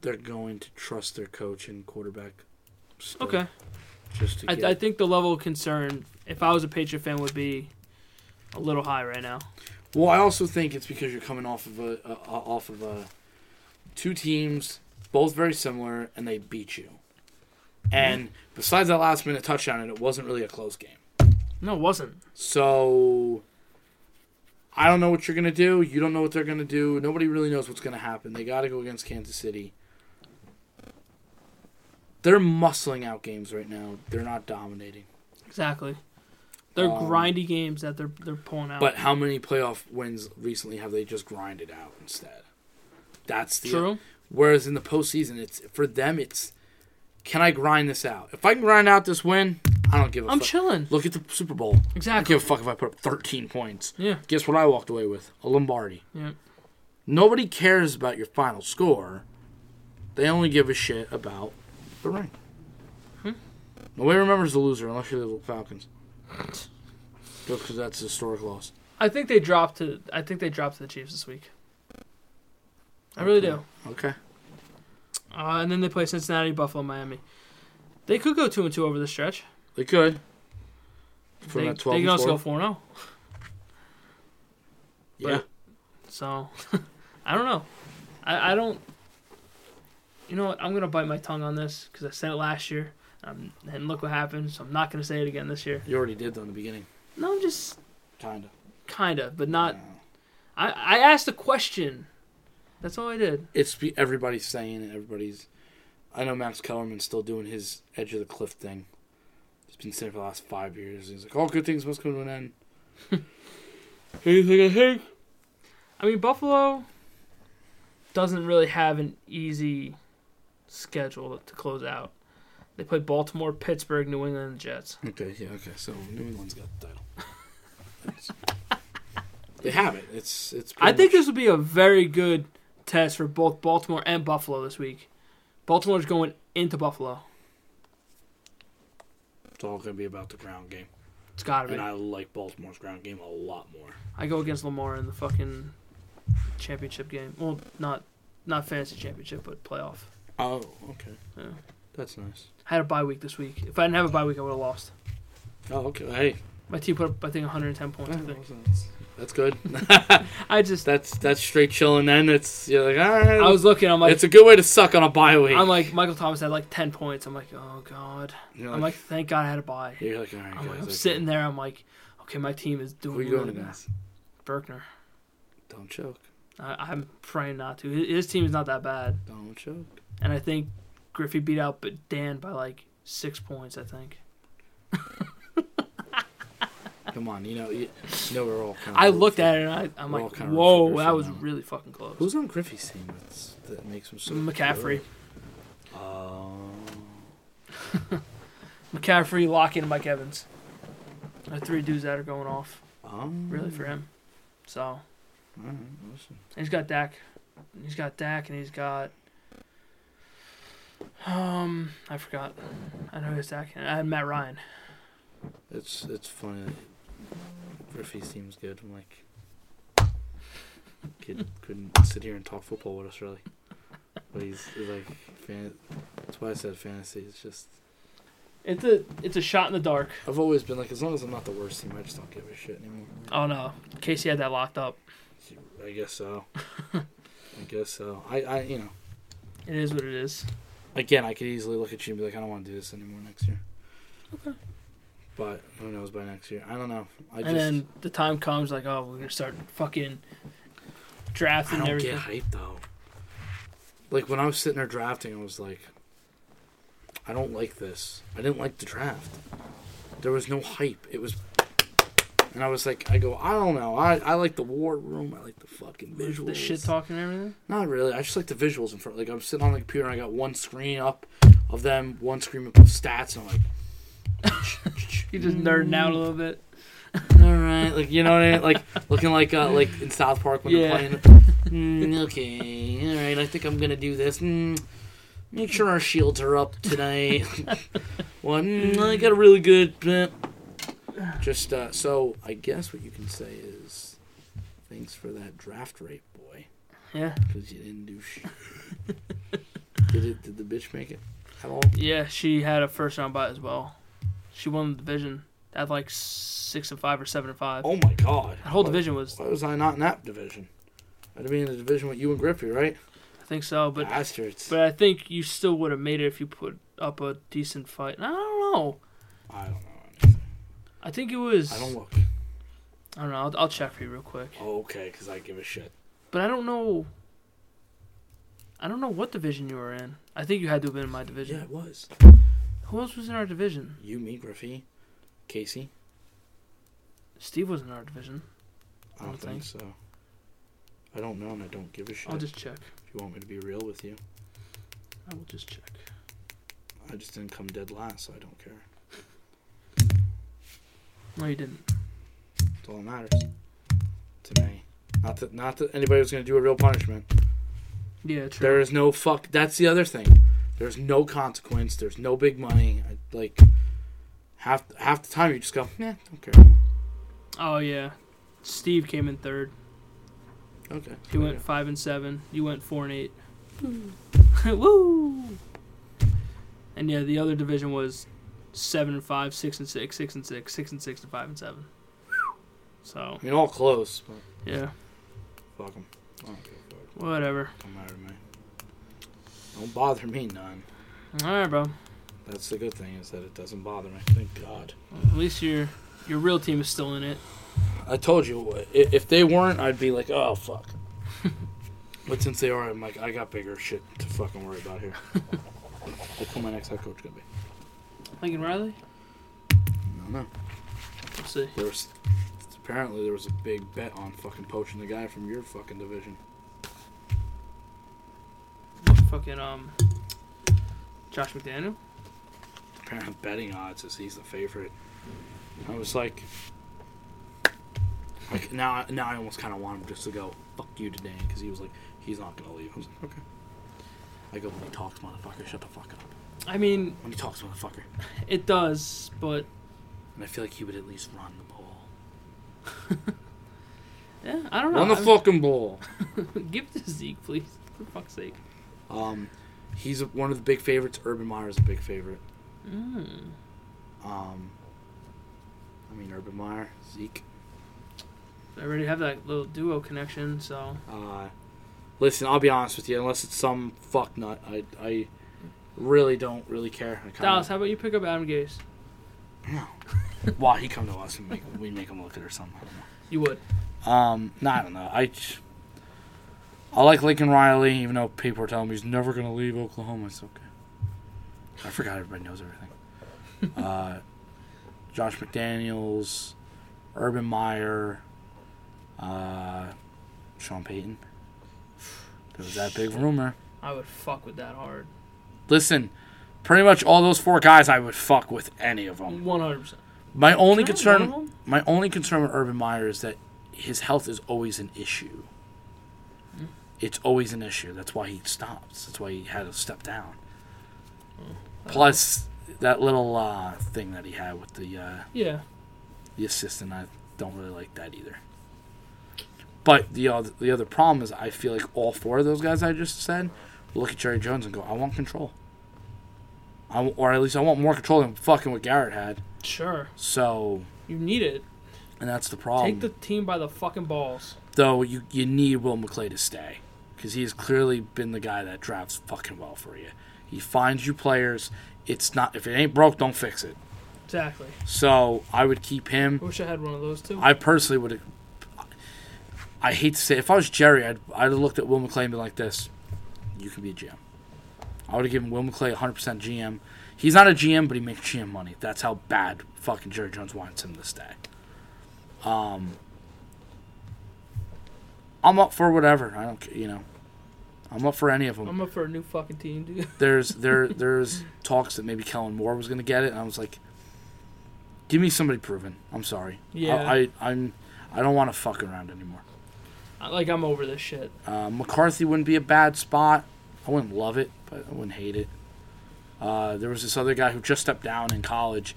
[SPEAKER 1] they're going to trust their coach and quarterback. still,
[SPEAKER 2] Okay.
[SPEAKER 1] Just to
[SPEAKER 2] I,
[SPEAKER 1] get,
[SPEAKER 2] I think the level of concern, if I was a Patriot fan, would be a little high right now.
[SPEAKER 1] Well, I also think it's because you're coming off of a, a, a- off of a two teams, both very similar, and they beat you.
[SPEAKER 2] Mm-hmm.
[SPEAKER 1] And besides that last minute touchdown, and it wasn't really a close game.
[SPEAKER 2] No, it wasn't.
[SPEAKER 1] So I don't know what you're gonna do. You don't know what they're gonna do. Nobody really knows what's gonna happen. They got to go against Kansas City. They're muscling out games right now. They're not dominating.
[SPEAKER 2] Exactly. They're
[SPEAKER 1] Um,
[SPEAKER 2] grindy games that they're they're pulling out.
[SPEAKER 1] But how many playoff wins recently have they just grinded out instead? That's the
[SPEAKER 2] True.
[SPEAKER 1] Whereas in the postseason, it's for them, it's can I grind this out? If I can grind out this win, I don't give a
[SPEAKER 2] I'm
[SPEAKER 1] fuck.
[SPEAKER 2] chilling.
[SPEAKER 1] Look at the Super Bowl. I don't
[SPEAKER 2] Exactly.
[SPEAKER 1] give a fuck if I put up 13 points.
[SPEAKER 2] Yeah.
[SPEAKER 1] Guess what I walked away with? A Lombardi.
[SPEAKER 2] Yeah.
[SPEAKER 1] Nobody cares about your final score. They only give a shit about the ring.
[SPEAKER 2] Hmm.
[SPEAKER 1] Nobody remembers the loser unless you're the Falcons. Just because that's a historic loss.
[SPEAKER 2] I think they dropped to. I think they dropped to the Chiefs this week. I really do.
[SPEAKER 1] Okay.
[SPEAKER 2] Uh, and then they play Cincinnati, Buffalo, Miami. They could go two and two over the stretch.
[SPEAKER 1] They could. From
[SPEAKER 2] They,
[SPEAKER 1] that
[SPEAKER 2] they
[SPEAKER 1] 12
[SPEAKER 2] can
[SPEAKER 1] and
[SPEAKER 2] also
[SPEAKER 1] 4.
[SPEAKER 2] go four oh. zero.
[SPEAKER 1] Yeah.
[SPEAKER 2] So, I don't know. I, I don't. You know what? I'm gonna bite my tongue on this because I said it last year, um, and look what happened. So I'm not gonna say it again this year.
[SPEAKER 1] You already did, though, in the beginning.
[SPEAKER 2] No, I'm just
[SPEAKER 1] Kind of.
[SPEAKER 2] kinda, but not. I I asked a question. That's all I did.
[SPEAKER 1] it's be- everybody's saying it. Everybody's. I know Max Kellerman's still doing his edge of the cliff thing. It's been saying for the last five years. He's like, all good things must come to an end. He's like, I think.
[SPEAKER 2] I mean, Buffalo doesn't really have an easy schedule to close out. They play Baltimore, Pittsburgh, New England, and Jets.
[SPEAKER 1] Okay, yeah, okay. So New England's got the title. It's- they have it. It's it's.
[SPEAKER 2] I
[SPEAKER 1] pretty
[SPEAKER 2] think
[SPEAKER 1] much-
[SPEAKER 2] this would be a very good test for both Baltimore and Buffalo this week. Baltimore's going into Buffalo.
[SPEAKER 1] it's all going to be about the ground game,
[SPEAKER 2] It's gotta be.
[SPEAKER 1] and
[SPEAKER 2] I,
[SPEAKER 1] I like Baltimore's ground game a lot more.
[SPEAKER 2] go against Lamar in the fucking championship game. Well, not not fantasy championship, but playoff.
[SPEAKER 1] Oh, okay.
[SPEAKER 2] Yeah.
[SPEAKER 1] That's nice.
[SPEAKER 2] had a bye week this week. If I didn't have a bye week, I would have lost.
[SPEAKER 1] Oh, okay. Hey,
[SPEAKER 2] My team put up, I think, 110 points.
[SPEAKER 1] Mm.
[SPEAKER 2] I think.
[SPEAKER 1] that's good.
[SPEAKER 2] I just,
[SPEAKER 1] that's that's straight chilling. Then it's you're like, all right.
[SPEAKER 2] I was looking. I'm like,
[SPEAKER 1] it's a good way to suck on a bye week.
[SPEAKER 2] I'm like, Michael Thomas had like 10 points. I'm like, oh god.
[SPEAKER 1] you're
[SPEAKER 2] I'm like, thank God I had a bye.
[SPEAKER 1] you're like, all right,
[SPEAKER 2] I'm like,
[SPEAKER 1] guys,
[SPEAKER 2] I'm
[SPEAKER 1] okay.
[SPEAKER 2] sitting there. I'm like, okay, my team is doing
[SPEAKER 1] Who you
[SPEAKER 2] really
[SPEAKER 1] going
[SPEAKER 2] bad.
[SPEAKER 1] against?
[SPEAKER 2] Berkner.
[SPEAKER 1] Don't choke.
[SPEAKER 2] I, I'm praying not to. His, his team is not that bad,
[SPEAKER 1] Don't choke.
[SPEAKER 2] and I think Griffey beat out but Dan by like six points. I think.
[SPEAKER 1] Come on, you know, you, you know we're all. Kind
[SPEAKER 2] I looked at it and I,
[SPEAKER 1] Oh,
[SPEAKER 2] I'm
[SPEAKER 1] We're all
[SPEAKER 2] like,
[SPEAKER 1] kinda
[SPEAKER 2] whoa,
[SPEAKER 1] rooting for
[SPEAKER 2] that was
[SPEAKER 1] them.
[SPEAKER 2] really fucking close.
[SPEAKER 1] Who's on Griffey's team? That's, that makes him so.
[SPEAKER 2] McCaffrey,
[SPEAKER 1] good? Oh.
[SPEAKER 2] McCaffrey, Lockett, and Mike Evans. Are three dudes that are going off
[SPEAKER 1] Um,
[SPEAKER 2] really for him. So
[SPEAKER 1] All right, listen.
[SPEAKER 2] and he's got Dak, And he's got Dak, and he's got. Um, I forgot. I know it's Dak. And I had Matt Ryan.
[SPEAKER 1] It's it's funny. that Griffey seems good. I'm like, kid couldn't sit here and talk football with us really, but he's, he's like, fan, that's why I said fantasy. It's just
[SPEAKER 2] It's a it's a shot in the dark.
[SPEAKER 1] I've always been like, as long as I'm not the worst team, I just don't give a shit anymore.
[SPEAKER 2] Oh no, Casey had that locked up.
[SPEAKER 1] I guess so. I guess so. I, I you know
[SPEAKER 2] It is what it is.
[SPEAKER 1] again I could easily look at you and be like, I don't want to do this anymore next year.
[SPEAKER 2] Okay.
[SPEAKER 1] But who knows by next year? I don't know. I just
[SPEAKER 2] and then the time comes like, oh, we're gonna start fucking
[SPEAKER 1] I
[SPEAKER 2] drafting
[SPEAKER 1] don't
[SPEAKER 2] everything.
[SPEAKER 1] get hype though. Like when I was sitting there drafting, I was like, I don't like this. I didn't like the draft. There was no hype. It was, and I was like, I go, I don't know. I, I like the war room. I like the fucking visuals.
[SPEAKER 2] The shit talking and everything.
[SPEAKER 1] Not really. I just like the visuals in front. Like I'm sitting on the computer, and I got one screen up of them, one screen up of stats, and I'm like,
[SPEAKER 2] You just nerding out a little bit.
[SPEAKER 1] all right, like you know what I mean? Like looking like uh, like in South Park when
[SPEAKER 2] Yeah.
[SPEAKER 1] they're playing. Mm, okay, all right. I think I'm gonna do this. Mm, make sure our shields are up tonight. One, mm, I got a really good. bleh. Just uh, so I guess what you can say is, thanks for that draft rape, boy,
[SPEAKER 2] Yeah,
[SPEAKER 1] because you didn't do shit. did it? Did the bitch make it at all?
[SPEAKER 2] yeah. She had a first round bye as well. She won the division at like six and five or seven and five.
[SPEAKER 1] Oh my god!
[SPEAKER 2] That whole
[SPEAKER 1] Why-
[SPEAKER 2] division was,
[SPEAKER 1] Why was I not in that division? I'd have been in the division with you and Griffey, right?
[SPEAKER 2] I think so, but
[SPEAKER 1] Bastards.
[SPEAKER 2] but I think you still would have made it if you put up a decent fight. I don't know.
[SPEAKER 1] I don't know.
[SPEAKER 2] I think it was.
[SPEAKER 1] I don't look.
[SPEAKER 2] I don't know. I'll, I'll check for you real quick.
[SPEAKER 1] Oh, okay, because I give a shit.
[SPEAKER 2] But I don't know. I don't know what division you were in. I think you had to have been in my division.
[SPEAKER 1] Yeah, it was.
[SPEAKER 2] Who else was in our division?
[SPEAKER 1] You, me, Griffey, Casey.
[SPEAKER 2] Steve was in our division.
[SPEAKER 1] I don't think so. I don't know, and I don't give a shit.
[SPEAKER 2] I'll just check.
[SPEAKER 1] if you want me to be real with you,
[SPEAKER 2] I will just check.
[SPEAKER 1] I just didn't come dead last, so I don't care.
[SPEAKER 2] No, you didn't.
[SPEAKER 1] That's all that matters to me. Not that, not that anybody was going to do a real punishment.
[SPEAKER 2] Yeah, true.
[SPEAKER 1] There is no fuck. That's the other thing. There's no consequence. There's no big money. I, like half half the time, you just go, yeah, don't care.
[SPEAKER 2] Oh yeah, Steve came in third.
[SPEAKER 1] Okay.
[SPEAKER 2] He went five and seven. You went four and eight. Woo! And yeah, the other division was seven and five, six and six, six and six, six and six, and five and seven. So
[SPEAKER 1] I mean, all close, but
[SPEAKER 2] yeah,
[SPEAKER 1] fuck 'em. I don't give a fuck.
[SPEAKER 2] whatever.
[SPEAKER 1] Don't matter to me. Don't bother me none.
[SPEAKER 2] All right, bro.
[SPEAKER 1] That's the good thing is that it doesn't bother me. Thank God.
[SPEAKER 2] At least your your real team is still in it.
[SPEAKER 1] I told you, i- if they weren't, I'd be like, oh fuck. but since they are, I'm like, I got bigger shit to fucking worry about here. Look who my next head coach gonna be.
[SPEAKER 2] Lincoln Riley.
[SPEAKER 1] No, no.
[SPEAKER 2] Let's see.
[SPEAKER 1] There was apparently there was a big bet on fucking poaching the guy from your fucking division.
[SPEAKER 2] Fucking um, Josh McDaniel.
[SPEAKER 1] Apparent betting odds is he's the favorite. I was like, like now, now I almost kind of want him just to go fuck you today because he was like, he's not gonna leave. I was like, okay. I go when he talks, motherfucker, shut the fuck up.
[SPEAKER 2] I mean,
[SPEAKER 1] When he talks, motherfucker,
[SPEAKER 2] it does, but
[SPEAKER 1] and I feel like he would at least run the ball.
[SPEAKER 2] yeah, I don't know.
[SPEAKER 1] Run the
[SPEAKER 2] I-
[SPEAKER 1] fucking ball.
[SPEAKER 2] Give it to Zeke, please. For fuck's sake.
[SPEAKER 1] Um, he's one of the big favorites. Urban Meyer's a big favorite.
[SPEAKER 2] Mm.
[SPEAKER 1] Um, I mean Urban Meyer, Zeke.
[SPEAKER 2] I already have that little duo connection, so
[SPEAKER 1] Uh, listen, I'll be honest with you. Unless it's some fucknut, I, I really don't really care. I
[SPEAKER 2] Dallas,
[SPEAKER 1] kinda,
[SPEAKER 2] how about you pick up Adam Gase?
[SPEAKER 1] why he come to us and make we make him look at or something. I don't
[SPEAKER 2] You would.
[SPEAKER 1] know. Um, no, I don't know. I j- I like Lincoln Riley, even though people are telling me he's never going to leave Oklahoma. It's okay. I forgot everybody knows everything. uh, Josh McDaniels, Urban Meyer, uh, Sean Payton. There was that big rumor.
[SPEAKER 2] I would fuck with that hard.
[SPEAKER 1] Listen, pretty much all those four guys, I would fuck with any of them.
[SPEAKER 2] One hundred percent.
[SPEAKER 1] My only
[SPEAKER 2] Can I
[SPEAKER 1] concern.
[SPEAKER 2] have one of 'em?
[SPEAKER 1] My only concern with Urban Meyer is that his health is always an issue.
[SPEAKER 2] Hmm.
[SPEAKER 1] It's always an issue. That's why he stops. That's why he had to step down.
[SPEAKER 2] Hmm.
[SPEAKER 1] Plus, that little uh, thing that he had with the uh,
[SPEAKER 2] Yeah.
[SPEAKER 1] the assistant, I don't really like that either. But the other, the other problem is, I feel like all four of those guys I just said look at Jerry Jones and go, "I want control," I w or at least I want more control than fucking what Garrett had.
[SPEAKER 2] Sure.
[SPEAKER 1] So,
[SPEAKER 2] You need it.
[SPEAKER 1] and that's the problem.
[SPEAKER 2] Take the team by the fucking balls.
[SPEAKER 1] though you you need Will McClay to stay because he has clearly been the guy that drafts fucking well for you. He finds you players. It's not if it ain't broke, don't fix it.
[SPEAKER 2] Exactly.
[SPEAKER 1] So I would keep him.
[SPEAKER 2] I wish I had one of those too.
[SPEAKER 1] I personally would. I hate to say, if I was Jerry, I'd I'd have looked at Will McClay and been like this: "You can be a GM." I would have given Will McClay 100% GM. He's not a GM, but he makes GM money. That's how bad fucking Jerry Jones wants him to stay. Um, I'm up for whatever. I don't, ca- you know, I'm up for any of them
[SPEAKER 2] I'm up for a new fucking team, dude.
[SPEAKER 1] there's there there's talks that maybe Kellen Moore was going to get it, and I was like, give me somebody proven. I'm sorry.
[SPEAKER 2] Yeah.
[SPEAKER 1] I, I I'm I don't want to fuck around anymore.
[SPEAKER 2] I- like I'm over this shit.
[SPEAKER 1] Uh, McCarthy wouldn't be a bad spot. I wouldn't love it, but I wouldn't hate it. Uh, there was this other guy who just stepped down in college,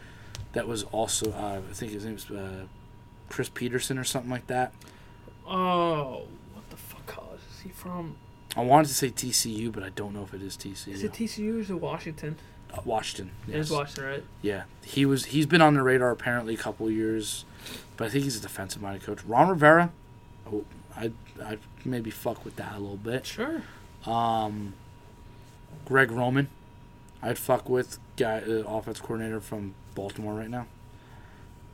[SPEAKER 1] that was also uh, I think his name was uh, Chris Peterson or something like that.
[SPEAKER 2] Oh, what the fuck college is he from?
[SPEAKER 1] I wanted to say TCU, but I don't know if it is TCU.
[SPEAKER 2] Is it TCU or is it Washington?
[SPEAKER 1] uh, Washington.
[SPEAKER 2] It is
[SPEAKER 1] Yes.
[SPEAKER 2] Washington, right?
[SPEAKER 1] Yeah, he was. He's been on the radar apparently a couple years, but I think he's a defensive-minded coach. Ron Rivera, oh, I I maybe fuck with that a little bit.
[SPEAKER 2] Sure.
[SPEAKER 1] Um, Greg Roman, I'd fuck with guy uh, offense coordinator from Baltimore right now.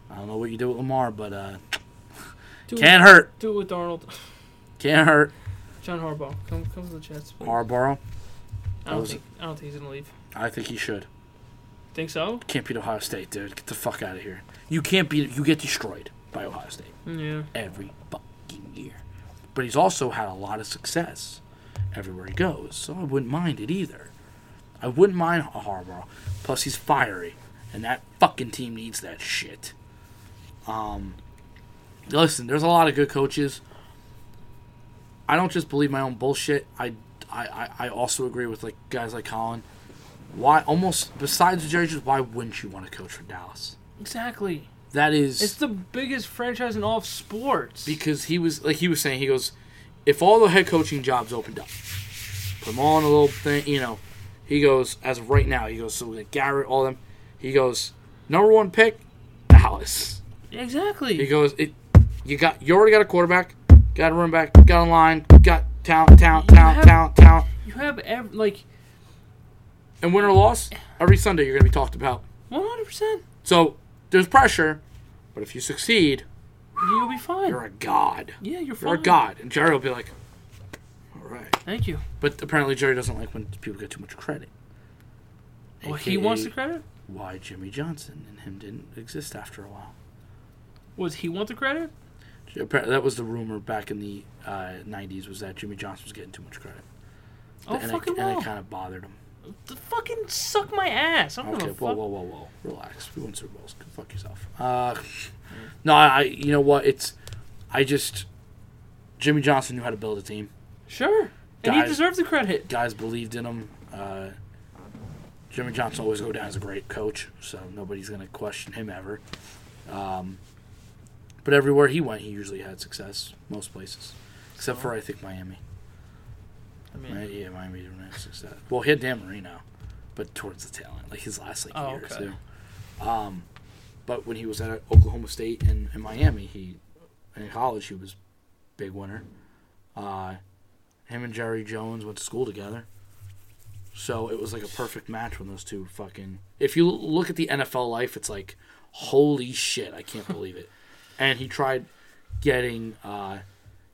[SPEAKER 1] I don't know what you did with Lamar, but uh,
[SPEAKER 2] Do
[SPEAKER 1] can't hurt,
[SPEAKER 2] it, do it with Darnold.
[SPEAKER 1] can't hurt.
[SPEAKER 2] John Harbaugh, come come to the Jets. please.
[SPEAKER 1] Harbaugh,
[SPEAKER 2] I don't
[SPEAKER 1] was-
[SPEAKER 2] think I don't think he's gonna leave.
[SPEAKER 1] I think he should.
[SPEAKER 2] Think so?
[SPEAKER 1] Can't beat Ohio State, dude. Get the fuck out of here. You can't beat. You get destroyed by Ohio State.
[SPEAKER 2] Yeah.
[SPEAKER 1] every fucking year. But he's also had a lot of success everywhere he goes, so I wouldn't mind it either. I wouldn't mind a Harbaugh. Plus, he's fiery, and that fucking team needs that shit. Um, listen, there's a lot of good coaches. I don't just believe my own bullshit. I, I, I, I also agree with like guys like Colin. Why almost besides Jerry Jones, why wouldn't you want to coach for Dallas?
[SPEAKER 2] Exactly.
[SPEAKER 1] That is
[SPEAKER 2] It's the biggest franchise in all of sports.
[SPEAKER 1] because he was like he was saying he goes if all the head coaching jobs opened up put them all in a little thing you know he goes as of right now he goes so like garrett all them he goes number one pick dallas
[SPEAKER 2] exactly.
[SPEAKER 1] he goes it you got you already got a quarterback got a run back got a line got talent talent
[SPEAKER 2] You
[SPEAKER 1] talent
[SPEAKER 2] have-
[SPEAKER 1] talent talent
[SPEAKER 2] you have ev- like
[SPEAKER 1] and win or loss every sunday you're gonna be talked about
[SPEAKER 2] 100. percent
[SPEAKER 1] so there's pressure but if you succeed
[SPEAKER 2] You'll be fine.
[SPEAKER 1] you're a god
[SPEAKER 2] Yeah, you're fine.
[SPEAKER 1] you're a god and jerry will be like all right
[SPEAKER 2] Thank you.
[SPEAKER 1] But apparently Jerry doesn't like when people get too much credit. AKA,
[SPEAKER 2] Well, Oh, he wants the credit.
[SPEAKER 1] why Jimmy Johnson and him didn't exist after a while.
[SPEAKER 2] Was he want the credit?
[SPEAKER 1] Apparently, that was the rumor back in the uh, '90s was that Jimmy Johnson was getting too much credit,
[SPEAKER 2] Oh
[SPEAKER 1] and,
[SPEAKER 2] fucking
[SPEAKER 1] it, and
[SPEAKER 2] well.
[SPEAKER 1] it kind of bothered him.
[SPEAKER 2] The fucking suck my ass. I don't
[SPEAKER 1] Okay,
[SPEAKER 2] give a
[SPEAKER 1] whoa,
[SPEAKER 2] fuck.
[SPEAKER 1] whoa, whoa, whoa, relax. We won Super Bowls. Go fuck yourself. Uh, no, I, I, you know what? It's, I just, Jimmy Johnson knew how to build a team.
[SPEAKER 2] Sure. And he
[SPEAKER 1] Guys-
[SPEAKER 2] deserves the credit.
[SPEAKER 1] Guys believed in him. Uh, Jimmy Johnson always go down as a great coach, so nobody's gonna question him ever. Um, but everywhere he went, he usually had success. Most places, except for I think Miami.
[SPEAKER 2] I mean,
[SPEAKER 1] Mi- Yeah, Miami didn't have success. Well, he had Dan Marino, but towards the tail end, like his last like
[SPEAKER 2] Oh,
[SPEAKER 1] year
[SPEAKER 2] okay.
[SPEAKER 1] or two. Um, but when he was at Oklahoma State and, and Miami, he in college he was big winner. Uh, him and Jerry Jones went to school together, so it was like a perfect match when those two fucking. If you l- look at the NFL life, it's like holy shit, I can't believe it. And he tried getting uh,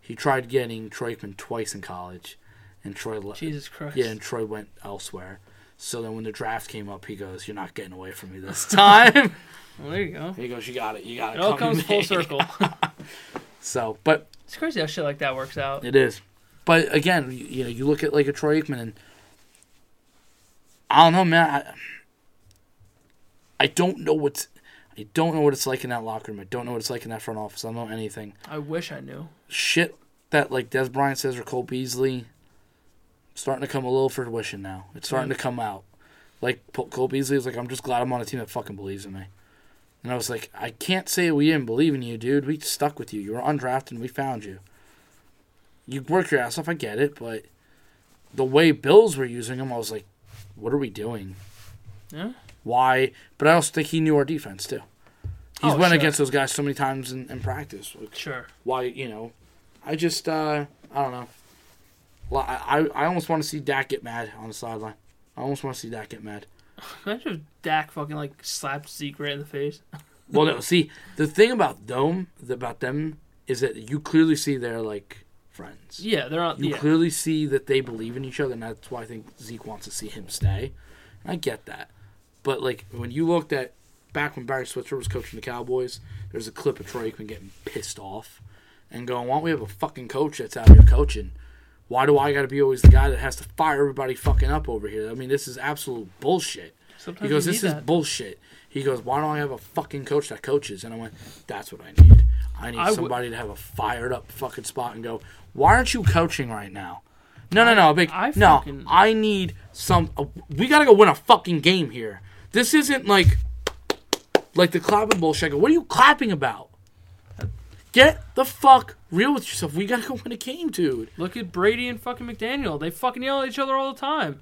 [SPEAKER 1] He tried getting Troikman twice in college, and Troy le-
[SPEAKER 2] Jesus Christ.
[SPEAKER 1] yeah, and Troy went elsewhere. So then when the draft came up, he goes, "You're not getting away from me this time."
[SPEAKER 2] Well, there you go.
[SPEAKER 1] he goes, "You got it. You got it."
[SPEAKER 2] It all comes full circle.
[SPEAKER 1] So, but
[SPEAKER 2] it's crazy how shit like that works out.
[SPEAKER 1] It is. But again, you, you know, you look at like a Troy Aikman, and I don't know, man. I, I don't know what's, I don't know what it's like in that locker room. I don't know what it's like in that front office. I don't know anything.
[SPEAKER 2] I wish I knew.
[SPEAKER 1] Shit that like Des Bryant says or Cole Beasley, starting to come a little fruition now. It's starting to come out. Like Po- Cole Beasley was like, I'm just glad I'm on a team that fucking believes in me. And I was like, I can't say we didn't believe in you, dude. We stuck with you. You were undrafted and we found you. You worked your ass off, I get it, but the way Bills were using him, I was like, what are we doing?
[SPEAKER 2] Yeah.
[SPEAKER 1] Why? But I also think he knew our defense, too. He's
[SPEAKER 2] Oh,
[SPEAKER 1] went
[SPEAKER 2] sure.
[SPEAKER 1] against those guys so many times in, in practice. which-
[SPEAKER 2] Sure.
[SPEAKER 1] why you know i just uh i don't know well, I, I I almost want to see Dak get mad on the sideline. I almost want to see Dak get mad.
[SPEAKER 2] Imagine if Dak fucking like slapped Zeke right in the face.
[SPEAKER 1] Well, no, see the thing about them about them is that you clearly see they're like friends.
[SPEAKER 2] Yeah, they're on.
[SPEAKER 1] You
[SPEAKER 2] Yeah.
[SPEAKER 1] clearly see that they believe in each other, and that's why I think Zeke wants to see him stay. And I get that, but like when you looked at back when Barry Switzer was coaching the Cowboys, there's a clip of Troy Aikman getting pissed off and going, "Why don't we have a fucking coach that's out here coaching? Why do I got to be always the guy that has to fire everybody fucking up over here? I mean, this is absolute bullshit."
[SPEAKER 2] Sometimes
[SPEAKER 1] He goes,
[SPEAKER 2] you
[SPEAKER 1] "This
[SPEAKER 2] need
[SPEAKER 1] is
[SPEAKER 2] that.
[SPEAKER 1] bullshit." He goes, "Why don't I have a fucking coach that coaches?" And I went, "That's what I need. I need
[SPEAKER 2] I would-
[SPEAKER 1] somebody to have a fired up fucking spot and go, why aren't you coaching right now?" No, no, no, big
[SPEAKER 2] I
[SPEAKER 1] no.
[SPEAKER 2] fucking-
[SPEAKER 1] I need some. uh, we gotta go win a fucking game here. This isn't like like the clapping bullshit. I go, what are you clapping about? Get the fuck real with yourself. We gotta go win a game, dude.
[SPEAKER 2] Look at Brady and fucking McDaniel. They fucking yell at each other all the time.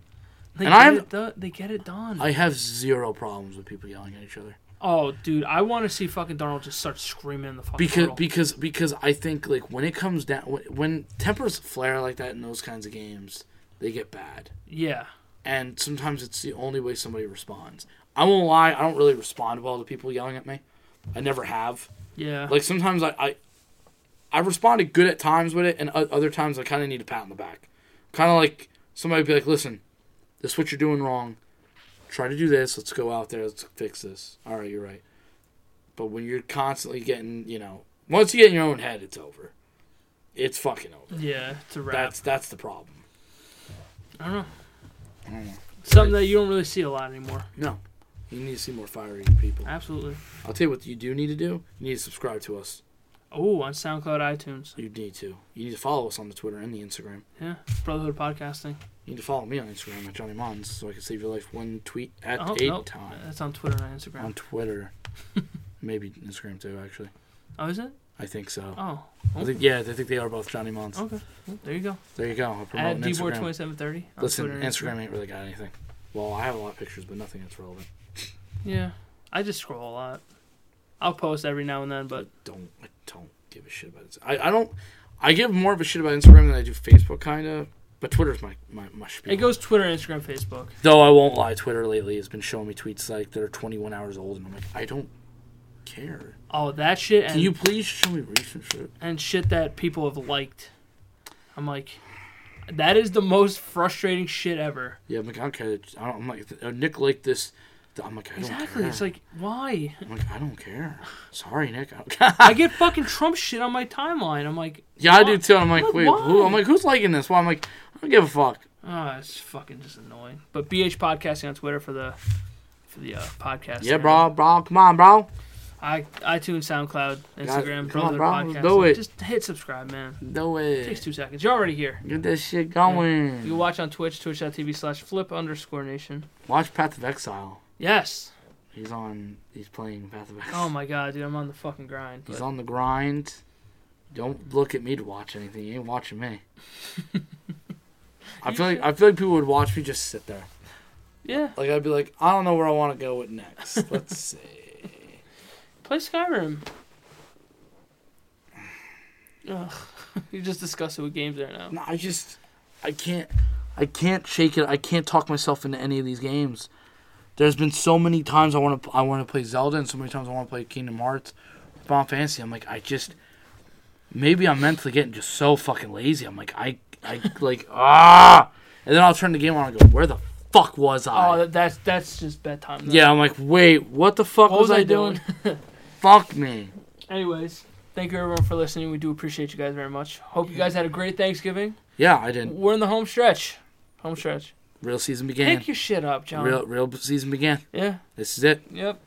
[SPEAKER 2] They
[SPEAKER 1] And
[SPEAKER 2] get
[SPEAKER 1] I'm-
[SPEAKER 2] it do- they get it done.
[SPEAKER 1] I have zero problems with people yelling at each other.
[SPEAKER 2] oh, dude, I want to see fucking Donald just start screaming in the fucking
[SPEAKER 1] because
[SPEAKER 2] portal.
[SPEAKER 1] because because I think like when it comes down when, when tempers flare like that in those kinds of games, they get bad.
[SPEAKER 2] yeah,
[SPEAKER 1] And sometimes it's the only way somebody responds. I won't lie, I don't really respond well to people yelling at me. I never have.
[SPEAKER 2] yeah.
[SPEAKER 1] Like sometimes I I, I responded good at times with it, and o- other times I kind of need a pat on the back. Kind of like somebody be like, "Listen, this is what you're doing wrong. Try to do this. Let's go out there. Let's fix this. All right, you're right." But when you're constantly getting, you know, once you get in your own head, it's over. It's fucking over.
[SPEAKER 2] yeah, it's a wrap.
[SPEAKER 1] That's that's the problem.
[SPEAKER 2] I don't know. Something that you don't really see a lot anymore.
[SPEAKER 1] No, you need to see more fiery people.
[SPEAKER 2] Absolutely.
[SPEAKER 1] I'll tell you what you do need to do. You need to subscribe to us.
[SPEAKER 2] Oh, on SoundCloud, iTunes.
[SPEAKER 1] You need to. You need to follow us on the Twitter and the Instagram.
[SPEAKER 2] Yeah, Brotherhood Podcasting.
[SPEAKER 1] You need to follow me on Instagram at Johnny Mons so I can save your life one tweet at
[SPEAKER 2] Oh,
[SPEAKER 1] a
[SPEAKER 2] nope.
[SPEAKER 1] time.
[SPEAKER 2] That's on Twitter and Instagram.
[SPEAKER 1] On Twitter. Maybe Instagram too, actually.
[SPEAKER 2] Oh, is it?
[SPEAKER 1] I think so.
[SPEAKER 2] Oh,
[SPEAKER 1] I think yeah, I think they are both Johnny Mons.
[SPEAKER 2] okay. Well, there you go.
[SPEAKER 1] There you go. I'm
[SPEAKER 2] At
[SPEAKER 1] promoting Instagram.
[SPEAKER 2] dboard2730. on
[SPEAKER 1] Listen,
[SPEAKER 2] Twitter and
[SPEAKER 1] Instagram ain't really got anything. Well, I have a lot of pictures, but nothing that's relevant.
[SPEAKER 2] Yeah, I just scroll a lot. I'll post every now and then, but
[SPEAKER 1] Don't I don't give a shit about it. I, I don't I give more of a shit about Instagram than I do Facebook kinda. But Twitter's my, my, my spiel.
[SPEAKER 2] it goes Twitter, Instagram, Facebook.
[SPEAKER 1] Though I won't lie, Twitter lately has been showing me tweets like that are twenty one hours old and I'm like, I don't care.
[SPEAKER 2] Oh, that shit and
[SPEAKER 1] Can you please show me recent shit?
[SPEAKER 2] and shit that people have liked. I'm like, that is the most frustrating shit ever.
[SPEAKER 1] Yeah, I'm like, I don't care. I don't, I'm like, uh, Nick liked this. I'm like, I don't
[SPEAKER 2] Exactly.
[SPEAKER 1] care.
[SPEAKER 2] It's like, why?
[SPEAKER 1] I'm like, I don't care. Sorry, Nick. I don't care.
[SPEAKER 2] I get fucking Trump shit on my timeline. I'm like,
[SPEAKER 1] yeah, I do
[SPEAKER 2] Why?
[SPEAKER 1] too. I'm like,
[SPEAKER 2] Like,
[SPEAKER 1] wait, who?
[SPEAKER 2] why?
[SPEAKER 1] I'm like, who's liking this? Why? I'm like, I don't give a fuck.
[SPEAKER 2] oh, it's fucking just annoying. But BH podcasting on Twitter for the for the uh, podcast.
[SPEAKER 1] Yeah,
[SPEAKER 2] handle.
[SPEAKER 1] bro, bro, come on, bro.
[SPEAKER 2] I iTunes, SoundCloud, Instagram,
[SPEAKER 1] come on, bro,
[SPEAKER 2] Brotherhood Podcast.
[SPEAKER 1] do it.
[SPEAKER 2] Just hit subscribe, man.
[SPEAKER 1] Do
[SPEAKER 2] It takes
[SPEAKER 1] it.
[SPEAKER 2] two seconds. You're already here.
[SPEAKER 1] Get this shit
[SPEAKER 2] You can
[SPEAKER 1] going.
[SPEAKER 2] watch on Twitch, twitch.tv slash flip underscore nation.
[SPEAKER 1] Watch Path of Exile.
[SPEAKER 2] Yes.
[SPEAKER 1] He's on. He's playing Path of Exile.
[SPEAKER 2] Oh my god, dude, I'm on the fucking grind.
[SPEAKER 1] he's
[SPEAKER 2] but-
[SPEAKER 1] on the grind. Don't look at me to watch anything. You ain't watching me. I feel like I feel like people would watch me just sit there.
[SPEAKER 2] yeah.
[SPEAKER 1] Like I'd be like, I don't know where I want to go with next. Let's see.
[SPEAKER 2] Play Skyrim. Ugh. You're just disgusting with games right now.
[SPEAKER 1] No, I just, I can't, I can't shake it. I can't talk myself into any of these games. There's been so many times I want to, I want to play Zelda, and so many times I want to play Kingdom Hearts, Final Fantasy. I'm like, I just, maybe I'm mentally getting just so fucking lazy. I'm like, I, I like, ah, and then I'll turn the game on and go, where the fuck was I?
[SPEAKER 2] Oh, that, that's that's just bedtime. though.
[SPEAKER 1] yeah, I'm like, wait, what the fuck
[SPEAKER 2] What was I doing?
[SPEAKER 1] Fuck me.
[SPEAKER 2] Anyways, thank you everyone for listening. We do appreciate you guys very much. Hope you guys had a great Thanksgiving.
[SPEAKER 1] Yeah, I didn't.
[SPEAKER 2] We're in the home stretch. Home stretch.
[SPEAKER 1] Real season began.
[SPEAKER 2] Pick your shit up, John.
[SPEAKER 1] Real, real season began.
[SPEAKER 2] Yeah.
[SPEAKER 1] This is it.
[SPEAKER 2] Yep.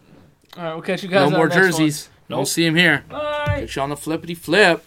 [SPEAKER 2] All right. We'll catch you guys.
[SPEAKER 1] No
[SPEAKER 2] on the
[SPEAKER 1] more
[SPEAKER 2] next one.
[SPEAKER 1] jerseys. Don't
[SPEAKER 2] Nope.
[SPEAKER 1] see him here.
[SPEAKER 2] Bye.
[SPEAKER 1] Catch you on the flippity flip.